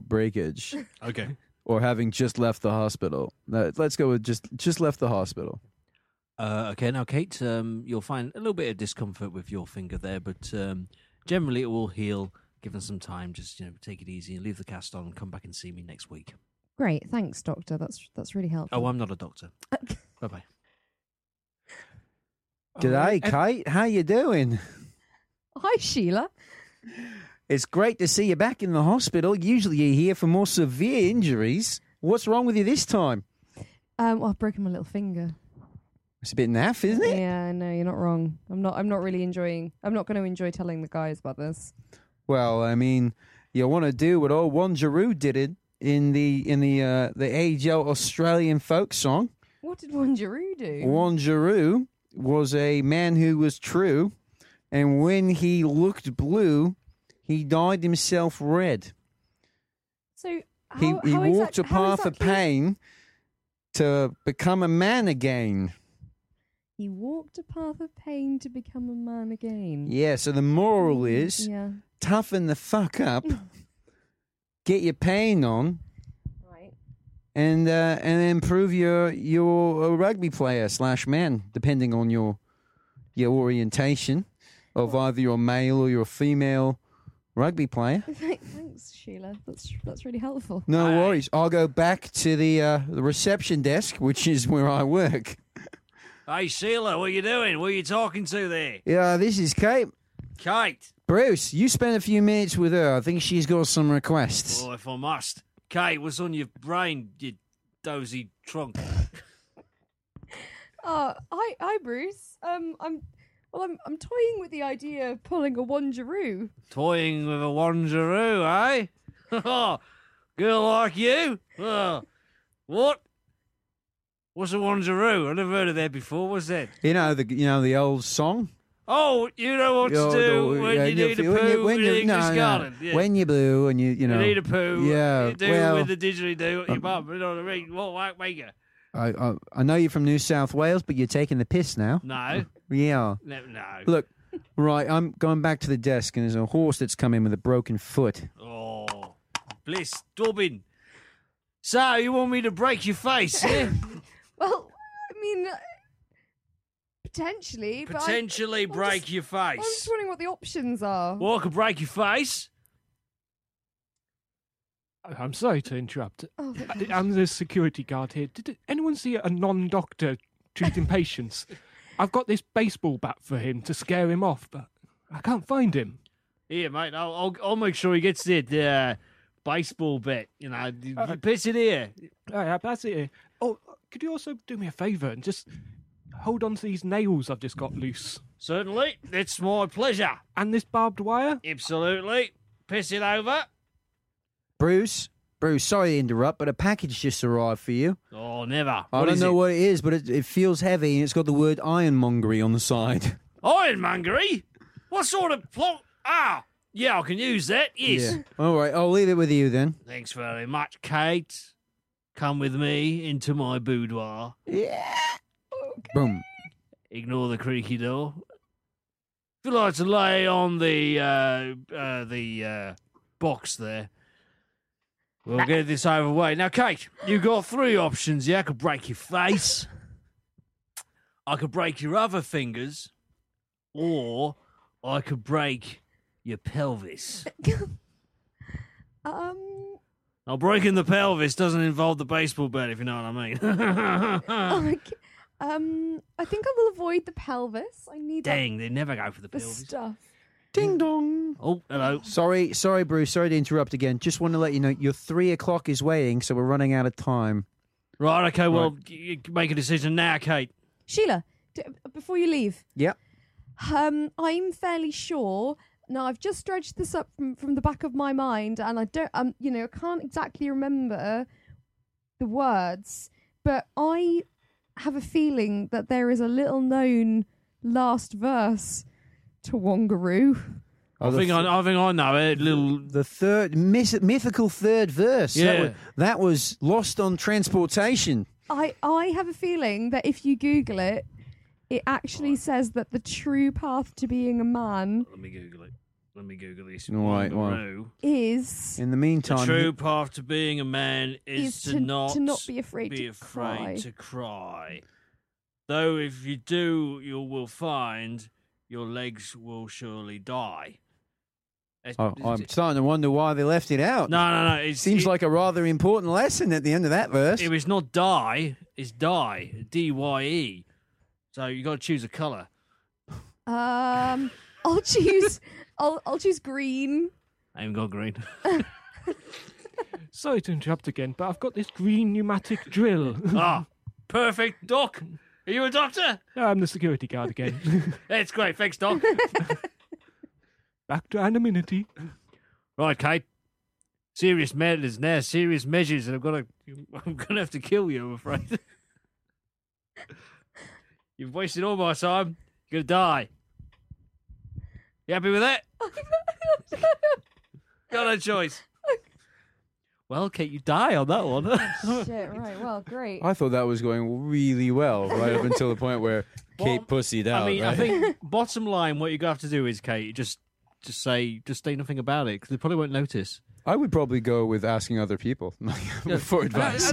Speaker 3: breakage
Speaker 2: Okay.
Speaker 3: or having just left the hospital. Let- Let's go with just just left the hospital.
Speaker 2: Uh, okay, now, Kate, um, you'll find a little bit of discomfort with your finger there, but um, generally it will heal. Given some time, just you know, take it easy and leave the cast on. and Come back and see me next week.
Speaker 6: Great, thanks, Doctor. That's that's really helpful.
Speaker 2: Oh, I'm not a doctor. bye bye.
Speaker 11: G'day, Kate. How you doing?
Speaker 6: Hi, Sheila.
Speaker 11: It's great to see you back in the hospital. Usually you're here for more severe injuries. What's wrong with you this time?
Speaker 6: Um, well, I've broken my little finger.
Speaker 11: It's a bit naff, isn't it?
Speaker 6: Yeah, no, you're not wrong. I'm not. I'm not really enjoying. I'm not going to enjoy telling the guys about this.
Speaker 11: Well, I mean, you want to do what old Juan Giroux did it in the in the uh, the age-old Australian folk song.
Speaker 6: What did Wanjiru do?
Speaker 11: Juan Giroux was a man who was true, and when he looked blue, he dyed himself red.
Speaker 6: so how,
Speaker 11: he he
Speaker 6: how
Speaker 11: walked
Speaker 6: exact-
Speaker 11: a
Speaker 6: how
Speaker 11: path
Speaker 6: exactly-
Speaker 11: of pain to become a man again.
Speaker 6: He walked a path of pain to become a man again. Mm,
Speaker 11: Yeah, so the moral is
Speaker 6: Yeah.
Speaker 11: toughen the fuck up, get your pain on,
Speaker 6: Right.
Speaker 11: and uh, and improve your your uh, rugby player slash man, depending on your your orientation of either your male or your female rugby player.
Speaker 6: Thanks, Sheila. That's that's really helpful.
Speaker 11: No worries. I'll go back to the uh, the reception desk, which is where I work.
Speaker 2: Hey, Sheila, what are you doing? What are you talking to there?
Speaker 11: Yeah, this is Kate.
Speaker 2: Kate.
Speaker 11: Bruce, you spend a few minutes with her. I think she's got some requests.
Speaker 2: Well, Oh, if I must, okay? What's on your brain, you dozy trunk?
Speaker 6: Oh, hi, hi, Bruce. Um, I'm, well, I'm, I'm toying with the idea of pulling a wanderoo.
Speaker 2: Toying with a wanderoo, eh? Girl like you? Oh, what? What's a wanderoo? I never heard of that before. What's that?
Speaker 3: You know the you know the old song.
Speaker 2: Oh, you know what to
Speaker 3: Oh,
Speaker 2: do
Speaker 3: the-
Speaker 11: uh,
Speaker 2: when
Speaker 3: yeah,
Speaker 2: you need a
Speaker 3: feel-
Speaker 2: poo
Speaker 3: when
Speaker 2: in
Speaker 3: you-
Speaker 2: English
Speaker 3: no, no.
Speaker 2: garden. Yeah.
Speaker 3: When you blue and you you know
Speaker 2: need a poo.
Speaker 3: Yeah,
Speaker 2: you do
Speaker 3: well,
Speaker 2: with the didgeridoo at your
Speaker 3: um,
Speaker 2: bum. You know what I mean? What white maker?
Speaker 3: I, I I know you're from New South Wales, but you're taking the piss now.
Speaker 2: No.
Speaker 3: Yeah.
Speaker 2: No, no.
Speaker 3: Look, right. I'm going back to the desk, and there's a horse that's come in with a broken foot.
Speaker 2: Oh, bliss, Dobbin. So you want me to break your face? Yeah?
Speaker 6: Well, I mean, uh, potentially, but I-
Speaker 2: Potentially break your
Speaker 6: I'm just
Speaker 2: face.
Speaker 6: wondering what the options are.
Speaker 2: Well, I could break your face.
Speaker 4: I'm sorry to interrupt.
Speaker 6: Oh, thank
Speaker 4: I-
Speaker 6: God.
Speaker 4: I'm the security guard here. Did anyone see a non doctor treating patients? I've got this baseball bat for him to scare him off, but I can't find him.
Speaker 2: Here, mate. I'll, I'll, I'll make sure he gets that uh, baseball bat. You know, you piss it here.
Speaker 4: All right, that's it. Oh, could you also do me a favour and just hold on to these nails I've just got loose?
Speaker 2: Certainly, it's my pleasure.
Speaker 4: And this barbed wire?
Speaker 2: Absolutely. Piss it over.
Speaker 3: Bruce, Bruce. Sorry to interrupt, but a package just arrived for you.
Speaker 2: Oh, never.
Speaker 3: I
Speaker 2: What
Speaker 3: don't
Speaker 2: is
Speaker 3: know
Speaker 2: it?
Speaker 3: what it is, but it, it feels heavy, and it's got the word ironmongery on the side.
Speaker 2: Ironmongery? What sort of plot? Ah, yeah, I can use that. Yes.
Speaker 3: All right, I'll leave it with you then.
Speaker 2: Thanks very much, Kate. Come with me into my boudoir.
Speaker 3: Boom.
Speaker 2: Ignore the creaky door. If you like to lay on the uh, uh, the uh, box there, we'll get this over way. Now, Kate, you got three options. Yeah, I could break your face. I could break your other fingers, or I could break your pelvis.
Speaker 6: Um,
Speaker 2: Now, breaking the pelvis doesn't involve the baseball bat, if you know what I mean.
Speaker 6: okay. um, I think I will avoid the pelvis. I need that
Speaker 2: Dang, they never go for the
Speaker 6: for
Speaker 2: pelvis.
Speaker 6: stuff.
Speaker 3: Ding dong.
Speaker 2: Oh, hello.
Speaker 3: Sorry, sorry, Bruce. Sorry to interrupt again. Just want to let you know your three o'clock is waiting, so we're running out of time.
Speaker 2: Right, okay, well, y- y- make a decision now, Kate.
Speaker 6: Sheila, d- before you leave,
Speaker 3: Yep.
Speaker 6: um, I'm fairly sure. Now I've just dredged this up from, from the back of my mind, and I don't, um, you know, I can't exactly remember the words, but I have a feeling that there is a little known last verse to Wangaroo.
Speaker 2: I think I, I think I know it. Little
Speaker 3: The third myth, mythical third verse. That
Speaker 2: Yeah.
Speaker 3: was, that was lost on transportation.
Speaker 6: I I have a feeling that if you Google it, it actually says that the true path to being a man
Speaker 2: Let me Google it. Let me Google this.
Speaker 3: All right, well.
Speaker 2: Wangaroo.
Speaker 6: is
Speaker 3: In
Speaker 2: The
Speaker 3: the meantime,
Speaker 2: true path to being a man is,
Speaker 6: Is
Speaker 2: to,
Speaker 6: to-
Speaker 2: not
Speaker 6: to not be afraid
Speaker 2: be
Speaker 6: to
Speaker 2: afraid
Speaker 6: cry.
Speaker 2: to cry. Though if you do, you will find your legs will surely die. That's-
Speaker 3: I, Oh, I'm starting to wonder why they left it out.
Speaker 2: No, no, no. It's,
Speaker 3: Seems
Speaker 2: it-
Speaker 3: like a rather important lesson at the end of that verse.
Speaker 2: It was not die, it's die. D Y E. So you got to choose a colour.
Speaker 6: um I'll choose I'll I'll choose green.
Speaker 2: I haven't got green.
Speaker 4: Sorry to interrupt again, but I've got this green pneumatic drill.
Speaker 2: ah, perfect, Doc. Are you a doctor?
Speaker 4: I'm the security guard again.
Speaker 2: That's great. Thanks, Doc.
Speaker 4: Back to anonymity.
Speaker 2: Right, Kate. Serious matters now. Serious measures. and I've got to. I'm gonna have to kill you. I'm afraid. You've wasted all my time. You're gonna die. You happy with that? Got no choice. Well, Kate, you die on that one.
Speaker 6: Shit, right, well, great.
Speaker 3: I thought that was going really well right up until the point where Kate pussied out.
Speaker 2: I mean, I
Speaker 3: right?
Speaker 2: think bottom line, what you're gonna have to do is, Kate, just just say, just say nothing about it because they probably won't notice.
Speaker 3: I would probably go with asking other people for advice.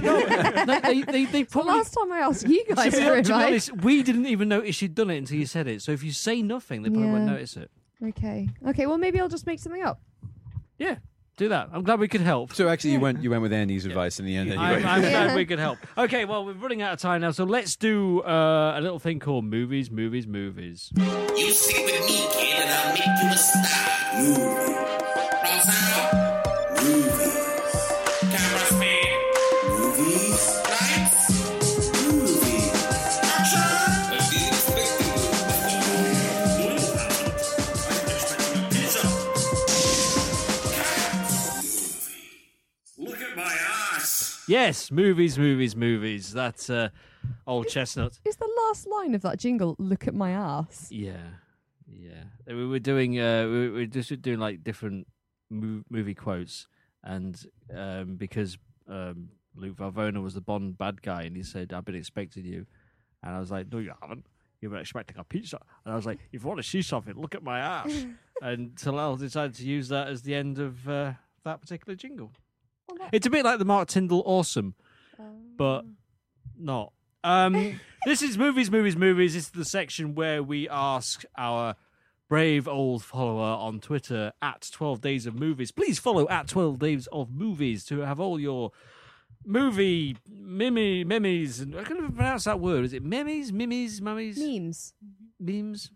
Speaker 2: No, they, they, they probably
Speaker 6: Last time I asked you
Speaker 2: to
Speaker 6: guys
Speaker 2: be,
Speaker 6: for
Speaker 2: to be
Speaker 6: advice.
Speaker 2: honest, we didn't even notice you'd done it until you said it. So if you say nothing, they probably won't
Speaker 6: Yeah.
Speaker 2: notice it.
Speaker 6: Okay. Okay, well maybe I'll just make something up.
Speaker 2: Yeah, do that. I'm glad we could help.
Speaker 3: So actually, you went you went with Andy's advice in the end.
Speaker 2: I'm,
Speaker 3: Anyway.
Speaker 2: I'm glad we could help. Okay, well, we're running out of time now, so let's do uh, a little thing called movies, movies, movies.
Speaker 8: You sit with me, kid, and I'll make you a star. Movie. Movie. Camera
Speaker 2: Yes, movies, movies, movies. That uh, old chestnut.
Speaker 5: Is the last line of that jingle "Look at my ass"?
Speaker 2: Yeah, yeah. We were doing uh, we were just doing like different mo- movie quotes, and um, because um, Luke Valvona was the Bond bad guy, and he said, "I've been expecting you," and I was like, "No, you haven't. You've been expecting a pizza." And I was like, "If you want to see something, look at my ass." and Talal decided to use that as the end of uh, that particular jingle. It's a bit like the Mark Tyndall awesome, but not. Um, this is movies, movies, movies. This is the section where we ask our brave old follower on Twitter at 12 Days of Movies. Please follow at 12 Days of Movies to have all your movie mimi memes and I can never pronounce that word. Is it memes, memes, mummies,
Speaker 5: memes,
Speaker 2: memes?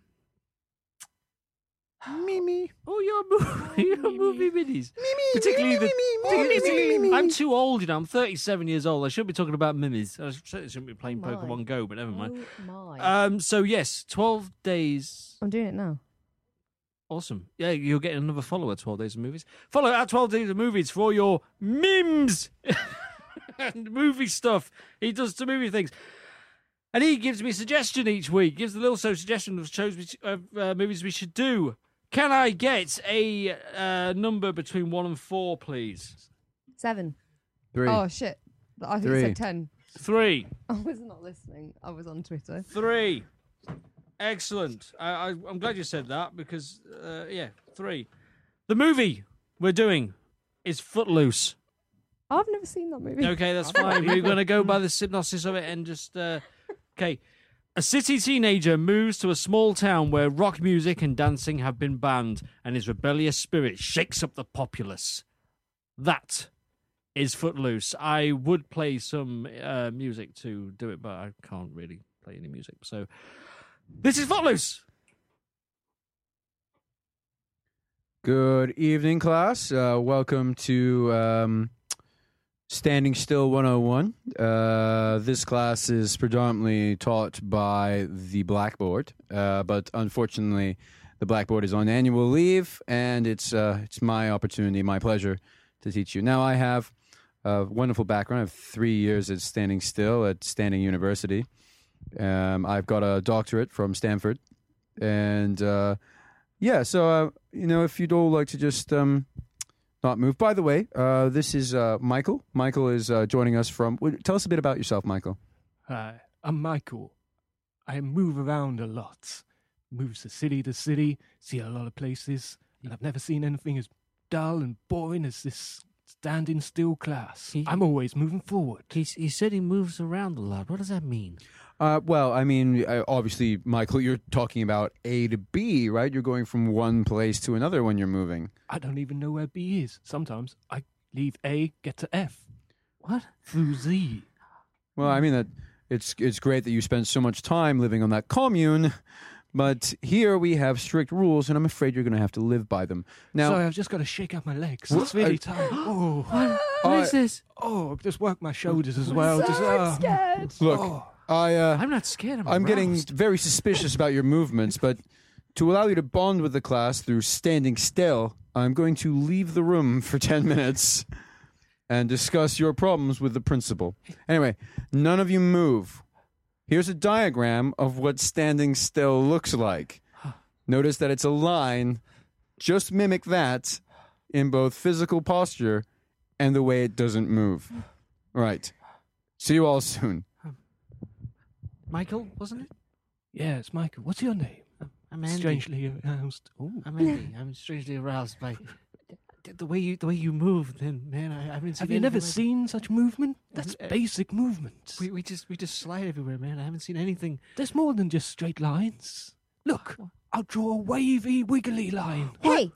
Speaker 5: Mimi.
Speaker 2: Oh, your movie, your movie minis. particularly the. particularly- particularly- I'm too old, you know. I'm 37 years old. I should be talking about mimis. I certainly shouldn't be playing
Speaker 5: Oh My. Oh
Speaker 2: Pokemon Go, but never mind.
Speaker 5: my.
Speaker 2: Um. So yes, 12 days.
Speaker 5: I'm doing it now.
Speaker 2: Awesome. Yeah, you're getting another follower. 12 days of movies. Follow at 12 days of movies for all your memes and movie stuff. He does some movie things. And he gives me a suggestion each week. Gives the little so suggestion of shows we sh- of uh, movies we should do. Can I get a uh, number between one and four, please?
Speaker 5: Seven.
Speaker 2: Three.
Speaker 5: Oh shit! I think it
Speaker 2: Three.
Speaker 5: said ten.
Speaker 2: Three.
Speaker 5: I was not listening. I was on Twitter.
Speaker 2: Three. Excellent. I, I, I'm glad you said that because, uh, yeah, three. The movie we're doing is Footloose.
Speaker 5: I've never seen that movie.
Speaker 2: Okay, that's fine. We're going to go by the synopsis of it and just. Uh, okay. A city teenager moves to a small town where rock music and dancing have been banned, and his rebellious spirit shakes up the populace. That is Footloose. I would play some uh, music to do it, but I can't really play any music. So this is Footloose.
Speaker 3: Good evening, class. Uh, welcome to um, Standing Still 101. Uh, this class is predominantly taught by the blackboard, uh, but unfortunately, the blackboard is on annual leave, and it's uh, it's my opportunity, my pleasure, to teach you. Now, I have a wonderful background. I have three years at Standing Still at Standing University. Um, I've got a doctorate from Stanford, and uh, yeah, so uh, you know, if you'd all like to just um, not move. By the way, uh, this is uh, Michael. Michael is uh, joining us from. w- Tell us a bit about yourself, Michael.
Speaker 4: Hi, I'm Uh, Michael. I move around a lot. Moves to city to city, see a lot of places, and I've never seen anything as dull and boring as this standing still class. I'm always moving forward.
Speaker 2: He, he said he moves around a lot. What does that mean?
Speaker 3: Uh, well, I mean, uh, obviously, Michael, you're talking about A to B, right? You're going from one place to another when you're moving.
Speaker 4: I don't even know where B is. Sometimes I leave A, get to F.
Speaker 2: What?
Speaker 4: Through Z.
Speaker 3: Well, I mean that it's it's great that you spend so much time living on that commune, but here we have strict rules, and I'm afraid you're going to have to live by them. Now,
Speaker 4: Sorry, I've just got to shake out my legs.
Speaker 3: What?
Speaker 4: It's really
Speaker 3: I-
Speaker 4: tight. Oh,
Speaker 3: What is
Speaker 2: this?
Speaker 4: Oh, I've just worked my shoulders as well. just,
Speaker 2: uh,
Speaker 4: ah.
Speaker 3: Look,
Speaker 4: Oh.
Speaker 3: I uh,
Speaker 2: I'm not scared. I'm,
Speaker 3: I'm getting
Speaker 2: aroused.
Speaker 3: very suspicious about your movements, but to allow you to bond with the class through standing still, I'm going to leave the room for 10 minutes and discuss your problems with the principal. Anyway, none of you move. Here's a diagram of what standing still looks like. Notice that it's a line. Just mimic that in both physical posture and the way it doesn't move. Right. See you all soon.
Speaker 2: Michael, wasn't it?
Speaker 4: Yeah, it's Michael. What's your name?
Speaker 2: I'm Andy.
Speaker 4: Strangely announced. Ooh.
Speaker 2: I'm Andy. I'm strangely aroused by the- the way you the way you move. Then, man, I, I haven't seen.
Speaker 4: Have you never
Speaker 2: anything
Speaker 4: seen such movement? That's
Speaker 2: Uh,
Speaker 4: basic movement.
Speaker 2: like- We, we just we just slide everywhere, man. I haven't seen anything.
Speaker 4: There's more than just straight lines. Look, I'll draw a wavy, wiggly line.
Speaker 6: Hey!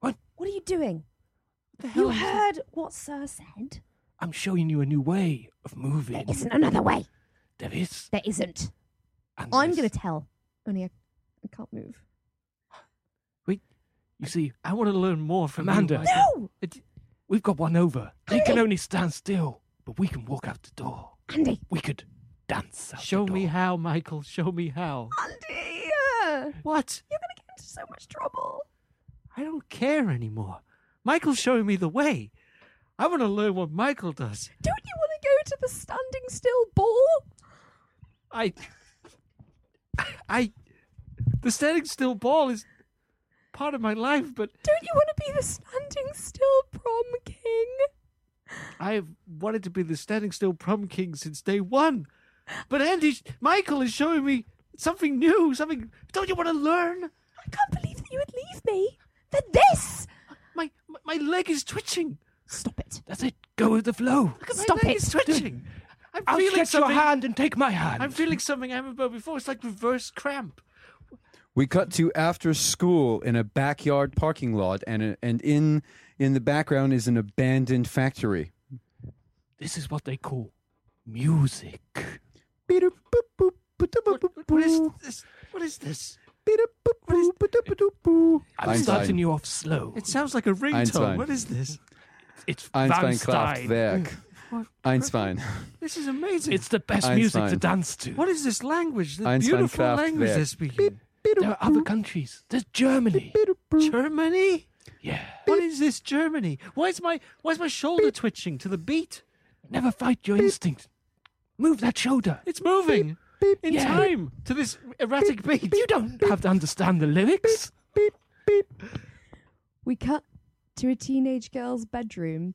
Speaker 4: What?
Speaker 6: What are you doing?
Speaker 4: The hell
Speaker 6: You
Speaker 4: is that?
Speaker 6: heard what Sir said.
Speaker 4: I'm showing you a new way of moving.
Speaker 6: There isn't another way.
Speaker 4: There is.
Speaker 6: There isn't.
Speaker 5: Oh,
Speaker 4: and
Speaker 6: I'm
Speaker 4: there's-
Speaker 6: going to tell. Only I, I can't move.
Speaker 4: You see,
Speaker 2: I want to learn more from you,
Speaker 4: Amanda.
Speaker 2: Michael.
Speaker 6: No!
Speaker 2: It-
Speaker 4: We've got one over. They can
Speaker 6: Andy!
Speaker 4: only stand still, but we can walk out the door.
Speaker 6: Andy!
Speaker 4: We could dance. Out the
Speaker 2: Show me
Speaker 4: door.
Speaker 2: how, Michael. Show me how.
Speaker 6: Andy!
Speaker 2: What?
Speaker 6: You're going to get into so much trouble.
Speaker 2: I don't care anymore. Michael's showing me the way. I want to learn what Michael does.
Speaker 5: Don't you want to go to the standing still ball?
Speaker 2: I, I, the standing still ball is part of my life, but
Speaker 5: Don't you want to be the standing still prom king?
Speaker 2: I have wanted to be the standing still prom king since day one. But Andy, Michael is showing me something new, something. Don't you want to learn?
Speaker 5: I can't believe that you would leave me for this.
Speaker 2: My my leg is twitching.
Speaker 5: Stop it.
Speaker 2: That's it. Go with the flow. Look at my
Speaker 5: Stop
Speaker 2: leg
Speaker 5: it.
Speaker 2: is twitching. I'm
Speaker 4: I'll
Speaker 2: feeling
Speaker 4: get your
Speaker 2: something-
Speaker 4: hand and take my hand.
Speaker 2: I'm feeling something I haven't felt before. It's like reverse cramp.
Speaker 3: We cut to after school in a backyard parking lot, and and in in the background is an abandoned factory.
Speaker 4: This is what they call music.
Speaker 2: What is this? What is this? What is-
Speaker 4: I'm
Speaker 3: Einstein.
Speaker 4: starting you off slow.
Speaker 2: it sounds like a ringtone.
Speaker 3: Einstein.
Speaker 2: What is this?
Speaker 4: It's
Speaker 3: Einstein
Speaker 4: Rammstein.
Speaker 3: Kraftwerk.
Speaker 2: What?
Speaker 3: Einstein.
Speaker 2: This is amazing.
Speaker 4: It's the best music to
Speaker 3: Einstein.
Speaker 4: dance to.
Speaker 2: What is this language? The
Speaker 3: Einstein
Speaker 2: beautiful
Speaker 3: Kraftwerk.
Speaker 2: language they're speaking.
Speaker 4: There are other countries. There's Germany.
Speaker 2: Germany?
Speaker 4: Yeah.
Speaker 2: What is this Germany? Why is my why is my shoulder twitching to the beat?
Speaker 4: Never fight your instinct. Move that shoulder.
Speaker 2: It's moving in
Speaker 4: Yeah.
Speaker 2: time to this erratic beat.
Speaker 4: You don't have to understand the lyrics.
Speaker 5: We cut to a teenage girl's bedroom.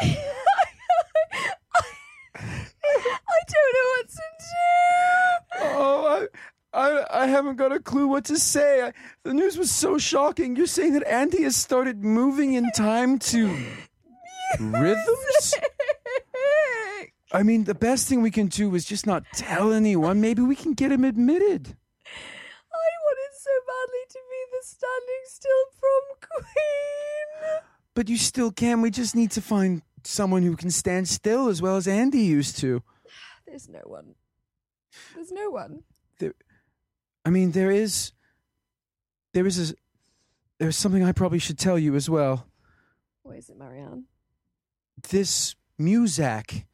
Speaker 5: Marianne! I don't know what to do!
Speaker 3: Oh, I, I, I haven't got a clue what to say. I, the news was so shocking. You're saying that Andy has started moving in time to rhythms? I mean, the best thing we can do is just not tell anyone. Maybe we can get him admitted.
Speaker 5: I wanted so badly to be the standing still prom queen!
Speaker 3: But you still can. We just need to find someone who can stand still as well as Andy used to.
Speaker 5: There's no one. There's no one.
Speaker 3: There, I mean, there is. There is a. There's something I probably should tell you as well.
Speaker 5: What is it, Marianne?
Speaker 3: this muzak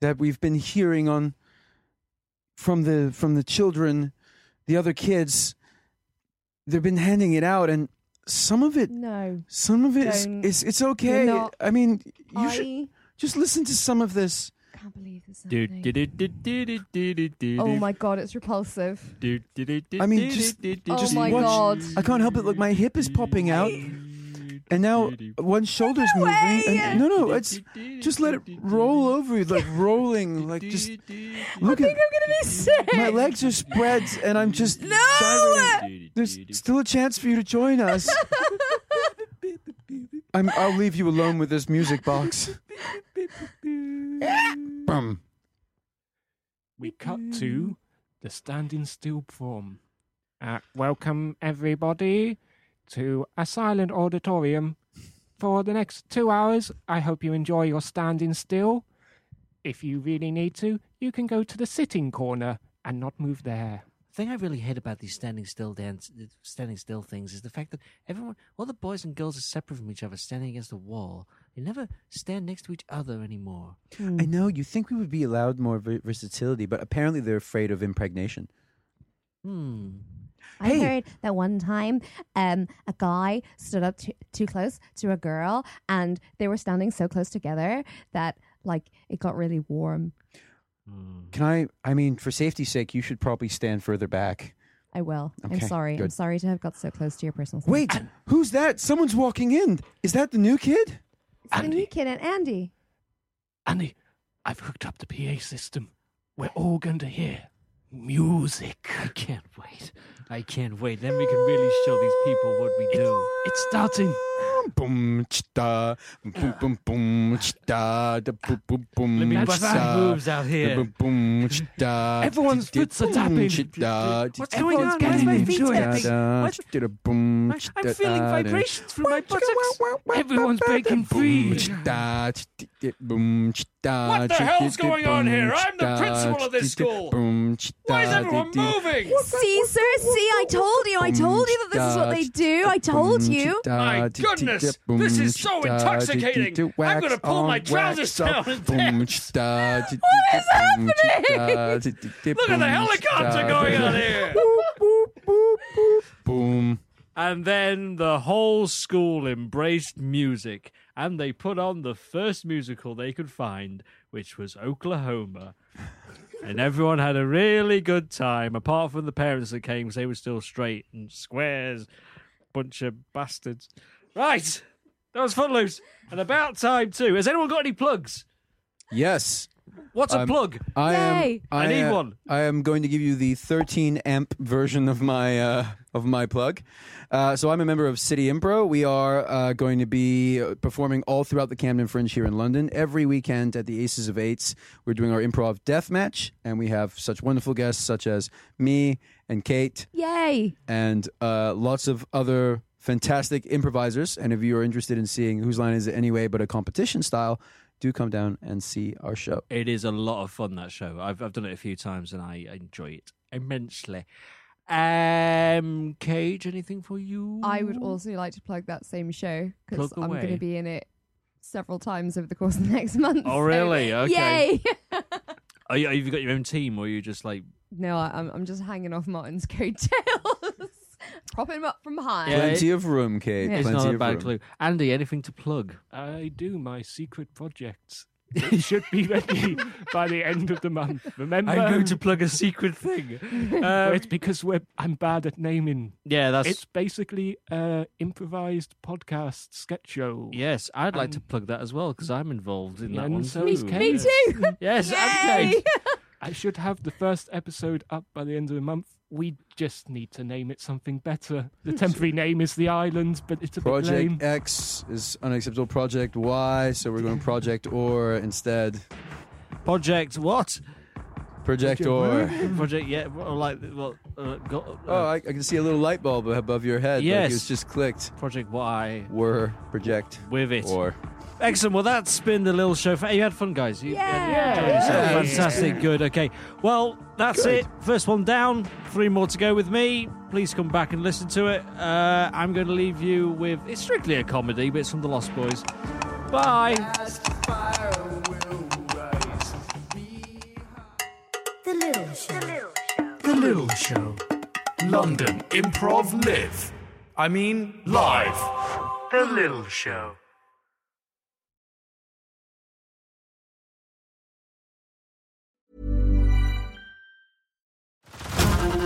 Speaker 3: that we've been hearing on from the from the children, the other kids, they've been handing it out, and some of it,
Speaker 5: No.
Speaker 3: some of it is
Speaker 5: Don't.
Speaker 3: it's, it's okay.
Speaker 5: You're not-
Speaker 3: I mean, you
Speaker 5: I
Speaker 3: should just listen to some of this.
Speaker 5: can't believe this. Oh
Speaker 2: Oh
Speaker 5: my god, it's repulsive.
Speaker 3: I mean, just-
Speaker 5: Oh
Speaker 3: just
Speaker 5: my
Speaker 3: watch.
Speaker 5: god.
Speaker 3: I can't help it. Look, my hip is popping out, and now one shoulder's moving. And, no, no, it's just let it roll over you, like rolling, like just look at.
Speaker 5: I'm gonna be sick.
Speaker 3: My legs are spread, and I'm just
Speaker 5: No!
Speaker 3: gyrating. There's still a chance for you to join us. I'm, I'll leave you alone with this music box. Bum.
Speaker 4: We cut to the standing still prom. Uh, welcome everybody to a silent auditorium. For the next two hours, I hope you enjoy your standing still. If you really need to, you can go to the sitting corner and not move there.
Speaker 12: thing I really hate about these standing still dance, standing still things is the fact that everyone, all the boys and girls are separate from each other, standing against the wall. They never stand next to each other anymore.
Speaker 3: I know you think we would be allowed more ver- versatility, but apparently they're afraid of impregnation.
Speaker 12: Hmm.
Speaker 6: I heard that one time um, a guy stood up too, too close to a girl and they were standing so close together that like it got really warm.
Speaker 3: Can I? I mean, for safety's sake, you should probably stand further back.
Speaker 6: I will. I'm
Speaker 3: Okay,
Speaker 6: sorry. I'm
Speaker 3: good.
Speaker 6: sorry to have got so close to your personal space.
Speaker 3: Wait, who's that? Someone's walking in. Is that the new kid?
Speaker 6: It's the new kid and Andy.
Speaker 4: Andy, I've hooked up the PA system. We're all going to hear music.
Speaker 12: I can't wait. I can't wait. Then we can really show these people what we do.
Speaker 4: It's starting.
Speaker 3: Boom, chita, boom, boom, boom, chita, da, boom, boom, boom,
Speaker 12: Let me bust
Speaker 3: chita,
Speaker 12: some moves out here.
Speaker 3: da, boom, boom, chita,
Speaker 4: Everyone's
Speaker 3: di, di,
Speaker 4: foots are
Speaker 3: boom,
Speaker 4: tapping.
Speaker 3: chita, di,
Speaker 2: What's
Speaker 3: di,
Speaker 2: going
Speaker 3: boom,
Speaker 2: on? Why is my
Speaker 3: boom,
Speaker 2: feet
Speaker 3: chita,
Speaker 2: tapping?
Speaker 3: da,
Speaker 2: What's-
Speaker 3: chita, da, boom,
Speaker 2: My- I'm
Speaker 3: chita,
Speaker 2: feeling
Speaker 3: da, da,
Speaker 2: vibrations through my buttocks.
Speaker 4: Everyone's breaking
Speaker 3: boom,
Speaker 4: free.
Speaker 3: chita, di, di, boom, chita,
Speaker 2: What the
Speaker 3: di, di,
Speaker 2: hell's
Speaker 3: di,
Speaker 2: going on
Speaker 3: boom,
Speaker 2: here? I'm the
Speaker 3: chita,
Speaker 2: principal of
Speaker 3: di,
Speaker 2: this
Speaker 3: di,
Speaker 2: school.
Speaker 3: boom,
Speaker 2: Why is
Speaker 3: chita, di,
Speaker 2: everyone
Speaker 3: di,
Speaker 2: moving?
Speaker 6: See, sir, see, I told you, I told you that this is what they do. I told you.
Speaker 2: My goodness, this is so intoxicating. I'm gonna pull my trousers down and dance.
Speaker 3: What
Speaker 2: is happening? Look at the helicopter going on here.
Speaker 3: Boom.
Speaker 2: And then the whole school embraced music and they put on the first musical they could find, which was Oklahoma. and everyone had a really good time, apart from the parents that came because they were still straight and squares. Bunch of bastards. Right. That was Footloose. And about time, too. Has anyone got any plugs?
Speaker 3: Yes.
Speaker 2: What's a plug?
Speaker 3: I am-
Speaker 2: Yay. I need
Speaker 3: uh,
Speaker 2: one.
Speaker 3: I am going to give you the 13 amp version of my uh, of my plug. Uh, so I'm a member of City Impro. We are uh, going to be uh, performing all throughout the Camden Fringe here in London every weekend at the Aces of Eights. We're doing our improv death match, and we have such wonderful guests such as me and Kate
Speaker 5: Yay!
Speaker 3: and uh, lots of other fantastic improvisers. And if you are interested in seeing whose line is it anyway, but a competition style, do come down and see our show.
Speaker 2: It is a lot of fun that show. I've I've done it a few times and I enjoy it immensely. Um, Cage, anything for you?
Speaker 5: I would also like to plug that same show because
Speaker 2: Mm. Plug
Speaker 5: I'm going
Speaker 2: away.
Speaker 5: to be in it several times over the course of the next month.
Speaker 2: Oh,
Speaker 5: so-
Speaker 2: really? Okay.
Speaker 5: Yay!
Speaker 2: Are you, have you got your own team, or are you just like
Speaker 5: no, I, I'm I'm just hanging off Martin's coattails, propping him up from high.
Speaker 2: Yeah,
Speaker 3: Plenty
Speaker 2: it-
Speaker 3: of room, Kate.
Speaker 2: It's
Speaker 3: Plenty
Speaker 2: not a
Speaker 3: of
Speaker 2: bad
Speaker 3: room.
Speaker 2: clue. Andy, anything to plug?
Speaker 4: I do my secret projects. It should be ready by the end of the month. Remember,
Speaker 2: I'm going to um, plug a secret thing. Uh,
Speaker 4: Well, it's because we're I'm bad at naming.
Speaker 2: Yeah, that's-
Speaker 4: It's basically a improvised podcast sketch show.
Speaker 2: Yes, I'd like
Speaker 4: Um,
Speaker 2: to plug that as well because I'm involved in that
Speaker 4: and
Speaker 2: one.
Speaker 4: so
Speaker 2: too.
Speaker 4: is Me- me Kate.
Speaker 5: too.
Speaker 2: Yes, I'm Kate.
Speaker 4: I should have the first episode up by the end of the month. We just need to name it something better. The temporary name is the island, but it's a bit lame.
Speaker 3: Project X is unacceptable. Project Y, so we're going Project Or instead.
Speaker 2: Project what?
Speaker 3: Project Or.
Speaker 2: Project, yeah, well, like, well, uh, go,
Speaker 3: Oh, I, I can see a little light bulb above your head. Like
Speaker 2: Yes.
Speaker 3: it was just clicked.
Speaker 2: Project Y.
Speaker 3: Were. Project.
Speaker 2: With it.
Speaker 3: Or.
Speaker 2: Excellent. Well, that's been the little show. You had fun, guys. You,
Speaker 4: Yeah.
Speaker 2: you enjoyed yourself.
Speaker 4: Yeah.
Speaker 2: Fantastic. Good. Okay. Well, that's it. First one down. Three more to go with me. Please come back and listen to it. Uh, I'm going to leave you with it's strictly a comedy, but it's from the Lost Boys. Bye.
Speaker 1: The Little Show. The Little Show. London Improv Live. I mean, live. The Little Show.